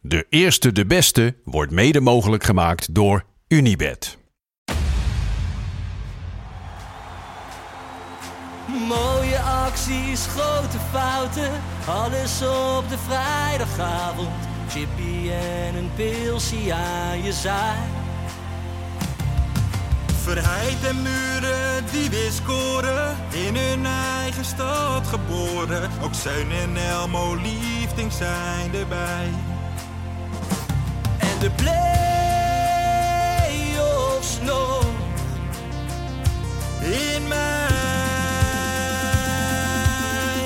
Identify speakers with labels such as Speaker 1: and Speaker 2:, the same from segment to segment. Speaker 1: De eerste, de beste wordt mede mogelijk gemaakt door Unibed.
Speaker 2: Mooie acties, grote fouten, alles op de vrijdagavond. Chippy en een pilsie aan je zaai.
Speaker 3: Verheid en muren die weer scoren, in hun eigen stad geboren. Ook Zijn en Elmo liefdings zijn erbij.
Speaker 2: En de play-offs nog
Speaker 3: In mij.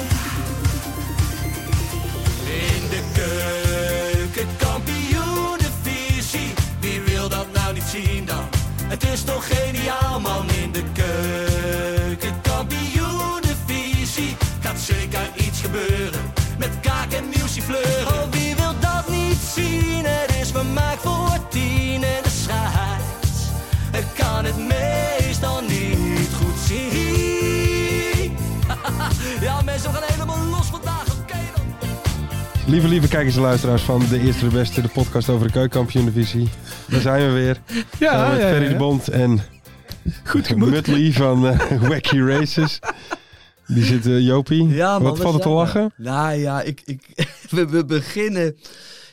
Speaker 2: in de keuken, kampioenenvisie. Wie wil dat nou niet zien dan? Het is toch geniaal man in de keuken, kampioenenvisie. Gaat zeker iets gebeuren met kaak en muziek fleuren. Oh, wie wil dat niet zien? Het is vermaakt voor tien en de scheids. Ik kan het meestal niet goed zien. Ja, mensen, we gaan helemaal los vandaag. Oké dan.
Speaker 4: Lieve, lieve kijkers en luisteraars van De Eerste de Beste, de podcast over de keukenkampioen-divisie. Daar zijn we weer. Samen met Ferry de Bond en Goed Muttley van eh, Wacky Races. Die zit eh, Jopie.
Speaker 5: Ja, man,
Speaker 4: Wat valt er te
Speaker 5: zijn we.
Speaker 4: lachen?
Speaker 5: Nou ja, ik, ik, we, we beginnen.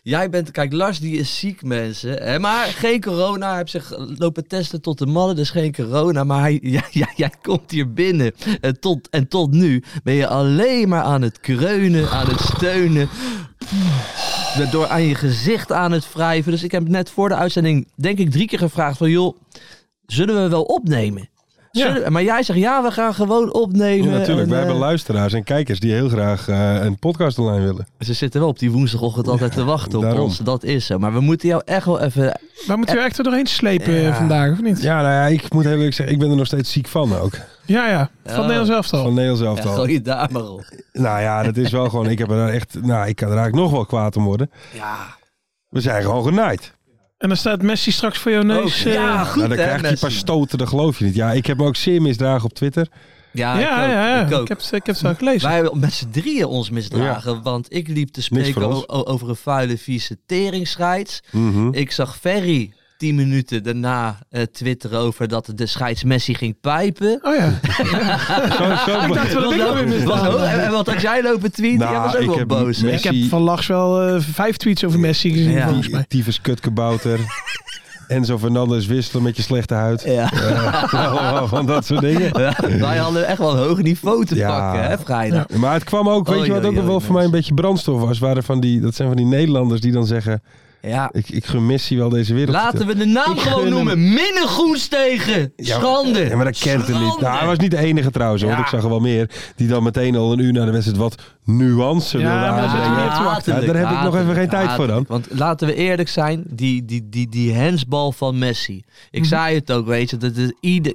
Speaker 5: Jij bent, kijk, Lars die is ziek, mensen. Hè? Maar geen corona. Hij heeft zich lopen testen tot de mannen, dus geen corona. Maar hij, jij, jij, jij komt hier binnen. En tot, en tot nu ben je alleen maar aan het kreunen, aan het steunen. Je bent Door aan je gezicht aan het wrijven. Dus ik heb net voor de uitzending, denk ik, drie keer gevraagd: van joh, zullen we wel opnemen? Zullen we- Maar jij zegt ja, we gaan gewoon
Speaker 4: Ja,
Speaker 5: opnemen.
Speaker 4: natuurlijk.
Speaker 5: En,
Speaker 4: Wij
Speaker 5: eh,
Speaker 4: hebben luisteraars en kijkers die heel graag eh, een podcast online willen.
Speaker 5: Ze zitten wel op die woensdagochtend altijd te wachten op
Speaker 4: daarom.
Speaker 5: ons. Dat is zo. Maar we moeten jou echt wel even...
Speaker 6: Maar moeten we echt er doorheen slepen
Speaker 5: Ja.
Speaker 6: eh, vandaag, of niet? Ja,
Speaker 4: Ja, nou ja, ik moet heel eerlijk zeggen, ik ben er nog steeds ziek van ook.
Speaker 6: ja. Van Nederland zelf
Speaker 4: Van
Speaker 6: al.
Speaker 4: Nederlands
Speaker 5: Ja,
Speaker 4: elftal.
Speaker 5: gooi je daar maar op.
Speaker 4: Nou ja, dat is wel gewoon, ik heb er daar echt, nou, ik kan er eigenlijk nog wel kwaad om worden.
Speaker 5: Ja,
Speaker 4: We zijn gewoon genaaid.
Speaker 6: En dan staat Messi straks voor jouw neus. eh,
Speaker 5: Oh, ja
Speaker 6: ja,
Speaker 5: goed
Speaker 4: Nou, dan
Speaker 5: hè,
Speaker 4: krijg je een
Speaker 5: Messi.
Speaker 4: paar stoten, dat geloof je niet. Ja, ik heb me ook zeer misdragen op Twitter.
Speaker 5: Ja,
Speaker 6: ja,
Speaker 5: ik ook.
Speaker 6: ja.
Speaker 5: Ik
Speaker 6: Ik,
Speaker 5: ook.
Speaker 6: heb, het- ik heb het wel gelezen.
Speaker 5: Wij hebben met z'n drieën ons misdragen. Want ik liep te
Speaker 4: voor
Speaker 5: spreken
Speaker 4: ons.
Speaker 5: o- o- over een vuile, vieze teringscheids.
Speaker 4: Mhm.
Speaker 5: Ik zag Ferry tien minuten daarna eh, twitteren over dat de scheids Messi ging pijpen.
Speaker 6: Oh ja.
Speaker 4: Zo, zo,
Speaker 6: Ik dacht wel dat ik wel weer misdragen
Speaker 5: was- en, en wat had jij lopen tweeten?
Speaker 4: Nou,
Speaker 5: jij was ook
Speaker 4: ik
Speaker 5: wel
Speaker 4: heb
Speaker 5: boos. hè?
Speaker 4: Messi-
Speaker 6: Ik heb van Lars wel eh, vijf tweets over Messi gezien,
Speaker 5: Ja.
Speaker 6: volgens mij.
Speaker 4: Tyfus kutkebouter. Enzo Fernandez wisselen met je slechte huid.
Speaker 5: Ja.
Speaker 4: Allemaal van dat soort dingen.
Speaker 5: Ja, wij hadden echt wel een hoog niveau te
Speaker 4: Ja.
Speaker 5: pakken, hè, vrijdag.
Speaker 4: Maar het kwam ook, weet
Speaker 5: Oei,
Speaker 4: je wat
Speaker 5: oei,
Speaker 4: ook nog
Speaker 5: oei,
Speaker 4: wel voor mij een beetje brandstof was? Waren van die, dat zijn van die Nederlanders die dan zeggen,
Speaker 5: ja.
Speaker 4: ik, ik gun Messi wel deze wereld.
Speaker 5: Laten we de naam
Speaker 4: Ik
Speaker 5: gewoon
Speaker 4: gun
Speaker 5: noemen. Minnegoens tegen.
Speaker 4: Ja,
Speaker 5: Schande.
Speaker 4: Ja, maar dat kent hij niet.
Speaker 5: Schande.
Speaker 4: Nou, hij was niet de enige trouwens, hoor.
Speaker 5: Ja.
Speaker 4: want ik zag er wel meer. Die dan meteen al een uur na de wedstrijd wat nuance
Speaker 6: Ja,
Speaker 4: wilde
Speaker 6: maar dat is
Speaker 4: aanbrengen.
Speaker 6: natuurlijk niet te wachten.
Speaker 5: hatelijk,
Speaker 4: Ja, daar heb ik nog even
Speaker 5: hatelijk,
Speaker 4: geen tijd voor dan.
Speaker 5: hatelijk. Want laten we eerlijk zijn, die, die, die, die hensbal van Messi. Ik
Speaker 6: Mhm.
Speaker 5: zei het ook, weet je. Dat is ieder,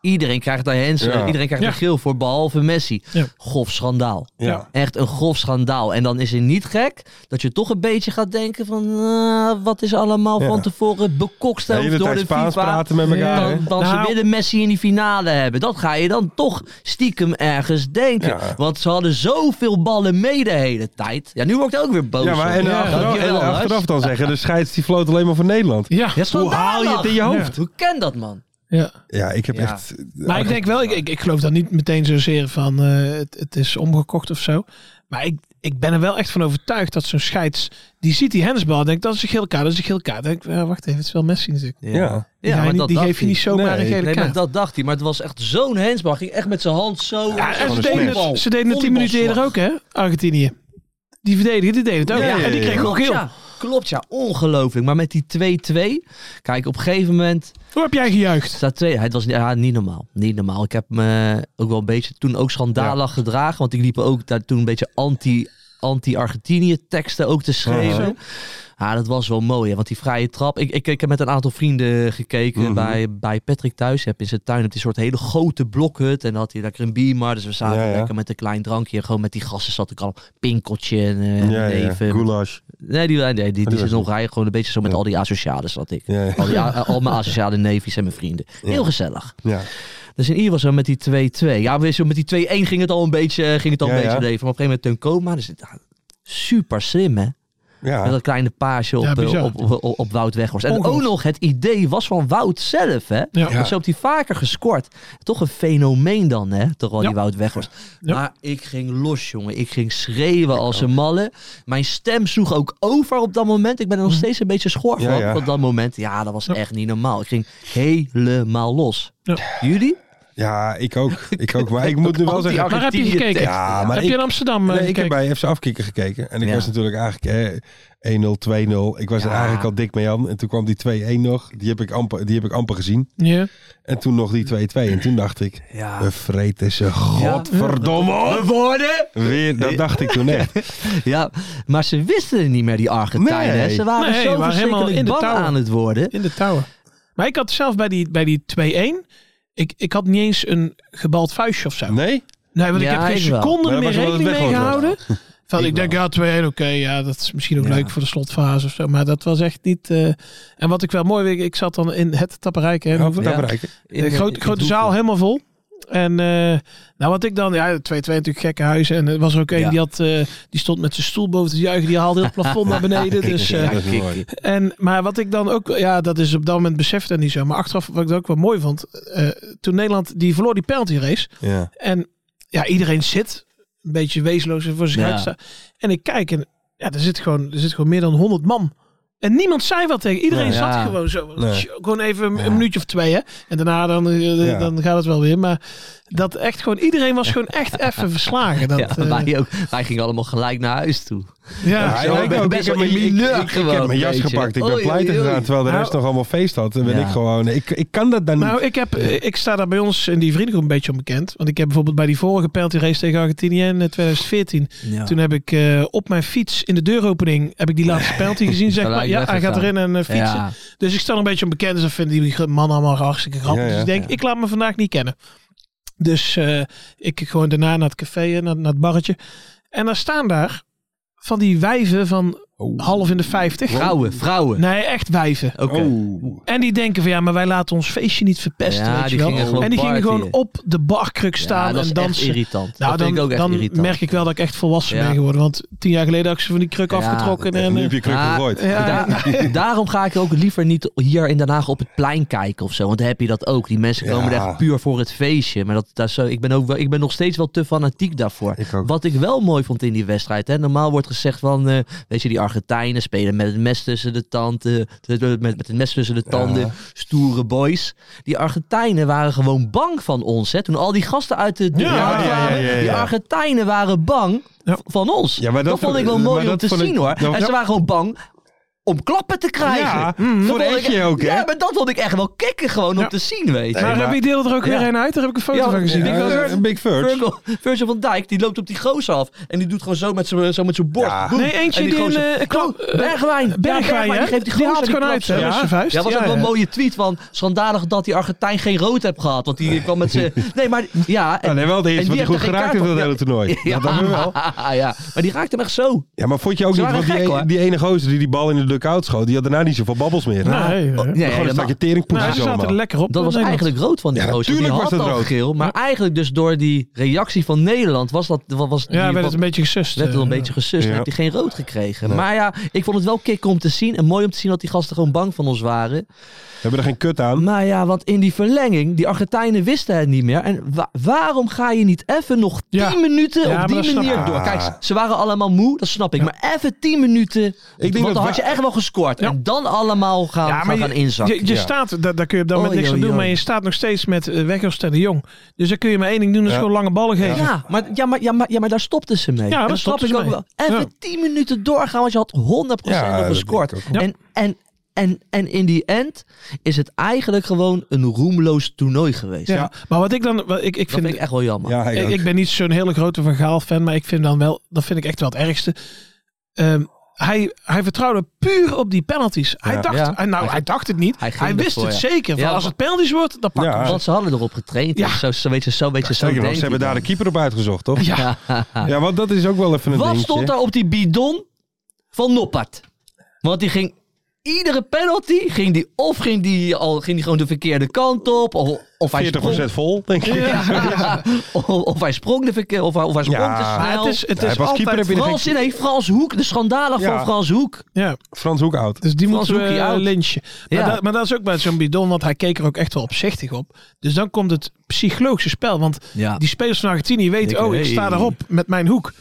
Speaker 5: iedereen krijgt daar hens,
Speaker 4: Ja.
Speaker 5: eh, iedereen krijgt
Speaker 6: Ja.
Speaker 5: een geel voor, behalve Messi.
Speaker 6: Ja.
Speaker 5: Grof schandaal.
Speaker 4: Ja.
Speaker 5: Echt een grof schandaal. En dan is het niet gek dat je toch een beetje gaat denken van... ah, wat is allemaal
Speaker 4: Ja.
Speaker 5: van tevoren
Speaker 4: De
Speaker 5: bekoksteld
Speaker 4: hele
Speaker 5: door
Speaker 4: tijd
Speaker 5: de
Speaker 4: Spaans
Speaker 5: FIFA.
Speaker 4: praten met elkaar.
Speaker 6: Ja.
Speaker 4: hè.
Speaker 5: Want, want
Speaker 6: Nou.
Speaker 5: ze willen Messi in die finale hebben. Dat ga je dan toch stiekem ergens denken.
Speaker 4: Ja.
Speaker 5: Want ze hadden zoveel ballen mee de hele tijd. Ja, nu word ik ook weer boos.
Speaker 4: Ja, maar en,
Speaker 5: op.
Speaker 4: achteraf, en
Speaker 5: Dankjewel, Lars.
Speaker 4: achteraf dan zeggen, de scheids die floot alleen maar voor Nederland.
Speaker 6: Ja.
Speaker 5: Ja,
Speaker 4: Hoe haal je het in je hoofd?
Speaker 5: Hoe ken dat, man?
Speaker 6: ja.
Speaker 4: Ja, ik heb
Speaker 5: Ja.
Speaker 4: echt...
Speaker 6: Maar ik denk wel, ik, ik, ik geloof dat niet meteen zozeer van eh, het, het is omgekocht of zo. Maar ik, ik ben er wel echt van overtuigd dat zo'n scheids, die ziet die hensbal en denkt dat is een geel kaart, dat is een geel kaart. Dan Denk, ik, ja, wacht even, het is wel Messi natuurlijk.
Speaker 4: Ja. Ja.
Speaker 6: Die, ga je
Speaker 5: maar
Speaker 6: niet-
Speaker 5: dat
Speaker 6: die
Speaker 5: dacht
Speaker 6: geef je niet
Speaker 5: hij.
Speaker 6: zomaar
Speaker 4: Nee.
Speaker 6: een gele
Speaker 5: Nee, maar
Speaker 6: kaart.
Speaker 5: dat dacht hij. Maar het was echt zo'n hensbal. Hij Ging echt met zijn hand zo...
Speaker 6: Ja, en ze
Speaker 4: een
Speaker 6: deden
Speaker 4: smash.
Speaker 6: het, ze deden het tien minuten eerder ook, hè? Argentinië. Die verdedigen, die deden het ook.
Speaker 4: Ja, ja,
Speaker 6: en die
Speaker 4: ja,
Speaker 6: kregen
Speaker 4: ja.
Speaker 6: ook
Speaker 5: Klopt
Speaker 6: heel.
Speaker 5: ja. Klopt, ja. Ongelooflijk. Maar met die 2-2... Kijk, op een gegeven moment...
Speaker 6: Hoe heb jij gejuicht?
Speaker 5: Staat twee. Het was niet- ja, niet normaal. Niet normaal. Ik heb me ook wel een beetje toen ook schandalig gedragen. Want ik liep ook daar toen een beetje anti, anti-Argentinië teksten ook te schrijven. Ah, dat was wel mooi, hè, want die vrije trap. Ik, ik, ik heb met een aantal vrienden gekeken
Speaker 4: Mhm.
Speaker 5: bij, bij Patrick thuis. Heb in zijn tuin heb die soort hele grote blokhut. En dan had hij lekker een biermar. Dus we zaten
Speaker 4: Ja, ja.
Speaker 5: lekker met een klein drankje. En gewoon met die gasten zat ik al pinkeltje en eh,
Speaker 4: ja, ja.
Speaker 5: even.
Speaker 4: Goulash.
Speaker 5: Nee, die, nee, die, die,
Speaker 4: was
Speaker 5: zit nog
Speaker 4: goed.
Speaker 5: rijden. Gewoon een beetje zo met
Speaker 4: Ja.
Speaker 5: al die asociales zat ik.
Speaker 4: Ja,
Speaker 5: Al,
Speaker 4: ja.
Speaker 5: die, a- al mijn asociale neefjes en mijn vrienden. Heel gezellig.
Speaker 4: ja.
Speaker 5: Dus in ieder geval zo met die 2-2. Ja, we- zo met die 2-1 ging het al een beetje, eh, ging het al een
Speaker 4: Ja,
Speaker 5: beetje
Speaker 4: ja.
Speaker 5: leven. Maar op een gegeven moment Teun Koopma, dus het- ah, super slim hè. Met
Speaker 4: ja.
Speaker 5: dat kleine paasje op,
Speaker 6: Ja,
Speaker 5: eh,
Speaker 6: bizar.
Speaker 5: op, op, op, op Wout Weghorst. En ook
Speaker 6: Ongelooflijk.
Speaker 5: nog het idee was van Wout zelf hè.
Speaker 6: Ja.
Speaker 5: Want zo heeft hij vaker gescoord. Toch een fenomeen dan hè, toch wel die
Speaker 6: Ja.
Speaker 5: Wout Weghorst.
Speaker 6: Ja.
Speaker 5: Maar ik ging los jongen. Ik ging schreeuwen als een malle. Mijn stem sloeg ook over op dat moment. Ik ben er nog steeds een beetje schor
Speaker 4: Ja,
Speaker 5: van
Speaker 4: ja.
Speaker 5: op dat moment. Ja, dat was
Speaker 6: Mhm. Ja.
Speaker 5: echt niet normaal. Ik ging helemaal los.
Speaker 6: Ja.
Speaker 5: Jullie?
Speaker 4: ja, ik ook. Ik ook. Maar ik moet nu wel zeggen...
Speaker 6: Maar heb je gekeken?
Speaker 4: Ja, maar
Speaker 6: heb
Speaker 4: ik,
Speaker 6: je in Amsterdam eh,
Speaker 4: nee, ik heb
Speaker 6: gekeken?
Speaker 4: bij FC Afkikken gekeken. En ik
Speaker 5: Ja.
Speaker 4: was natuurlijk eigenlijk eh, 1-0, 2-0. Ik was er
Speaker 5: Ja.
Speaker 4: eigenlijk al dik mee aan. En toen kwam die 2-1 nog. Die heb ik amper, die heb ik amper gezien.
Speaker 6: Ja.
Speaker 4: En toen nog die 2-2. En toen dacht ik...
Speaker 5: Ja.
Speaker 4: We vreten ze godverdomme op.
Speaker 5: worden?
Speaker 4: Weer, dat dacht ik toen echt.
Speaker 5: Ja, maar ze wisten het niet meer, die Argentijnen.
Speaker 4: Nee.
Speaker 5: hè. Ze waren
Speaker 6: Nee,
Speaker 5: zo
Speaker 6: waren helemaal
Speaker 5: verschrikkelijk
Speaker 6: in de
Speaker 5: bang
Speaker 6: touwen.
Speaker 5: aan het worden.
Speaker 6: In de tower. Maar ik had zelf bij die, bij die 2-1... Ik, ik had niet eens een gebald vuistje of zo. Nee,
Speaker 4: Nee?
Speaker 6: want ik
Speaker 5: Ja,
Speaker 6: heb geen
Speaker 5: ik wel.
Speaker 6: seconde
Speaker 4: Maar dat
Speaker 6: meer
Speaker 4: was omdat
Speaker 6: rekening
Speaker 4: het
Speaker 6: mee
Speaker 4: Weghorst
Speaker 6: gehouden. Van, ik,
Speaker 5: Ik
Speaker 6: denk, ja, 2-1, oké, ja, dat is misschien ook
Speaker 5: Ja.
Speaker 6: leuk voor de slotfase of zo. Maar dat was echt niet... eh, en wat ik wel mooi weet, ik zat dan in het tapperijk. hè,
Speaker 4: Oh, Ja,
Speaker 6: Hoeveel-
Speaker 4: dat bereiken.
Speaker 5: In
Speaker 6: de
Speaker 5: het-
Speaker 6: grote,
Speaker 5: in
Speaker 6: Eh, grote
Speaker 5: het
Speaker 6: zaal
Speaker 5: hoekje.
Speaker 6: helemaal vol. En eh, nou wat ik dan, ja, 2-2 natuurlijk gekke huizen. En er was er ook een
Speaker 5: Ja.
Speaker 6: die, had, eh, die stond met zijn stoel boven te juichen. Die haalde heel het plafond naar beneden. Dus, eh,
Speaker 4: Ja, dat is mooi.
Speaker 6: en, maar wat ik dan ook, ja, dat is op dat moment beseft en niet zo. Maar achteraf, wat ik ook wel mooi vond. eh, toen Nederland, die verloor die penalty race.
Speaker 4: Ja.
Speaker 6: En ja, iedereen zit een beetje wezenloos voor zich
Speaker 5: Ja.
Speaker 6: uit. te staan. En ik kijk en ja, er zit gewoon, er zit gewoon meer dan 100 man. En niemand zei wat tegen. Iedereen
Speaker 5: Nee.
Speaker 6: zat
Speaker 5: Ja.
Speaker 6: gewoon zo.
Speaker 4: Nee.
Speaker 6: Gewoon even een, een minuutje of twee, hè. En daarna dan, eh,
Speaker 4: Ja.
Speaker 6: dan gaat het wel weer. Maar dat echt gewoon, iedereen was gewoon echt even verslagen. Dat,
Speaker 5: Ja,
Speaker 6: eh,
Speaker 5: wij, ook, wij gingen allemaal gelijk naar huis toe.
Speaker 6: ja,
Speaker 4: Ja,
Speaker 5: Zo,
Speaker 4: ik
Speaker 5: ben
Speaker 4: ook.
Speaker 5: best
Speaker 4: Ik heb
Speaker 5: wel
Speaker 4: mijn- ik-
Speaker 5: mineur
Speaker 4: ik- ik
Speaker 5: gewoon,
Speaker 4: heb mijn jas
Speaker 5: weet je.
Speaker 4: gepakt. Ik ben
Speaker 5: Oei,
Speaker 4: pleiten
Speaker 5: oei, Nou- oei.
Speaker 4: gegaan terwijl de rest
Speaker 6: Nou-
Speaker 4: nog allemaal feest had. En ben
Speaker 5: Ja.
Speaker 4: ik gewoon... Ik, ik kan dat dan niet.
Speaker 6: Nou, ik, heb, eh, ik sta daar bij ons in die vriendengroep een beetje onbekend. Want ik heb bijvoorbeeld bij die vorige penalty race tegen Argentinië in eh, 2014.
Speaker 5: Ja.
Speaker 6: Toen heb ik eh, op mijn fiets in de deuropening heb ik die laatste penalty gezien. Zeg maar.
Speaker 5: Gelijk
Speaker 6: Ja, hij gaat
Speaker 5: weggegaan.
Speaker 6: erin en eh, fietsen.
Speaker 5: Ja.
Speaker 6: Dus ik sta nog een beetje onbekend. Dus dat vinden die man allemaal hartstikke grappig.
Speaker 4: Ja, ja.
Speaker 6: Dus ik denk, ik laat me vandaag niet kennen. Dus eh, ik gewoon daarna naar het café, eh, naar, naar het barretje. En daar staan daar van die wijven van half in de 50.
Speaker 5: Oh. Vrouwen, vrouwen.
Speaker 6: Nee, echt wijven.
Speaker 5: Oké.
Speaker 4: Oh.
Speaker 6: En die denken van ja, maar wij laten ons feestje niet verpesten.
Speaker 5: Ja,
Speaker 6: weet
Speaker 5: die
Speaker 6: je wel.
Speaker 5: gingen gewoon
Speaker 6: en die gingen
Speaker 5: partyen.
Speaker 6: gewoon op de barkruk
Speaker 5: Ja,
Speaker 6: staan
Speaker 5: dat is
Speaker 6: en
Speaker 5: echt
Speaker 6: dansen.
Speaker 5: irritant.
Speaker 6: Nou,
Speaker 5: dat vind ik
Speaker 6: dan,
Speaker 5: ook echt
Speaker 6: dan
Speaker 5: irritant.
Speaker 6: merk ik wel dat ik echt volwassen
Speaker 5: Ja.
Speaker 6: ben geworden. Want tien jaar geleden had ik ze van die kruk
Speaker 5: Ja,
Speaker 6: afgetrokken. En,
Speaker 4: Nu
Speaker 6: eh,
Speaker 4: heb je kruk
Speaker 5: Ja.
Speaker 4: gegooid.
Speaker 6: ja,
Speaker 5: Daar- daarom ga ik ook liever niet hier in Den Haag op het plein kijken of zo. Want dan heb je dat ook. Die mensen komen
Speaker 4: Ja.
Speaker 5: er echt puur voor het feestje. Maar dat, dat is zo, ik, ben ook wel, ik ben nog steeds wel te fanatiek daarvoor.
Speaker 4: Ik ook.
Speaker 5: Wat ik wel mooi vond in die wedstrijd. Hè, normaal wordt gezegd van, eh, weet je, die Argentijnen spelen met het mes tussen de tanden. eh, Met, met het mes tussen de tanden. Stoere boys. Die Argentijnen waren gewoon bang van ons. Hè. Toen al die gasten uit de deur
Speaker 6: Ja,
Speaker 5: kwamen.
Speaker 4: ja, ja, ja, ja.
Speaker 5: Die Argentijnen waren bang
Speaker 6: Ja.
Speaker 5: van ons.
Speaker 4: Ja, maar
Speaker 5: dat,
Speaker 4: dat
Speaker 5: vond ik wel
Speaker 4: maar
Speaker 5: mooi om
Speaker 4: dat
Speaker 5: te
Speaker 4: vond ik-
Speaker 5: zien hoor.
Speaker 4: dat-
Speaker 5: en ze
Speaker 4: ja.
Speaker 5: waren gewoon bang om klappen te krijgen.
Speaker 4: Ja,
Speaker 5: mm, Dat
Speaker 4: voor
Speaker 5: vond ik-
Speaker 4: eetje ook, hè?
Speaker 5: Ja, maar dat wilde ik echt wel kicken gewoon om te zien, weet je.
Speaker 4: Nee,
Speaker 6: maar
Speaker 4: maar-
Speaker 6: wie deelde er ook weer
Speaker 5: Ja.
Speaker 6: een uit? Daar heb ik een foto
Speaker 5: Ja,
Speaker 6: van gezien.
Speaker 5: ja.
Speaker 6: Ik was-
Speaker 4: Ja,
Speaker 5: Virgil-
Speaker 4: Big Furch.
Speaker 5: Virgil, Virgil van Dijk, die loopt op die goos af en die doet gewoon zo met zijn zo met zijn bord.
Speaker 4: Ja.
Speaker 5: Boem.
Speaker 6: Nee, eentje
Speaker 5: En
Speaker 6: die,
Speaker 5: gozer-
Speaker 6: een eh, klap-
Speaker 5: Oh, Bergwijn.
Speaker 6: Bergwijn, hè?
Speaker 5: die geeft die
Speaker 6: Die
Speaker 5: gozer
Speaker 6: haalt
Speaker 5: die
Speaker 6: gewoon
Speaker 5: klap
Speaker 6: uit, hè,
Speaker 5: zo.
Speaker 6: met zijn vuist.
Speaker 5: Ja, was
Speaker 6: Ja,
Speaker 5: ook wel een
Speaker 6: ja.
Speaker 5: mooie tweet van, schandalig dat die Argentijn geen rood heeft gehad. Want die kwam met zijn... Nee, maar ja... en-
Speaker 4: Ah, nee, wel de
Speaker 5: en die
Speaker 4: eerste, want die
Speaker 5: heeft
Speaker 4: goed
Speaker 5: er geen
Speaker 4: geraakt
Speaker 5: kaart
Speaker 4: heeft
Speaker 5: op.
Speaker 4: dat
Speaker 5: Ja.
Speaker 4: hele toernooi.
Speaker 5: Ja.
Speaker 4: Dat hebben we wel.
Speaker 5: ja, maar die raakte hem echt zo. Oh,
Speaker 4: Ja, maar vond je ook
Speaker 5: Ze
Speaker 4: niet,
Speaker 5: waren
Speaker 4: want die,
Speaker 5: gek,
Speaker 4: e-
Speaker 5: hoor.
Speaker 4: die ene gozer die die bal in de dugout schoot, die had daarna niet zoveel babbels meer.
Speaker 6: Nee, nee,
Speaker 5: Oh,
Speaker 6: nee.
Speaker 5: nee,
Speaker 4: Gewoon een
Speaker 5: helemaal.
Speaker 4: stukje teringpoetjes
Speaker 6: Nou, ze zaten er
Speaker 4: allemaal.
Speaker 6: lekker op.
Speaker 5: Dat was
Speaker 6: Nederland.
Speaker 5: eigenlijk rood van die
Speaker 4: Ja,
Speaker 5: gozer. Die
Speaker 4: natuurlijk
Speaker 5: had
Speaker 4: was dat
Speaker 5: al
Speaker 4: rood.
Speaker 5: geel. Maar eigenlijk dus door die reactie van Nederland was dat... Was die,
Speaker 6: Ja, werd
Speaker 5: was-
Speaker 6: het een beetje gesust.
Speaker 5: werd het een
Speaker 6: eh.
Speaker 5: beetje gesust.
Speaker 4: Ja.
Speaker 5: en Heb hij geen rood gekregen. Maar ja, ik vond het wel kick om te zien. En mooi om te zien dat die gasten gewoon bang van ons waren.
Speaker 4: We hebben er geen kut aan.
Speaker 5: Maar ja, want in die verlenging, die Argentijnen wisten het niet meer. En wa- waarom ga je niet even nog tien
Speaker 6: Ja.
Speaker 5: minuten
Speaker 6: Ja, maar
Speaker 5: op
Speaker 6: dat
Speaker 5: die
Speaker 6: snap
Speaker 5: manier
Speaker 4: ik.
Speaker 5: door? Kijk,
Speaker 4: Ah.
Speaker 5: ze waren allemaal moe, dat snap ik. Maar even tien minuten,
Speaker 4: denk
Speaker 5: want
Speaker 4: dat
Speaker 5: dan had
Speaker 4: wa-
Speaker 5: je echt wel gescoord.
Speaker 6: Ja.
Speaker 5: En dan allemaal gaan,
Speaker 6: Ja, maar
Speaker 5: gaan, gaan inzakken.
Speaker 6: je, je
Speaker 4: ja.
Speaker 6: staat, daar, daar kun je op dat moment
Speaker 5: Oei,
Speaker 6: niks aan
Speaker 5: oei,
Speaker 6: doen,
Speaker 5: oei.
Speaker 6: maar je staat nog steeds met uh, Weghorst en de Jong. Dus daar kun je maar één ding doen, dat is
Speaker 4: Ja.
Speaker 6: gewoon lange ballen geven.
Speaker 5: Ja, maar, ja, maar, ja, maar, ja, maar daar stopten ze mee.
Speaker 6: Ja,
Speaker 5: En
Speaker 6: daar
Speaker 5: dat snap
Speaker 6: stopten
Speaker 5: ik
Speaker 6: ze
Speaker 5: ook wel.
Speaker 6: mee.
Speaker 5: Even
Speaker 6: Ja.
Speaker 5: tien minuten doorgaan, want je had 100%
Speaker 4: Ja,
Speaker 5: nog
Speaker 4: dat
Speaker 5: gescoord.
Speaker 4: denk ik
Speaker 6: ook.
Speaker 5: En, en, en, en in die end is het eigenlijk gewoon een roemloos toernooi geweest.
Speaker 6: Ja.
Speaker 5: Ja,
Speaker 6: Maar wat ik dan, wat ik, ik
Speaker 5: dat vind
Speaker 6: vind,
Speaker 5: ik echt wel jammer.
Speaker 4: Ja, ik
Speaker 6: ik,
Speaker 4: ook.
Speaker 6: ik ben niet zo'n hele grote Van Gaal fan, maar ik vind dan wel, dat vind ik echt wel het ergste. Ehm, hij, hij vertrouwde puur op die penalties. Hij,
Speaker 4: Ja.
Speaker 6: dacht,
Speaker 5: Ja.
Speaker 6: hij- nou, hij,
Speaker 5: Hij-
Speaker 6: dacht het niet.
Speaker 5: hij
Speaker 6: Hij,
Speaker 5: ging
Speaker 6: wist
Speaker 5: ervoor,
Speaker 6: het
Speaker 5: ja.
Speaker 6: zeker. Van,
Speaker 5: Ja,
Speaker 6: als
Speaker 5: maar-
Speaker 6: het penalties wordt, dan pakken
Speaker 4: Ja.
Speaker 6: we
Speaker 5: Want ze hadden erop getraind. dus
Speaker 6: Ja.
Speaker 5: Zo, zo weet je, zo weet je, zo
Speaker 4: Zeker wel,
Speaker 5: denkt
Speaker 4: ze hebben
Speaker 5: hij
Speaker 4: daar de keeper op uitgezocht, toch?
Speaker 6: Ja.
Speaker 4: Ja, want dat is ook wel even een
Speaker 5: dan. Wat
Speaker 4: dingetje.
Speaker 5: stond daar op die bidon van Noppert? Want die ging... Iedere penalty ging die of ging die, al, ging die gewoon de verkeerde kant op. Of, of hij
Speaker 4: 40% vol, denk ik.
Speaker 5: Ja. of, of hij sprong de verkeer, of hij, of hij sprong
Speaker 4: Ja.
Speaker 5: te
Speaker 6: Maar
Speaker 5: snel.
Speaker 6: het is, het
Speaker 4: Hij
Speaker 6: is
Speaker 4: was keeper,
Speaker 6: altijd...
Speaker 4: heb je de-
Speaker 5: Frans, nee, Frans Hoek, de schandalen
Speaker 4: Ja.
Speaker 5: van Frans Hoek.
Speaker 6: Ja,
Speaker 4: Frans Hoek oud.
Speaker 6: dus die
Speaker 5: Frans
Speaker 6: moeten we
Speaker 5: Hoekie
Speaker 6: eh,
Speaker 5: out.
Speaker 6: lynchen. Maar,
Speaker 5: Ja.
Speaker 6: dat, maar dat is ook bij zo'n bidon, want hij keek er ook echt wel opzichtig op. Dus dan komt het psychologische spel. Want
Speaker 5: Ja.
Speaker 6: die spelers van Argentinië weten,
Speaker 5: Denken,
Speaker 6: oh, ik sta
Speaker 5: hey.
Speaker 6: erop met mijn hoek.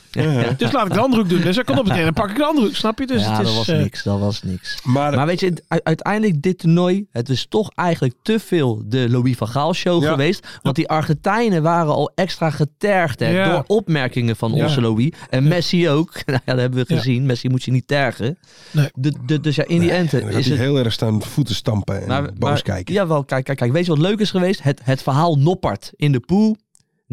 Speaker 6: Dus laat ik de andere hoek doen. Dus hij komt op het en dan pak ik de andere hoek, snap je? Dus
Speaker 5: ja,
Speaker 6: het is,
Speaker 5: dat was
Speaker 6: eh,
Speaker 5: niks, dat was niks.
Speaker 4: Maar,
Speaker 5: Maar weet je, u- uiteindelijk dit toernooi, het is toch eigenlijk te veel de Louis van Gaal show
Speaker 4: Ja.
Speaker 5: geweest. Want die Argentijnen waren al extra getergd hè,
Speaker 6: Ja.
Speaker 5: door opmerkingen van
Speaker 6: Ja.
Speaker 5: onze Louis. En Messi ook. Nou ja, dat hebben we
Speaker 6: Ja.
Speaker 5: gezien. Messi moet je niet tergen.
Speaker 6: Nee.
Speaker 5: De, de, dus ja, in die enten
Speaker 4: dan gaat
Speaker 5: is
Speaker 4: hij
Speaker 5: het...
Speaker 4: heel erg staan voeten stampen en boos kijken.
Speaker 5: Jawel, kijk, kijk, kijk. Weet je wat leuk is geweest? Het, het verhaal Noppert in de pool.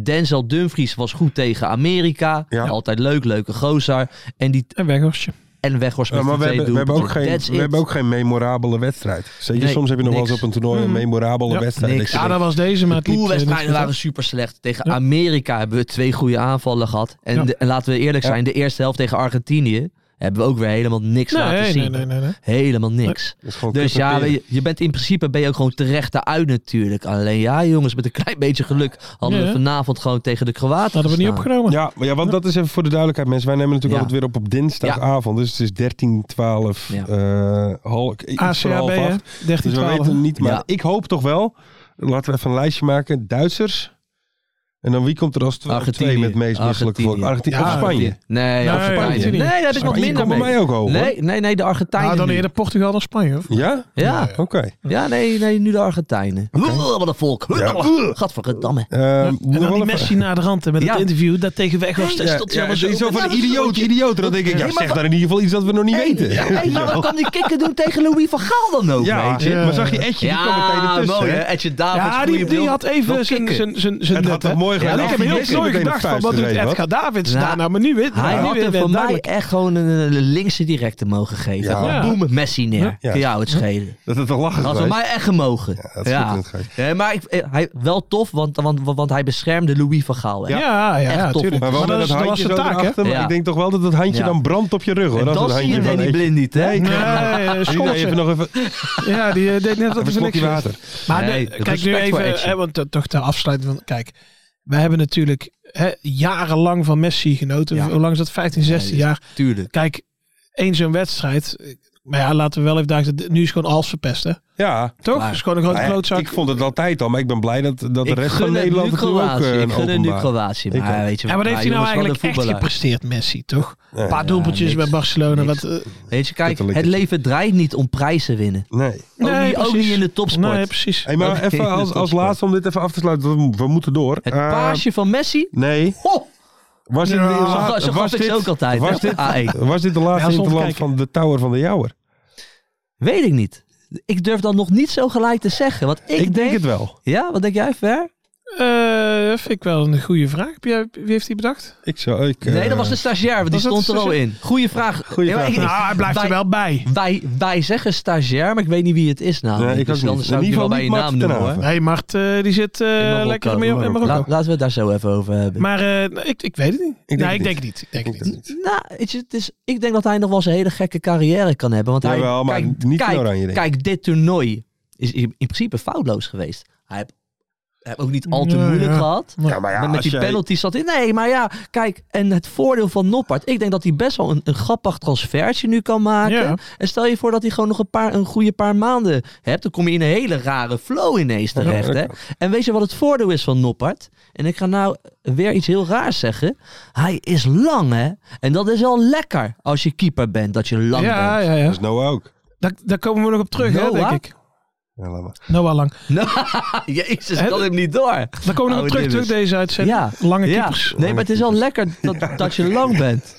Speaker 5: Denzel Dumfries was goed tegen Amerika.
Speaker 4: Ja.
Speaker 5: Altijd leuk, leuke gozer. En, die,
Speaker 6: een weghorstje.
Speaker 5: en Weghorst
Speaker 4: Ja,
Speaker 5: met
Speaker 4: maar we
Speaker 5: de twee
Speaker 4: hebben, we, hebben ook
Speaker 5: doelpunten.
Speaker 4: geen,
Speaker 5: That's
Speaker 4: we
Speaker 5: it.
Speaker 4: hebben ook geen memorabele wedstrijd. Zeker,
Speaker 5: Nee,
Speaker 4: soms heb je nog wel eens
Speaker 5: niks. Mm-hmm.
Speaker 4: op een toernooi een
Speaker 6: Mm.
Speaker 4: memorabele
Speaker 6: Ja,
Speaker 4: wedstrijd.
Speaker 5: niks.
Speaker 4: Dat
Speaker 6: Ja,
Speaker 4: je
Speaker 6: dat was deze, maar het
Speaker 5: De
Speaker 6: liep, eh, niet
Speaker 5: poolwedstrijden
Speaker 6: goed
Speaker 5: waren
Speaker 6: af.
Speaker 5: super slecht. Tegen
Speaker 6: Ja.
Speaker 5: Amerika hebben we twee goede aanvallen gehad. En,
Speaker 6: Ja.
Speaker 5: de- en laten we eerlijk
Speaker 4: Ja.
Speaker 5: zijn, de eerste helft tegen Argentinië hebben we ook weer helemaal niks laten
Speaker 6: Nee,
Speaker 5: zien.
Speaker 6: nee, nee, nee, nee.
Speaker 5: Helemaal niks.
Speaker 4: denkt, dat is gewoon
Speaker 5: Dus
Speaker 4: kut met
Speaker 5: ja,
Speaker 4: peren.
Speaker 5: je, je bent in principe ben je ook gewoon terecht eruit natuurlijk. Alleen ja, jongens, met een klein beetje geluk hadden
Speaker 6: Ja.
Speaker 5: we vanavond gewoon tegen de Kroaten.
Speaker 6: Dat hadden we niet
Speaker 5: gestaan.
Speaker 6: opgenomen.
Speaker 4: Ja, maar ja, want dat is even voor de duidelijkheid, mensen. Wij nemen natuurlijk
Speaker 5: Ja.
Speaker 4: altijd weer op op dinsdagavond. Dus het is 13, 12,
Speaker 5: Ja.
Speaker 4: eh, half, iets voor
Speaker 6: ACAB,
Speaker 4: half
Speaker 6: hè?
Speaker 4: acht. Dus
Speaker 6: 13,
Speaker 4: we
Speaker 6: 12.
Speaker 4: weten niet, maar
Speaker 5: Ja.
Speaker 4: ik hoop toch wel. Laten we even een lijstje maken. Duitsers. En dan wie komt er als tw- op twee
Speaker 5: Argentinië.
Speaker 4: met het meest misselijke volk?
Speaker 5: Argentinië.
Speaker 4: Argentinië. Of Spanje.
Speaker 5: Nee,
Speaker 6: Nee,
Speaker 5: of Spanje.
Speaker 6: Argentinië.
Speaker 5: Nee, daar heb ik wat
Speaker 4: Spanje
Speaker 5: minder
Speaker 4: komt bij
Speaker 5: mee.
Speaker 4: Oh, mij ook hoog. hoor.
Speaker 5: Nee, nee, nee, de Argentijnen.
Speaker 6: Nou, dan
Speaker 5: nu.
Speaker 6: eerder Portugal dan Spanje, of?
Speaker 4: Ja?
Speaker 5: Ja.
Speaker 4: Oké.
Speaker 5: Ja, nee, nee, nu de Argentijnen. Oeh, Wat een volk.
Speaker 4: Ja.
Speaker 5: Oeh, Gadverdamme.
Speaker 4: Ehm, nog wel
Speaker 6: En dan die
Speaker 4: even-
Speaker 6: Messi naar de rand en met
Speaker 5: Ja.
Speaker 6: het interview dat tegen Weghorst.
Speaker 5: Nee,
Speaker 6: en
Speaker 4: Ja,
Speaker 6: stond hij
Speaker 4: eh, ja,
Speaker 6: allemaal
Speaker 4: zo,
Speaker 6: zo
Speaker 4: van
Speaker 5: benaderd.
Speaker 4: idioot, idioot. Dan denk ik, ja,
Speaker 5: Ja, maar-
Speaker 4: zeg daar in ieder geval iets dat we nog niet weten.
Speaker 5: Hey, hey, maar wat kan die kikker doen tegen Louis van Gaal dan ook,
Speaker 4: Ja,
Speaker 5: weet je?
Speaker 4: maar zag je Etje, die kwam meteen ertussen.
Speaker 5: mooi
Speaker 4: hè?
Speaker 5: hè. Edje Davids,
Speaker 6: Ja,
Speaker 5: goeie
Speaker 6: die, die
Speaker 5: bril.
Speaker 6: had
Speaker 5: Wel
Speaker 6: even zijn
Speaker 5: kicken.
Speaker 6: zijn zijn zijn
Speaker 4: Het had
Speaker 6: nut,
Speaker 4: toch
Speaker 6: hè?
Speaker 4: mooi gedaan
Speaker 6: Ja, ik
Speaker 4: als
Speaker 6: heb heel
Speaker 4: hij Messi
Speaker 6: nooit
Speaker 4: meteen
Speaker 6: gedacht
Speaker 4: een
Speaker 6: van wat
Speaker 4: vuist
Speaker 6: doet
Speaker 4: erin had.
Speaker 6: Edgar Davids
Speaker 5: Nou,
Speaker 6: daar nou, maar nu weet
Speaker 5: Hij
Speaker 6: nou,
Speaker 5: had
Speaker 6: nu
Speaker 5: hem
Speaker 6: weer
Speaker 5: voor mij
Speaker 6: duidelijk.
Speaker 5: echt gewoon een, een linkse directe mogen geven.
Speaker 4: Ja.
Speaker 5: Gewoon
Speaker 6: Ja.
Speaker 5: boem, Messi neer.
Speaker 4: Ja.
Speaker 5: Kun jou het schelen.
Speaker 4: Dat het een lachen
Speaker 5: Dat had
Speaker 4: was.
Speaker 5: voor mij echt gemogen. Ja,
Speaker 4: dat is goed, dat is
Speaker 5: Nee, maar ik, eh, hij, wel tof, want, want, want, want hij beschermde Louis van Gaal. Hè?
Speaker 6: Ja, ja, ja,
Speaker 5: Echt tof.
Speaker 6: tuurlijk.
Speaker 4: Maar wel
Speaker 6: Maar
Speaker 4: met
Speaker 6: dat
Speaker 4: dat
Speaker 6: is- dat was
Speaker 4: handje
Speaker 6: de
Speaker 4: zo
Speaker 6: taak, hè?
Speaker 4: erachter. Maar
Speaker 5: Ja.
Speaker 4: ik denk toch wel dat dat handje
Speaker 5: Ja.
Speaker 4: dan brandt op je rug, hoor.
Speaker 5: En
Speaker 4: Dat
Speaker 5: dan
Speaker 4: het
Speaker 5: zie je
Speaker 4: handje van
Speaker 5: Danny
Speaker 4: Etje.
Speaker 5: Blind niet, hè?
Speaker 4: Nee, ik-
Speaker 6: Nee, eh,
Speaker 4: Die deed even
Speaker 6: Scholzen.
Speaker 4: nog even,
Speaker 6: Ja, die eh, deed net dat
Speaker 4: even
Speaker 6: hij
Speaker 4: een slokje water.
Speaker 6: Maar
Speaker 5: Nee,
Speaker 6: nu- kijk nu
Speaker 5: respect voor
Speaker 6: even,
Speaker 5: Edje.
Speaker 6: hè, want dat- toch ter afsluiting van, kijk, wij hebben natuurlijk hè, jarenlang van Messi genoten.
Speaker 5: Ja.
Speaker 6: Hoe lang is dat? 15, 16 jaar.
Speaker 5: Tuurlijk.
Speaker 6: Kijk, één zo'n wedstrijd. eh, Maar ja, laten we wel even duidelijk. Nu is gewoon alles verpest, hè?
Speaker 4: Ja.
Speaker 6: Toch?
Speaker 5: Klaar.
Speaker 6: is gewoon een grote
Speaker 4: Nou ja,
Speaker 6: klootzak.
Speaker 4: Ik vond het altijd al, maar ik ben blij dat, dat de
Speaker 5: Ik
Speaker 4: rest van
Speaker 5: gun het
Speaker 4: Nederland
Speaker 5: nu
Speaker 4: het nu ook
Speaker 5: Kroatië.
Speaker 4: eh,
Speaker 5: Ik gun het nu
Speaker 4: openbaar.
Speaker 5: Kroatië.
Speaker 4: Ik eh, ook.
Speaker 5: Maar weet je
Speaker 6: en wat heeft hij nou
Speaker 5: jongens, wat een
Speaker 6: eigenlijk echt
Speaker 5: voetballer.
Speaker 6: gepresteerd, Messi, toch?
Speaker 4: Nee.
Speaker 6: Een paar doelpuntjes
Speaker 5: niks.
Speaker 6: bij Barcelona.
Speaker 5: Niks.
Speaker 6: Wat, eh,
Speaker 5: Weet je, kijk,
Speaker 4: Letterlijk.
Speaker 5: het leven draait niet om prijzen winnen.
Speaker 4: Nee.
Speaker 5: Ook,
Speaker 6: Nee,
Speaker 5: niet, ook
Speaker 6: precies.
Speaker 5: niet in de topsport.
Speaker 6: Nee, precies.
Speaker 4: Hey, maar
Speaker 5: Oké,
Speaker 4: even
Speaker 5: dat
Speaker 4: als,
Speaker 5: is
Speaker 4: als
Speaker 5: goed.
Speaker 4: laatste om dit even af te sluiten. want We moeten door.
Speaker 5: het
Speaker 4: Eh,
Speaker 5: paasje van Messi?
Speaker 4: Nee.
Speaker 5: Ho!
Speaker 4: Was dit,
Speaker 6: Ja.
Speaker 4: de
Speaker 6: Zo
Speaker 4: laat-
Speaker 5: ga- zo gaf
Speaker 4: was
Speaker 5: ik
Speaker 4: dit-
Speaker 5: ze ook altijd,
Speaker 4: Was
Speaker 5: hè,
Speaker 4: dit,
Speaker 5: op A1.
Speaker 4: was dit de
Speaker 6: Ja,
Speaker 4: laatste
Speaker 6: stond te
Speaker 4: interland
Speaker 6: kijken.
Speaker 4: van de Tower van de Jouwer?
Speaker 5: Weet ik niet. Ik durf dan nog niet zo gelijk te zeggen. Want ik,
Speaker 4: Ik, denk, het wel.
Speaker 5: Ja, wat denk jij, Ver?
Speaker 6: Eh, vind ik wel een goede vraag. Heb jij- Wie heeft die bedacht?
Speaker 4: Ik zou, ik, eh,
Speaker 5: nee, dat was dus- de stagiair, want die
Speaker 6: was dat
Speaker 5: stond
Speaker 6: de
Speaker 5: er al in. Goeie vraag.
Speaker 4: Goeie
Speaker 5: Ja, maar
Speaker 4: vraag.
Speaker 5: ik-
Speaker 6: Nou, hij blijft
Speaker 5: wij,
Speaker 6: er wel bij.
Speaker 5: Wij, wij zeggen stagiair, maar ik weet niet wie het is nou.
Speaker 4: Nee, ik ook
Speaker 5: dus dan
Speaker 4: niet.
Speaker 5: zou
Speaker 4: In
Speaker 5: ik
Speaker 4: ieder
Speaker 5: nu wel bij
Speaker 4: geval niet
Speaker 5: je
Speaker 4: Mart
Speaker 5: naam
Speaker 4: ten
Speaker 5: noemen hoor.
Speaker 4: Haven.
Speaker 6: Hey, Mart, eh, die zit eh,
Speaker 5: Marokko.
Speaker 6: lekker mee op in Marokko.
Speaker 5: La- laten we het daar zo even over hebben.
Speaker 6: Maar eh, nou, ik, ik weet het niet.
Speaker 4: denk
Speaker 6: nee,
Speaker 4: het
Speaker 6: ik denk het niet. Ik denk het niet.
Speaker 5: Nou, weet je, het is, ik denk dat hij nog wel eens een hele gekke carrière kan hebben. Want hij,
Speaker 4: Jawel, maar
Speaker 5: kijk,
Speaker 4: niet in
Speaker 5: kijk,
Speaker 4: Oranje, denk ik.
Speaker 5: kijk, dit toernooi is in in principe foutloos geweest. Hij heeft, hij heeft ook niet al te
Speaker 6: Ja,
Speaker 5: moeilijk
Speaker 6: ja.
Speaker 5: gehad.
Speaker 4: Ja, maar ja,
Speaker 5: met
Speaker 4: als
Speaker 5: die
Speaker 4: jij-
Speaker 5: penalty zat in. Nee, maar ja, kijk, en het voordeel van Noppert. Ik denk dat hij best wel een, een grappig transfertje nu kan maken.
Speaker 6: Ja.
Speaker 5: En stel je voor dat hij gewoon nog een, paar, een goede paar maanden hebt. Dan kom je in een hele rare flow ineens terecht.
Speaker 4: dat
Speaker 5: hè? En weet je wat het voordeel is van Noppert? En ik ga nou weer iets heel raars zeggen. Hij is lang, hè? En dat is wel lekker als je keeper bent, dat je lang
Speaker 6: Ja,
Speaker 5: bent.
Speaker 6: ja,
Speaker 4: Dat
Speaker 6: ja.
Speaker 4: is nou ook.
Speaker 6: Daar, daar komen we nog op terug, hè, denk
Speaker 5: Noah?
Speaker 6: ik.
Speaker 4: Ja, laat maar.
Speaker 6: Noah Lang.
Speaker 5: Ah, Jezus,
Speaker 6: Hè?
Speaker 5: ik kan hem niet door.
Speaker 6: Daar komen we nog op
Speaker 5: Oude
Speaker 6: terug, terug
Speaker 5: dimmers.
Speaker 6: deze uitzending.
Speaker 5: Ja.
Speaker 6: Lange
Speaker 5: Ja.
Speaker 6: keepers.
Speaker 5: Nee, maar het is wel lekker dat, dat je lang bent.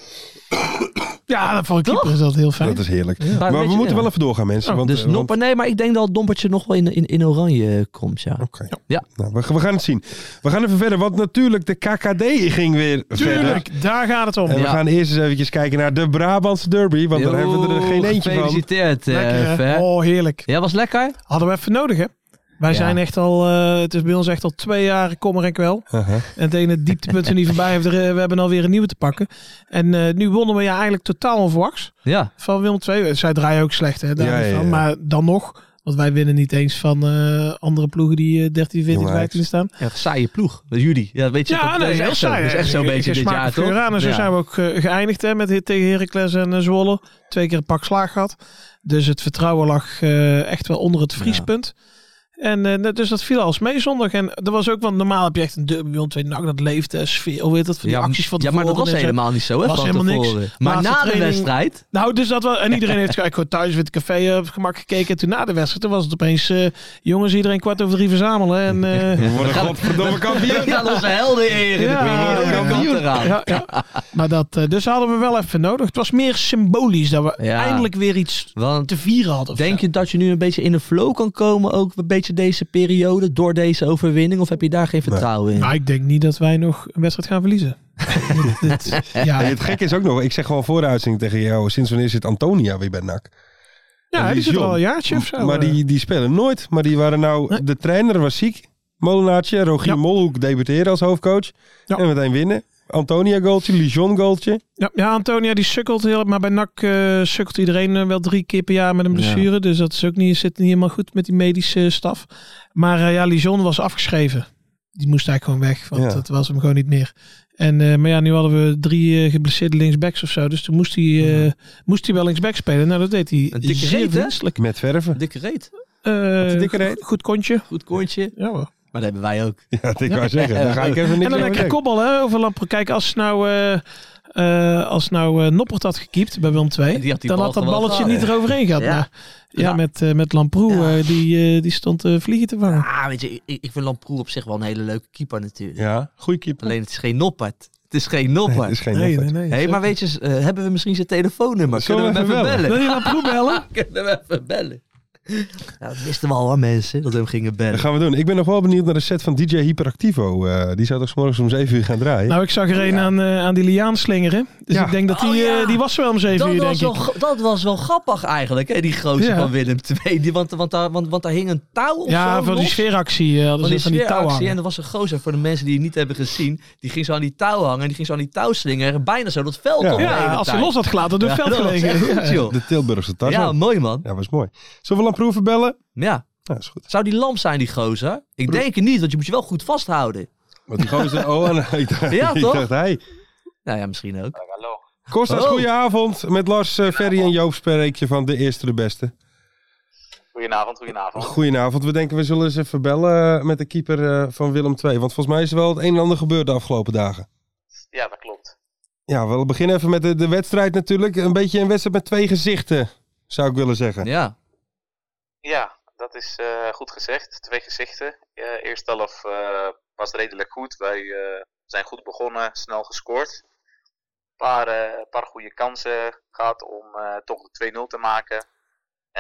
Speaker 6: Ja, dat voor een keeper is dat heel fijn.
Speaker 4: Dat is heerlijk.
Speaker 5: Daar
Speaker 4: Maar
Speaker 5: weet
Speaker 4: we
Speaker 5: je-
Speaker 4: moeten
Speaker 5: ja.
Speaker 4: wel even doorgaan, mensen.
Speaker 5: Oh,
Speaker 4: want, eh,
Speaker 6: eh,
Speaker 5: dus
Speaker 4: want-
Speaker 5: Nopper, nee, maar ik denk dat Dompertje nog wel in, in, in oranje eh, komt, ja.
Speaker 4: Oké.
Speaker 5: Ja.
Speaker 4: Nou, we, we gaan het zien. We gaan even verder, want natuurlijk de KKD ging weer verder.
Speaker 6: Tuurlijk, daar gaat het om.
Speaker 4: En we
Speaker 5: Ja.
Speaker 4: gaan eerst eens eventjes kijken naar de Brabantse derby, want daar
Speaker 5: Yo,
Speaker 4: hebben we er geen eentje van.
Speaker 5: Gefeliciteerd, eh,
Speaker 6: Lekker, hè?
Speaker 5: Fer.
Speaker 6: oh, heerlijk.
Speaker 5: Ja, was lekker.
Speaker 6: Hadden we even nodig, hè? Wij
Speaker 5: Ja.
Speaker 6: zijn echt al, eh, het is bij ons echt al twee jaar kommer en kwel.
Speaker 4: Aha.
Speaker 6: En het ene dieptepunt er niet voorbij heeft, er, eh, we hebben alweer een nieuwe te pakken. En eh, nu wonnen we ja eigenlijk totaal onverwachts
Speaker 5: Ja.
Speaker 6: van Willem II. Zij draaien ook slecht, hè? daar
Speaker 4: Ja,
Speaker 6: niet
Speaker 4: ja,
Speaker 6: van.
Speaker 4: ja.
Speaker 6: Maar dan nog, want wij winnen niet eens van eh, andere ploegen die eh, 13, 14,
Speaker 4: Jonge
Speaker 6: 15 staan.
Speaker 5: ja saaie ploeg. Jullie. Ja, weet je,
Speaker 6: Ja,
Speaker 5: dat,
Speaker 6: nee,
Speaker 5: dat is echt zo. Dat is echt zo'n beetje dit jaar, toch?
Speaker 6: En zo
Speaker 5: Ja.
Speaker 6: zijn we ook eh, geëindigd hè, met, tegen Heracles en eh, Zwolle. Twee keer een pak slaag gehad. Dus het vertrouwen lag eh, echt wel onder het vriespunt. En eh, net- dus dat viel alles mee zondag. En dat was ook, want normaal heb je echt een derby bij ons twee nou, dat leefde, eh, sfeer, hoe heet dat, van die acties van
Speaker 5: ja, maar dat
Speaker 6: tevoren
Speaker 5: was
Speaker 6: en zo.
Speaker 5: helemaal niet zo, hè?
Speaker 6: Was
Speaker 5: van
Speaker 6: helemaal niks.
Speaker 5: tevoren. Maar
Speaker 6: Laatste
Speaker 5: na de
Speaker 6: training-
Speaker 5: wedstrijd,
Speaker 6: Nou, dus dat wel. En iedereen heeft ik gewoon thuis weer het café eh, op het gemak gekeken. En toen na de wedstrijd, toen was het opeens, eh, jongens, iedereen kwart over drie verzamelen. En, eh,
Speaker 4: We worden godverdomme kampioen.
Speaker 5: gaan onze helden eren.
Speaker 6: Ja,
Speaker 5: Ja,
Speaker 6: ja,
Speaker 5: ja,
Speaker 6: ja. ja, ja. Maar dat, eh, dus hadden we wel even nodig. Het was meer symbolisch dat we
Speaker 5: Ja.
Speaker 6: eindelijk weer iets
Speaker 5: Want
Speaker 6: te vieren hadden. of
Speaker 5: denk
Speaker 6: zo.
Speaker 5: je dat je nu een beetje in de flow kan komen, ook een beetje deze periode, door deze overwinning? Of heb je daar geen vertrouwen in?
Speaker 6: Nou, ik denk niet dat wij nog een wedstrijd gaan verliezen. Dit- dit- ja,
Speaker 4: En het gekke is ook nog, ik zeg gewoon voor de uitzending tegen jou, sinds wanneer zit Antonia weer bij NAC?
Speaker 6: ja die zit er
Speaker 4: Dijon.
Speaker 6: al een jaartje of zo.
Speaker 4: maar
Speaker 6: eh.
Speaker 4: die, die spelen nooit, maar die waren nou,
Speaker 6: Nee.
Speaker 4: de trainer was ziek, Molenaartje, Rogier
Speaker 6: Ja.
Speaker 4: Molhoek debuteren als hoofdcoach
Speaker 6: Ja.
Speaker 4: en meteen winnen. Antonia goaltje, Lijon goaltje.
Speaker 6: Ja, ja, Antonia die sukkelt heel maar bij NAC eh, sukkelt iedereen eh, wel drie keer per jaar met een blessure. Dus dat is ook niet, zit niet helemaal goed met die medische eh, staf. Maar eh, ja, Lijon was afgeschreven. Die moest eigenlijk gewoon weg, want
Speaker 4: Ja.
Speaker 6: dat was hem gewoon niet meer. En, eh, maar ja, nu hadden we drie eh geblesseerde linksbacks of zo. Dus toen moest hij, eh, moest hij wel linksback spelen. Nou, dat deed hij
Speaker 5: Een dikke
Speaker 6: zeer
Speaker 5: reet, hè?
Speaker 6: verdienstelijk.
Speaker 4: Met verven.
Speaker 5: Dikke reet.
Speaker 6: Eh,
Speaker 4: een dikke reet.
Speaker 6: Goed kontje.
Speaker 5: Goed kontje.
Speaker 6: Ja, hoor.
Speaker 5: Maar dat hebben wij ook.
Speaker 4: Ja, dat ik wou zeggen. Daar ga ik even niks
Speaker 6: En dan
Speaker 4: over
Speaker 6: lekker
Speaker 4: zeggen.
Speaker 6: kobbel hè, over Lampre. Kijk, als nou, eh eh, als nou eh Noppert had gekiept bij Willem
Speaker 5: Die
Speaker 6: 2,
Speaker 5: had die
Speaker 6: dan
Speaker 5: bal
Speaker 6: had dat
Speaker 5: gewoon
Speaker 6: balletje
Speaker 5: gehad.
Speaker 6: niet eroverheen gehad.
Speaker 5: Ja.
Speaker 6: Maar, ja,
Speaker 5: Ja.
Speaker 6: met, eh, met Lamproe, eh, die, eh, die stond eh, vliegen te vangen.
Speaker 5: Ah, weet je, ik, ik vind Lamproe op zich wel een hele leuke keeper natuurlijk.
Speaker 4: Ja, goeie keeper.
Speaker 5: Alleen het is geen noppert. Het is geen
Speaker 4: Het
Speaker 5: noppert.
Speaker 4: is geen nee,
Speaker 6: nee.
Speaker 5: Hé, hey, maar weet je, eh, hebben we misschien zijn telefoonnummer?
Speaker 4: Zullen
Speaker 5: Kunnen we hem
Speaker 4: we
Speaker 5: even
Speaker 4: even
Speaker 5: bellen?
Speaker 6: Wil je Lamproe bellen?
Speaker 5: Kunnen we even bellen? Nou, dat wisten we al, hè, mensen, dat we hem gingen
Speaker 4: Dat
Speaker 5: bellen.
Speaker 4: gaan we doen. Ik ben nog wel benieuwd naar de set van DJ Hyperactivo. Eh, die zou toch 's morgens om 7 uur gaan draaien?
Speaker 6: Nou, ik zag er een aan, eh, aan die liaan slingeren. Dus
Speaker 4: Ja.
Speaker 6: ik denk dat die,
Speaker 5: Oh, ja.
Speaker 6: eh, die was wel om zeven
Speaker 5: Dat
Speaker 6: uur,
Speaker 5: was,
Speaker 6: denk
Speaker 5: wel,
Speaker 6: ik.
Speaker 5: gra- dat was wel grappig eigenlijk, hè, die gozer
Speaker 6: Ja.
Speaker 5: van Willem II. Die, want, want, daar, want, want daar hing een touw of zo
Speaker 6: Ja, van die
Speaker 5: los.
Speaker 6: sfeeractie eh, hadden
Speaker 5: Van die
Speaker 6: ze van die touw
Speaker 5: sfeeractie. En
Speaker 6: hangen.
Speaker 5: er was een gozer, voor de mensen die het niet hebben gezien, die ging zo aan die touw hangen en die ging zo aan die touw slingeren. Bijna zo dat veld
Speaker 4: Ja.
Speaker 5: op de
Speaker 6: Ja,
Speaker 5: hele
Speaker 6: als ze
Speaker 5: tijd.
Speaker 6: los had gelaten, door
Speaker 5: Ja,
Speaker 6: het veld
Speaker 5: dat was
Speaker 6: gelegen.
Speaker 5: echt goed, joh.
Speaker 4: De Tilburgse tas.
Speaker 5: Ja,
Speaker 4: Ja,
Speaker 5: mooi man.
Speaker 4: was mooi. Zullen we Lamproe even bellen?
Speaker 5: Ja.
Speaker 4: Nou, is goed.
Speaker 5: Zou die lamp zijn, die gozer? Ik denk het niet, want je moet je wel goed vasthouden.
Speaker 4: Want die gozer... Oh, en, ik dacht,
Speaker 5: Ja,
Speaker 4: ik
Speaker 5: toch?
Speaker 4: dacht hij.
Speaker 5: Nou ja, misschien ook.
Speaker 4: Kostas,
Speaker 5: Oh.
Speaker 4: goedenavond. Met Lars, eh, Ferry en Joop Spreekje van De Eerste de Beste.
Speaker 5: Oh.
Speaker 7: Goedenavond, goedenavond.
Speaker 4: Goedenavond. We denken we zullen eens even bellen eh, met de keeper eh, van Willem II. Want volgens mij is er wel het een en ander gebeurd de afgelopen dagen.
Speaker 7: Ja, dat klopt.
Speaker 4: Ja, we beginnen even met de, de wedstrijd natuurlijk. Een beetje een wedstrijd met twee gezichten, zou ik willen zeggen.
Speaker 5: Ja.
Speaker 7: Ja, dat is eh, goed gezegd. Twee gezichten. Eh eerste helft eh, was redelijk goed. Wij eh, zijn goed begonnen, snel gescoord. Een paar, eh, een paar goede kansen gehad om eh, toch de 2-0 te maken.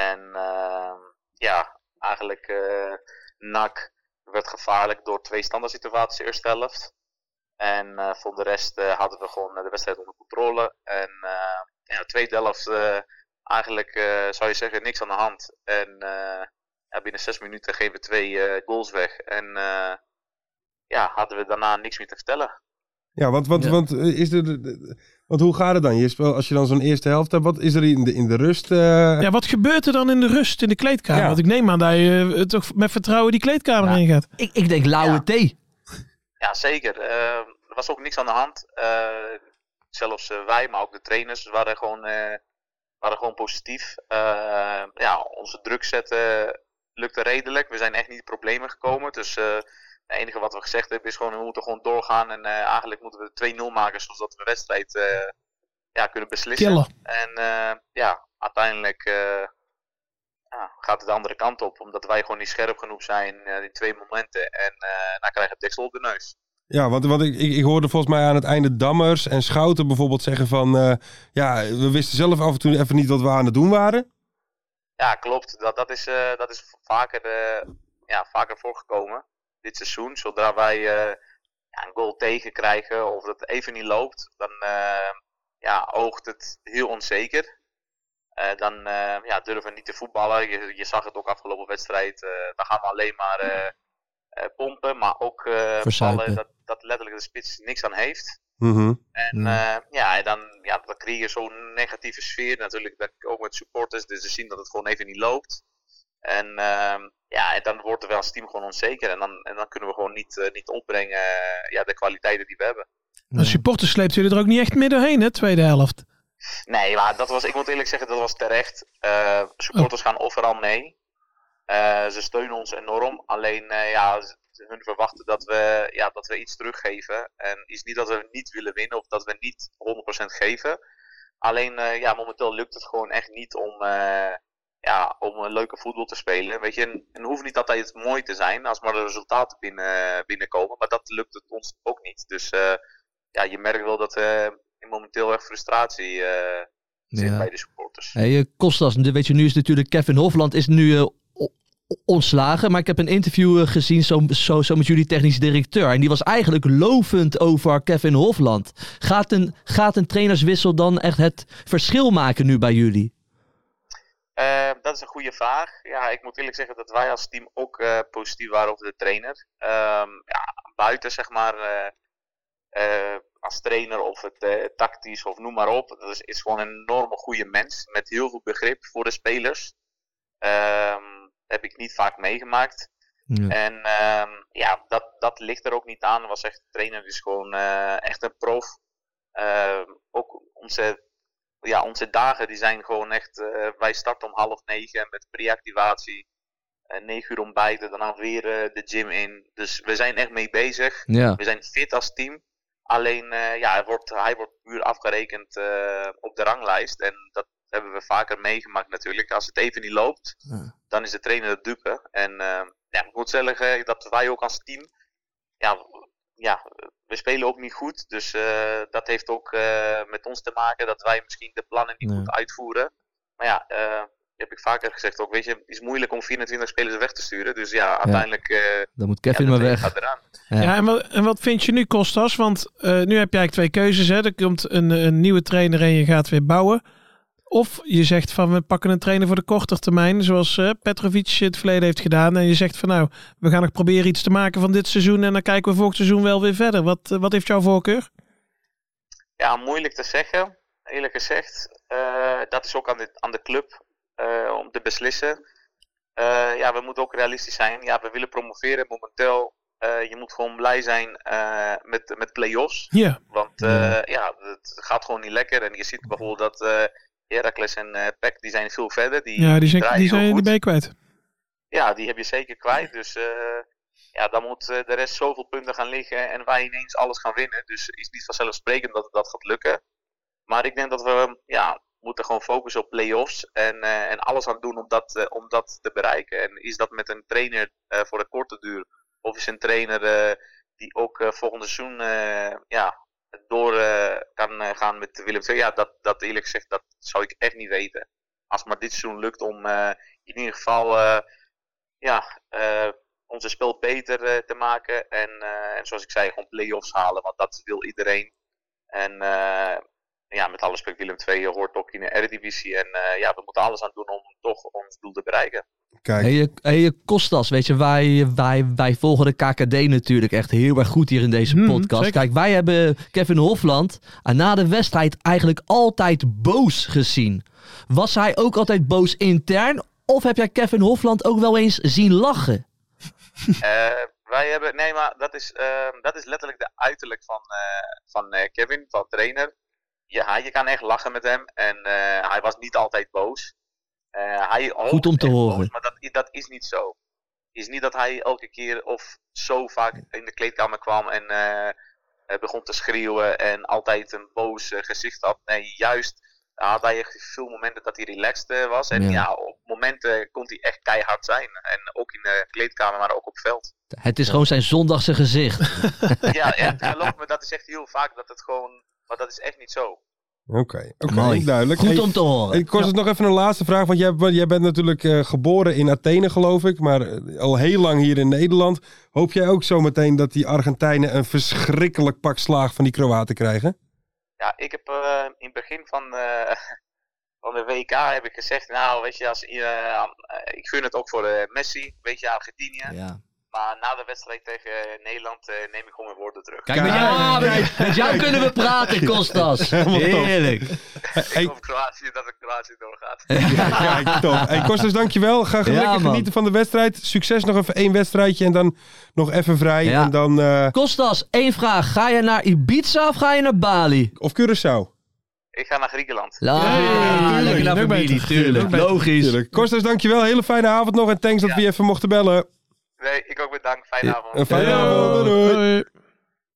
Speaker 7: En eh, ja, eigenlijk eh NAC werd gevaarlijk door twee standaard situaties de eerste helft. En eh, voor de rest eh, hadden we gewoon eh, de wedstrijd onder controle. En eh ja, de tweede helft eh, eigenlijk eh, zou je zeggen niks aan de hand. En eh, ja, binnen zes minuten geven we twee eh, goals weg. En eh, ja, hadden we daarna niks meer te vertellen.
Speaker 4: Ja, want, want,
Speaker 5: Ja.
Speaker 4: want, eh, is er, de- de- want hoe gaat het dan? Je speelt, als je dan zo'n eerste helft hebt, wat is er in de, in de rust? eh,
Speaker 6: Ja, wat gebeurt er dan in de rust in de kleedkamer?
Speaker 4: Ja.
Speaker 6: Want ik neem aan dat je eh, toch met vertrouwen die kleedkamer
Speaker 7: Ja.
Speaker 6: in gaat.
Speaker 5: Ik, ik denk lauwe
Speaker 7: Ja.
Speaker 5: thee.
Speaker 7: Ja, zeker. Eh, er was ook niks aan de hand. Eh, zelfs eh, wij, maar ook de trainers, waren gewoon, eh, waren gewoon positief. Eh, ja, onze druk zetten lukte redelijk. We zijn echt niet in problemen gekomen. Dus eh, het enige wat we gezegd hebben is gewoon, we moeten gewoon doorgaan. En eh, eigenlijk moeten we 2-0 maken, zodat we de wedstrijd eh, ja, kunnen beslissen.
Speaker 6: Killen.
Speaker 7: En eh, ja, uiteindelijk eh, ja, gaat het de andere kant op. Omdat wij gewoon niet scherp genoeg zijn eh, in twee momenten. En eh dan krijgen we deksel op de neus.
Speaker 4: Ja, want, want ik, ik, ik hoorde volgens mij aan het einde Dammers en Schouten bijvoorbeeld zeggen van... eh, ja, we wisten zelf af en toe even niet wat we aan het doen waren.
Speaker 7: Ja, klopt. Dat, dat, is, eh, dat is vaker, eh, ja, vaker voorgekomen dit seizoen. Zodra wij eh, ja, een goal tegenkrijgen of dat het even niet loopt, dan eh, ja, oogt het heel onzeker. Eh, dan eh, ja, durven we niet te voetballen. Je, je zag het ook afgelopen wedstrijd. eh, dan gaan we alleen maar eh, eh, pompen, maar ook eh
Speaker 5: Verzuipen.
Speaker 7: ballen dat, dat letterlijk de spits niks aan heeft.
Speaker 4: Mhm.
Speaker 7: En
Speaker 5: Ja.
Speaker 7: ja, ja en dan, ja, dan creëer je zo'n negatieve sfeer natuurlijk, dat, ook met supporters, dus ze zien dat het gewoon even niet loopt. En ehm, ja, en dan wordt er wel als team gewoon onzeker en dan, en dan kunnen we gewoon niet, eh, niet opbrengen eh, ja, de kwaliteiten die we hebben.
Speaker 6: De supporters sleept jullie er ook niet echt meer doorheen, hè, tweede helft.
Speaker 7: Nee, maar dat was, ik moet eerlijk zeggen, dat was terecht. Eh, supporters gaan overal mee. Eh, ze steunen ons enorm. Alleen, eh, ja, ze- hun verwachten dat we, ja, dat we iets teruggeven. En is niet dat we niet willen winnen of dat we niet 100% geven. Alleen, eh, ja, momenteel lukt het gewoon echt niet om, eh, ja, om een leuke voetbal te spelen. Weet je, en, en hoeft niet altijd mooi te zijn als maar de resultaten binnen, binnenkomen. Maar dat lukt het ons ook niet. Dus eh, ja, je merkt wel dat eh, momenteel echt frustratie eh, zit bij de supporters.
Speaker 5: Hey, eh, Kostas, nu- weet je, nu is natuurlijk Kevin Hofland is nu eh, o- o- ontslagen. Maar ik heb een interview eh, gezien zo, zo, zo met jullie technisch directeur. En die was eigenlijk lovend over Kevin Hofland. Gaat een, gaat een trainerswissel dan echt het verschil maken nu bij jullie?
Speaker 7: Eh, dat is een goede vraag. Ja, ik moet eerlijk zeggen dat wij als team ook eh, positief waren over de trainer. Ehm, ja, buiten zeg maar eh, eh, als trainer of het eh, tactisch of noem maar op. Dat is, is gewoon een enorme goede mens met heel veel begrip voor de spelers. Ehm, heb ik niet vaak meegemaakt. En ehm, ja, dat, dat ligt er ook niet aan. Was echt, de trainer is gewoon eh, echt een prof. Ehm, ook onze, ja, onze dagen die zijn gewoon echt. eh, wij starten om half negen met preactivatie. eh, negen uur ontbijten, dan gaan we weer eh, de gym in. Dus we zijn echt mee bezig.
Speaker 5: Ja.
Speaker 7: We zijn fit als team. Alleen eh, ja, hij, wordt, hij wordt puur afgerekend eh, op de ranglijst. En dat hebben we vaker meegemaakt natuurlijk. Als het even niet loopt,
Speaker 5: Ja.
Speaker 7: dan is de trainer de dupe. En eh, ja, ik moet zeggen eh, dat wij ook als team. Ja, ja, we spelen ook niet goed. Dus eh, dat heeft ook eh, met ons te maken dat wij misschien de plannen niet
Speaker 5: Ja.
Speaker 7: goed uitvoeren. Maar ja, eh, heb ik vaker gezegd ook. Weet je, het is moeilijk om 24 spelers weg te sturen. Dus ja, uiteindelijk. eh,
Speaker 5: Dan moet
Speaker 7: ja,
Speaker 5: Kevin
Speaker 7: de
Speaker 5: maar
Speaker 7: trainer
Speaker 5: weg.
Speaker 7: Gaat
Speaker 5: Ja.
Speaker 7: eraan.
Speaker 6: Ja, en, wat, en wat vind je nu, Kostas? Want eh, nu heb je eigenlijk twee keuzes. Hè? Er komt een, een nieuwe trainer en je gaat weer bouwen. Of je zegt van we pakken een trainer voor de korter termijn, zoals eh, Petrovic het verleden heeft gedaan. En je zegt van nou, we gaan nog proberen iets te maken van dit seizoen. En dan kijken we volgend seizoen wel weer verder. Wat, eh, wat heeft jouw voorkeur?
Speaker 7: Ja, moeilijk te zeggen. Eerlijk gezegd, Eh, dat is ook aan de, aan de club eh, om te beslissen. Eh, ja, we moeten ook realistisch zijn. Ja, we willen promoveren momenteel. Eh, je moet gewoon blij zijn eh, met, met play-offs.
Speaker 6: Ja,
Speaker 7: Want eh, ja, het gaat gewoon niet lekker. En je ziet bijvoorbeeld dat eh Heracles en eh PEC, die zijn veel verder. Die,
Speaker 6: ja die, zijn,
Speaker 7: draaien
Speaker 6: die,
Speaker 7: heel
Speaker 6: zijn, die
Speaker 7: goed.
Speaker 6: ben je kwijt.
Speaker 7: Ja, die heb je zeker kwijt. Dus eh, ja, dan moet eh, de rest zoveel punten gaan liggen en wij ineens alles gaan winnen. Dus het is niet vanzelfsprekend dat dat gaat lukken. Maar ik denk dat we ehm, ja, moeten gewoon focussen op play-offs en, eh, en alles aan doen om dat, eh, om dat te bereiken. En is dat met een trainer eh, voor een korte duur? Of is een trainer eh, die ook eh, volgend seizoen eh, ja, door eh, kan eh, gaan met Willem II? Ja, dat, dat eerlijk gezegd, dat zou ik echt niet weten. Als maar dit seizoen lukt om eh, in ieder geval... eh, ja, eh, onze spel beter eh, te maken. En, eh, en zoals ik zei, gewoon play-offs halen, want dat wil iedereen. En eh, ja, met alle respect, Willem II hoort ook in de Eredivisie. En eh, ja, we moeten alles aan doen om toch ons doel te bereiken.
Speaker 4: Kijk,
Speaker 5: Hey, eh, hey, eh, Kostas, weet je, wij, wij, wij volgen de KKD natuurlijk echt heel erg goed hier in deze
Speaker 6: Hmm,
Speaker 5: podcast.
Speaker 6: zeker.
Speaker 5: Kijk, wij hebben Kevin Hofland eh, na de wedstrijd eigenlijk altijd boos gezien. Was hij ook altijd boos intern? Of heb jij Kevin Hofland ook wel eens zien lachen?
Speaker 7: Eh, wij hebben, nee, maar dat is, eh, dat is letterlijk de uiterlijk van, eh, van eh, Kevin, van trainer. Ja, je kan echt lachen met hem. En eh, hij was niet altijd boos. Eh, hij hoopt
Speaker 5: om te
Speaker 7: echt
Speaker 5: horen.
Speaker 7: boos, maar dat, i- dat is niet zo. is niet dat hij elke keer of zo vaak in de kleedkamer kwam en eh, eh, begon te schreeuwen en altijd een boos eh, gezicht had. Nee, juist had hij echt veel momenten dat hij relaxed eh, was. En
Speaker 5: Ja.
Speaker 7: ja, op momenten kon hij echt keihard zijn. En ook in de kleedkamer, maar ook op veld.
Speaker 5: Het is gewoon zijn zondagse gezicht.
Speaker 7: Ja, echt, geloof me, dat is echt heel vaak dat het gewoon... Maar dat is echt niet zo.
Speaker 4: Oké, oké,
Speaker 5: Mooi.
Speaker 4: duidelijk.
Speaker 5: Goed
Speaker 4: Hey,
Speaker 5: om te horen.
Speaker 4: Ik kost het nog even een laatste vraag, want jij, want jij bent natuurlijk eh, geboren in Athene, geloof ik, maar eh, al heel lang hier in Nederland. Hoop jij ook zometeen dat die Argentijnen een verschrikkelijk pak slaag van die Kroaten krijgen?
Speaker 7: Ja, ik heb eh, in het begin van, eh, van de WK heb ik gezegd, nou weet je, als, eh, eh, ik gun het ook voor eh, Messi, weet je, Argentinië.
Speaker 5: Ja.
Speaker 7: Maar na de wedstrijd tegen eh, Nederland eh, neem ik gewoon mijn woorden terug.
Speaker 5: Kijk, met jou, ah, met, met jou kunnen we praten, Kostas. Heerlijk.
Speaker 7: Ik hoop Kroatië dat het Kroatië doorgaat.
Speaker 4: Kijk, top. Hey, dus Kostas, dankjewel. Ga gelukkig
Speaker 5: Ja, man.
Speaker 4: genieten van de wedstrijd. Succes nog even één wedstrijdje en dan nog even vrij.
Speaker 5: Ja.
Speaker 4: En dan, eh,
Speaker 5: Kostas, één vraag. Ga je naar Ibiza of ga je naar Bali?
Speaker 4: of Curaçao.
Speaker 7: Ik ga naar Griekenland.
Speaker 5: La,
Speaker 6: tuurlijk.
Speaker 5: Ah, lekker naar
Speaker 6: Leuk
Speaker 5: familie,
Speaker 6: beter. Leuk
Speaker 5: tuurlijk.
Speaker 6: beter.
Speaker 5: Logisch.
Speaker 4: Tuurlijk. dus Kostas, dankjewel. Hele fijne avond nog en thanks dat we je even mochten bellen.
Speaker 7: Nee, ik ook bedankt. Fijne avond.
Speaker 4: Een fijne
Speaker 5: Yo.
Speaker 4: avond. Doei, doei.
Speaker 6: Hoi.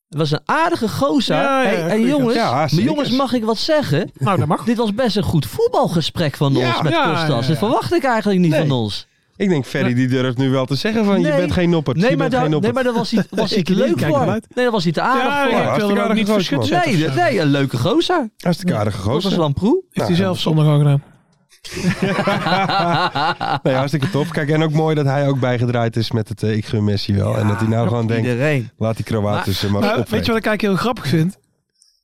Speaker 5: Het was een aardige gozer.
Speaker 6: Ja, ja,
Speaker 5: Hey, en
Speaker 6: goeie
Speaker 5: jongens,
Speaker 4: gast. Ja,
Speaker 5: maar
Speaker 4: zeker.
Speaker 5: jongens, mag ik wat zeggen?
Speaker 6: Nou, dat mag.
Speaker 5: Dit was best een goed voetbalgesprek van
Speaker 4: Ja,
Speaker 5: ons met
Speaker 6: ja,
Speaker 5: Kostas.
Speaker 6: ja, ja.
Speaker 5: Dat verwacht ik eigenlijk niet
Speaker 4: Nee.
Speaker 5: van ons.
Speaker 4: Ik denk, Ferry die durft nu wel te zeggen van je
Speaker 5: Nee.
Speaker 4: bent geen noppert.
Speaker 5: Nee,
Speaker 4: je
Speaker 5: maar,
Speaker 4: bent
Speaker 5: daar,
Speaker 4: geen
Speaker 5: nee,
Speaker 4: noppert.
Speaker 5: maar daar was hij, was hij te
Speaker 6: Ik niet,
Speaker 5: leuk
Speaker 6: kijk
Speaker 5: voor.
Speaker 6: hem
Speaker 5: Nee,
Speaker 6: uit.
Speaker 5: daar was hij te aardig
Speaker 6: Ja,
Speaker 5: voor.
Speaker 6: ik wil
Speaker 4: hartstikke
Speaker 6: er ook
Speaker 4: aardig
Speaker 6: niet
Speaker 4: gozer,
Speaker 6: verschut
Speaker 4: man.
Speaker 6: zetten.
Speaker 5: nee,
Speaker 6: of zo.
Speaker 5: nee, een leuke gozer.
Speaker 4: Hartstikke aardige
Speaker 5: Kostas
Speaker 4: gozer.
Speaker 5: Lamproe.
Speaker 6: Heeft hij zelf zondag al gedaan. Oh,
Speaker 4: Nee, hartstikke tof. Kijk, en ook mooi dat hij ook bijgedraaid is met het eh, ik gun Messi wel. en dat hij nou gewoon denkt,
Speaker 5: Iedereen.
Speaker 4: laat die Kroaten ze maar,
Speaker 6: Maar
Speaker 4: opvreten.
Speaker 6: Nou, weet je wat ik eigenlijk heel grappig vind?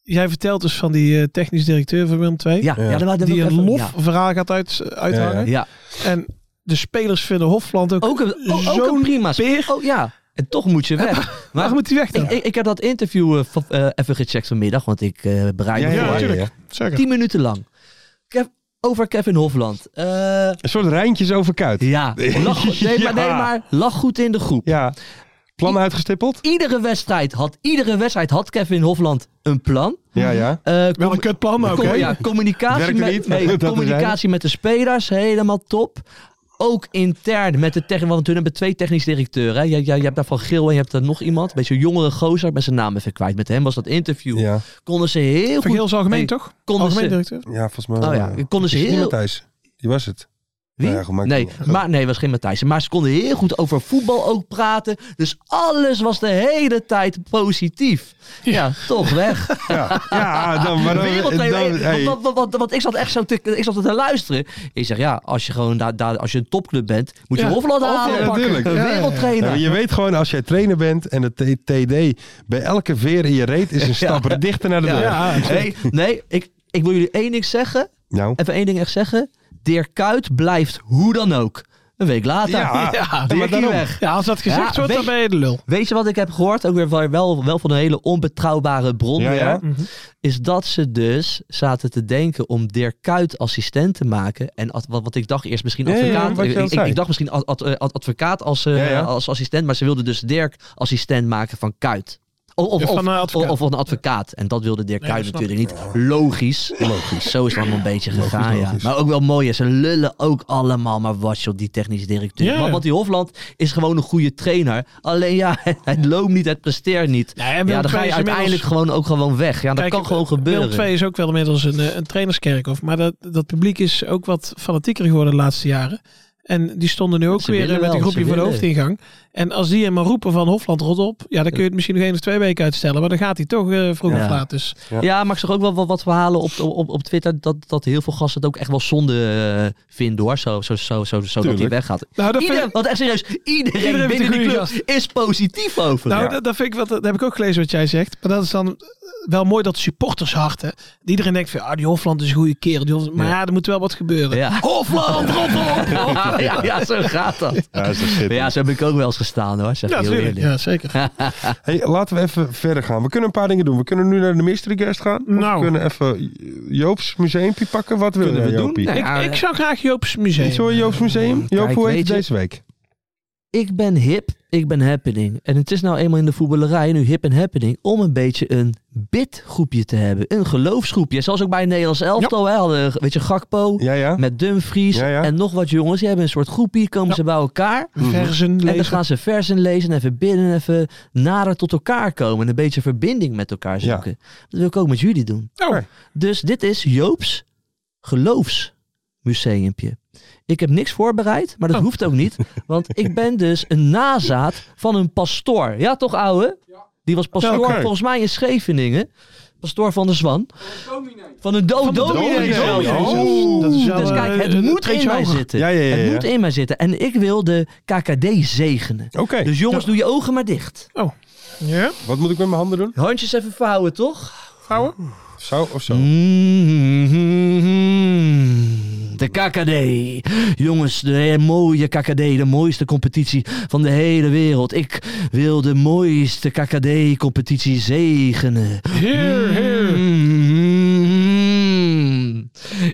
Speaker 6: Jij vertelt dus van die eh, technisch directeur van Willem II.
Speaker 5: Ja, ja.
Speaker 4: Ja.
Speaker 5: dat wil ik
Speaker 6: Die een
Speaker 5: even-
Speaker 6: lof
Speaker 5: ja.
Speaker 6: verhaal gaat uit, uithangen.
Speaker 4: Ja,
Speaker 5: Ja.
Speaker 6: En de spelers vinden Hofland ook...
Speaker 5: Ook een, ook, ook
Speaker 6: Zo'n
Speaker 5: een prima sp-
Speaker 6: peer.
Speaker 5: Oh ja, en toch moet je weg.
Speaker 6: Waarom moet hij weg dan?
Speaker 5: ik, ik, ik heb dat interview eh, van- eh, even gecheckt vanmiddag, want ik eh bereid
Speaker 4: Ja,
Speaker 5: me
Speaker 4: ja,
Speaker 5: voor.
Speaker 4: ja, ja.
Speaker 6: Zeker.
Speaker 5: Tien minuten lang. Kev- over Kevin Hofland. Eh,
Speaker 4: Een soort rijntjes over kuit.
Speaker 5: ja, lach, goed- nee,
Speaker 4: Ja.
Speaker 5: Maar, nee, maar lach goed in de groep.
Speaker 4: Ja. Plannen uitgestippeld?
Speaker 5: Iedere wedstrijd had, iedere wedstrijd had Kevin Hofland een plan.
Speaker 4: Ja, ja.
Speaker 5: Eh,
Speaker 6: Wel een kut plan, maar oké.
Speaker 5: Com- ja, communicatie,
Speaker 4: Werkte
Speaker 5: met,
Speaker 4: niet,
Speaker 5: nee,
Speaker 4: dat is
Speaker 5: communicatie met de spelers, helemaal top. Ook intern met de technisch, want toen hebben we twee technisch directeuren. hè. Je, je, je hebt daar Van Geel en je hebt daar nog iemand. Een beetje een jongere gozer, ik ben zijn naam even kwijt. Met hem was dat interview.
Speaker 4: Ja,
Speaker 5: Konden ze heel
Speaker 6: Van
Speaker 5: goed...
Speaker 6: Geel is algemeen,
Speaker 5: Hey,
Speaker 6: toch?
Speaker 5: Konden ze,
Speaker 6: Algemeen directeur.
Speaker 4: ja volgens mij.
Speaker 5: oh
Speaker 4: wel,
Speaker 5: ja, konden ze
Speaker 4: Is het niet
Speaker 5: heel...
Speaker 4: Matthijs? Die was het.
Speaker 5: Wie?
Speaker 4: Nou ja, goed, maakt
Speaker 5: nee,
Speaker 4: niet uit.
Speaker 5: maar, nee, was geen Matthijs. Maar ze konden heel goed over voetbal ook praten. Dus alles was de hele tijd positief. Ja, toch weg.
Speaker 4: Ja, ja dan, maar dan,
Speaker 5: Wereldwijd,
Speaker 4: dan-
Speaker 5: eh,
Speaker 4: hey.
Speaker 5: want, want, want, want ik zat echt zo te, ik zat te luisteren. Ik zeg, ja, als je gewoon daar, daar, als je een topclub bent, moet je
Speaker 6: Ja.
Speaker 5: Hofland
Speaker 6: Hofland,
Speaker 5: halen.
Speaker 4: ja,
Speaker 5: pakken.
Speaker 4: natuurlijk.
Speaker 5: Een
Speaker 4: Ja, Ja,
Speaker 5: wereldtrainer.
Speaker 4: maar Nou, je weet gewoon, als jij trainer bent en de T- TD bij elke veer in je reet is een stap dichter naar de deur.
Speaker 6: Ja,
Speaker 5: Hey, nee, ik, ik wil jullie één ding zeggen.
Speaker 4: Nou,
Speaker 5: Even één ding echt zeggen. Dirk Kuyt blijft hoe dan ook. Een week later.
Speaker 4: Ja.
Speaker 6: Ja,
Speaker 5: Dirkie
Speaker 6: Ah, maar daarom.
Speaker 5: weg.
Speaker 6: Ja, als dat gezegd
Speaker 5: Ja,
Speaker 6: wordt,
Speaker 5: weet-
Speaker 6: dan ben je de lul.
Speaker 5: Weet je wat ik heb gehoord? Ook weer wel- wel, wel van een hele onbetrouwbare bron.
Speaker 4: Ja, ja.
Speaker 6: Mhm.
Speaker 5: weer. Is dat ze dus zaten te denken om Dirk Kuyt assistent te maken. En ad- wat, wat ik dacht eerst misschien
Speaker 4: Ja, ja,
Speaker 5: advocaat.
Speaker 4: wat je
Speaker 5: ik,
Speaker 4: al
Speaker 5: ik-
Speaker 4: zei.
Speaker 5: ik dacht misschien ad- ad- eh, ad- advocaat als, eh,
Speaker 4: Ja, ja.
Speaker 5: als assistent. Maar ze wilden dus Dirk assistent maken van Kuyt. O- Of,
Speaker 6: Ja, van
Speaker 5: of,
Speaker 6: een advocaat.
Speaker 5: of van een advocaat. En dat wilde Dirk
Speaker 6: Nee,
Speaker 5: Kuyt
Speaker 6: dat snap
Speaker 5: natuurlijk niet. Logisch.
Speaker 4: Logisch.
Speaker 5: Zo is het allemaal een beetje gegaan.
Speaker 4: logisch.
Speaker 5: Ja. Maar ook wel mooi. hè. Ze lullen ook allemaal. Maar wat joh, die technisch directeur.
Speaker 6: Ja.
Speaker 5: Maar wat die Hofland is gewoon een goede trainer. Alleen ja, het loopt niet, het presteert niet.
Speaker 6: Nee, en
Speaker 5: ja,
Speaker 6: Willem
Speaker 5: dan ga
Speaker 6: II
Speaker 5: je
Speaker 6: is
Speaker 5: uiteindelijk gewoon ook gewoon weg. Ja, dat
Speaker 6: Kijk,
Speaker 5: kan gewoon gebeuren.
Speaker 6: Willem II is ook wel inmiddels een, eh, een trainerskerkhof. Maar dat, dat publiek is ook wat fanatieker geworden de laatste jaren. En die stonden nu ook
Speaker 5: ze
Speaker 6: weer eh,
Speaker 5: willen
Speaker 6: met een
Speaker 5: wel, ze
Speaker 6: groepje voor de
Speaker 5: willen.
Speaker 6: hoofdingang. En als die hem maar roepen van Hofland, rot op. Ja, dan kun je het misschien nog één of twee weken uitstellen. Maar dan gaat hij toch eh, vroeg
Speaker 5: Ja.
Speaker 6: of laat. Dus
Speaker 5: ja. maar ik zag ook wel wat, wat verhalen op, op, op Twitter dat, dat heel veel gasten het ook echt wel zonde eh, vinden hoor. Zo, zo, zo, zo, zo dat hij
Speaker 4: Tuurlijk.
Speaker 5: weggaat.
Speaker 6: Nou, dat
Speaker 5: Ieder,
Speaker 6: vind-
Speaker 5: Want echt serieus, iedereen,
Speaker 6: Iedereen vindt
Speaker 5: binnen
Speaker 6: een
Speaker 5: die
Speaker 6: goede
Speaker 5: club is positief over.
Speaker 6: Nou,
Speaker 5: hem.
Speaker 6: dat, dat vind ik wat, dat heb ik ook gelezen wat jij zegt. Maar dat is dan eh, wel mooi dat supportersharten. Die iedereen denkt van, ah, die Hofland is een goede kerel. Die Hofland- maar ja, er moet wel wat gebeuren.
Speaker 5: Ja. Hofland, rot op! ja, ja, zo gaat dat.
Speaker 4: Ja, dat is
Speaker 5: Maar Ja, zo heb ik ook wel eens gestaan hoor. Zeg
Speaker 6: Ja,
Speaker 5: ik heel
Speaker 6: natuurlijk.
Speaker 5: eerlijk.
Speaker 6: Ja, zeker.
Speaker 4: Hey, laten we even verder gaan. We kunnen een paar dingen doen. We kunnen nu naar de Mystery Guest gaan. Of
Speaker 6: Nou.
Speaker 4: we kunnen even Joops Museumpje pakken. Wat willen
Speaker 5: Kunnen
Speaker 4: we
Speaker 5: we doen?
Speaker 4: Joopie?
Speaker 5: Nou
Speaker 6: Ik,
Speaker 5: ja,
Speaker 6: ik zou graag Joop's museum.
Speaker 4: Iets hoor, Joops Museum. Joop,
Speaker 5: Kijk,
Speaker 4: hoe heet
Speaker 5: weet
Speaker 4: het
Speaker 5: je-
Speaker 4: deze week?
Speaker 5: ik ben hip, ik ben happening. En het is nou eenmaal in de voetballerij, nu hip en happening, om een beetje een bidgroepje te hebben. Een geloofsgroepje. Zoals ook bij het Nederlands elftal, hè, hadden, weet je, Gakpo
Speaker 4: Ja, ja.
Speaker 5: met Dumfries
Speaker 4: Ja, ja.
Speaker 5: en nog wat jongens. Die hebben een soort groepje, komen ze bij elkaar.
Speaker 6: Verzen lezen.
Speaker 5: En dan gaan ze versen lezen en even bidden en even nader tot elkaar komen. En een beetje verbinding met elkaar
Speaker 4: Ja.
Speaker 5: zoeken. Dat wil ik ook met jullie doen.
Speaker 6: Oh.
Speaker 5: Dus dit is Joop's geloofsmuseum. museumpje. Ik heb niks voorbereid, maar dat hoeft ook niet. Want ik ben dus een nazaat van een pastoor. Ja, toch, ouwe? Die was pastoor
Speaker 4: Oké.
Speaker 5: volgens mij in Scheveningen. Pastoor van de Zwan. Van een dominee. Van een do- dominee.
Speaker 4: dominee.
Speaker 5: zelfs.
Speaker 4: Dominee.
Speaker 6: Oh, dat is wel,
Speaker 5: Dus kijk,
Speaker 6: eh,
Speaker 5: het
Speaker 6: een
Speaker 5: moet in
Speaker 6: treetje
Speaker 5: mij
Speaker 6: hoger.
Speaker 5: zitten.
Speaker 4: Ja, ja, ja,
Speaker 5: Het
Speaker 4: ja.
Speaker 5: moet in mij zitten. En ik wil de KKD zegenen.
Speaker 4: Oké,
Speaker 5: Dus jongens, doe je ogen maar dicht.
Speaker 6: Ja,
Speaker 4: wat moet ik met mijn handen doen?
Speaker 5: Handjes even vouwen, toch?
Speaker 6: vrouwen?
Speaker 4: Zo of zo?
Speaker 5: Mhm. De KKD. Jongens, de mooie KKD. De mooiste competitie van de hele wereld. Ik wil de mooiste KKD-competitie zegenen.
Speaker 6: Heer, heer.
Speaker 5: Mm.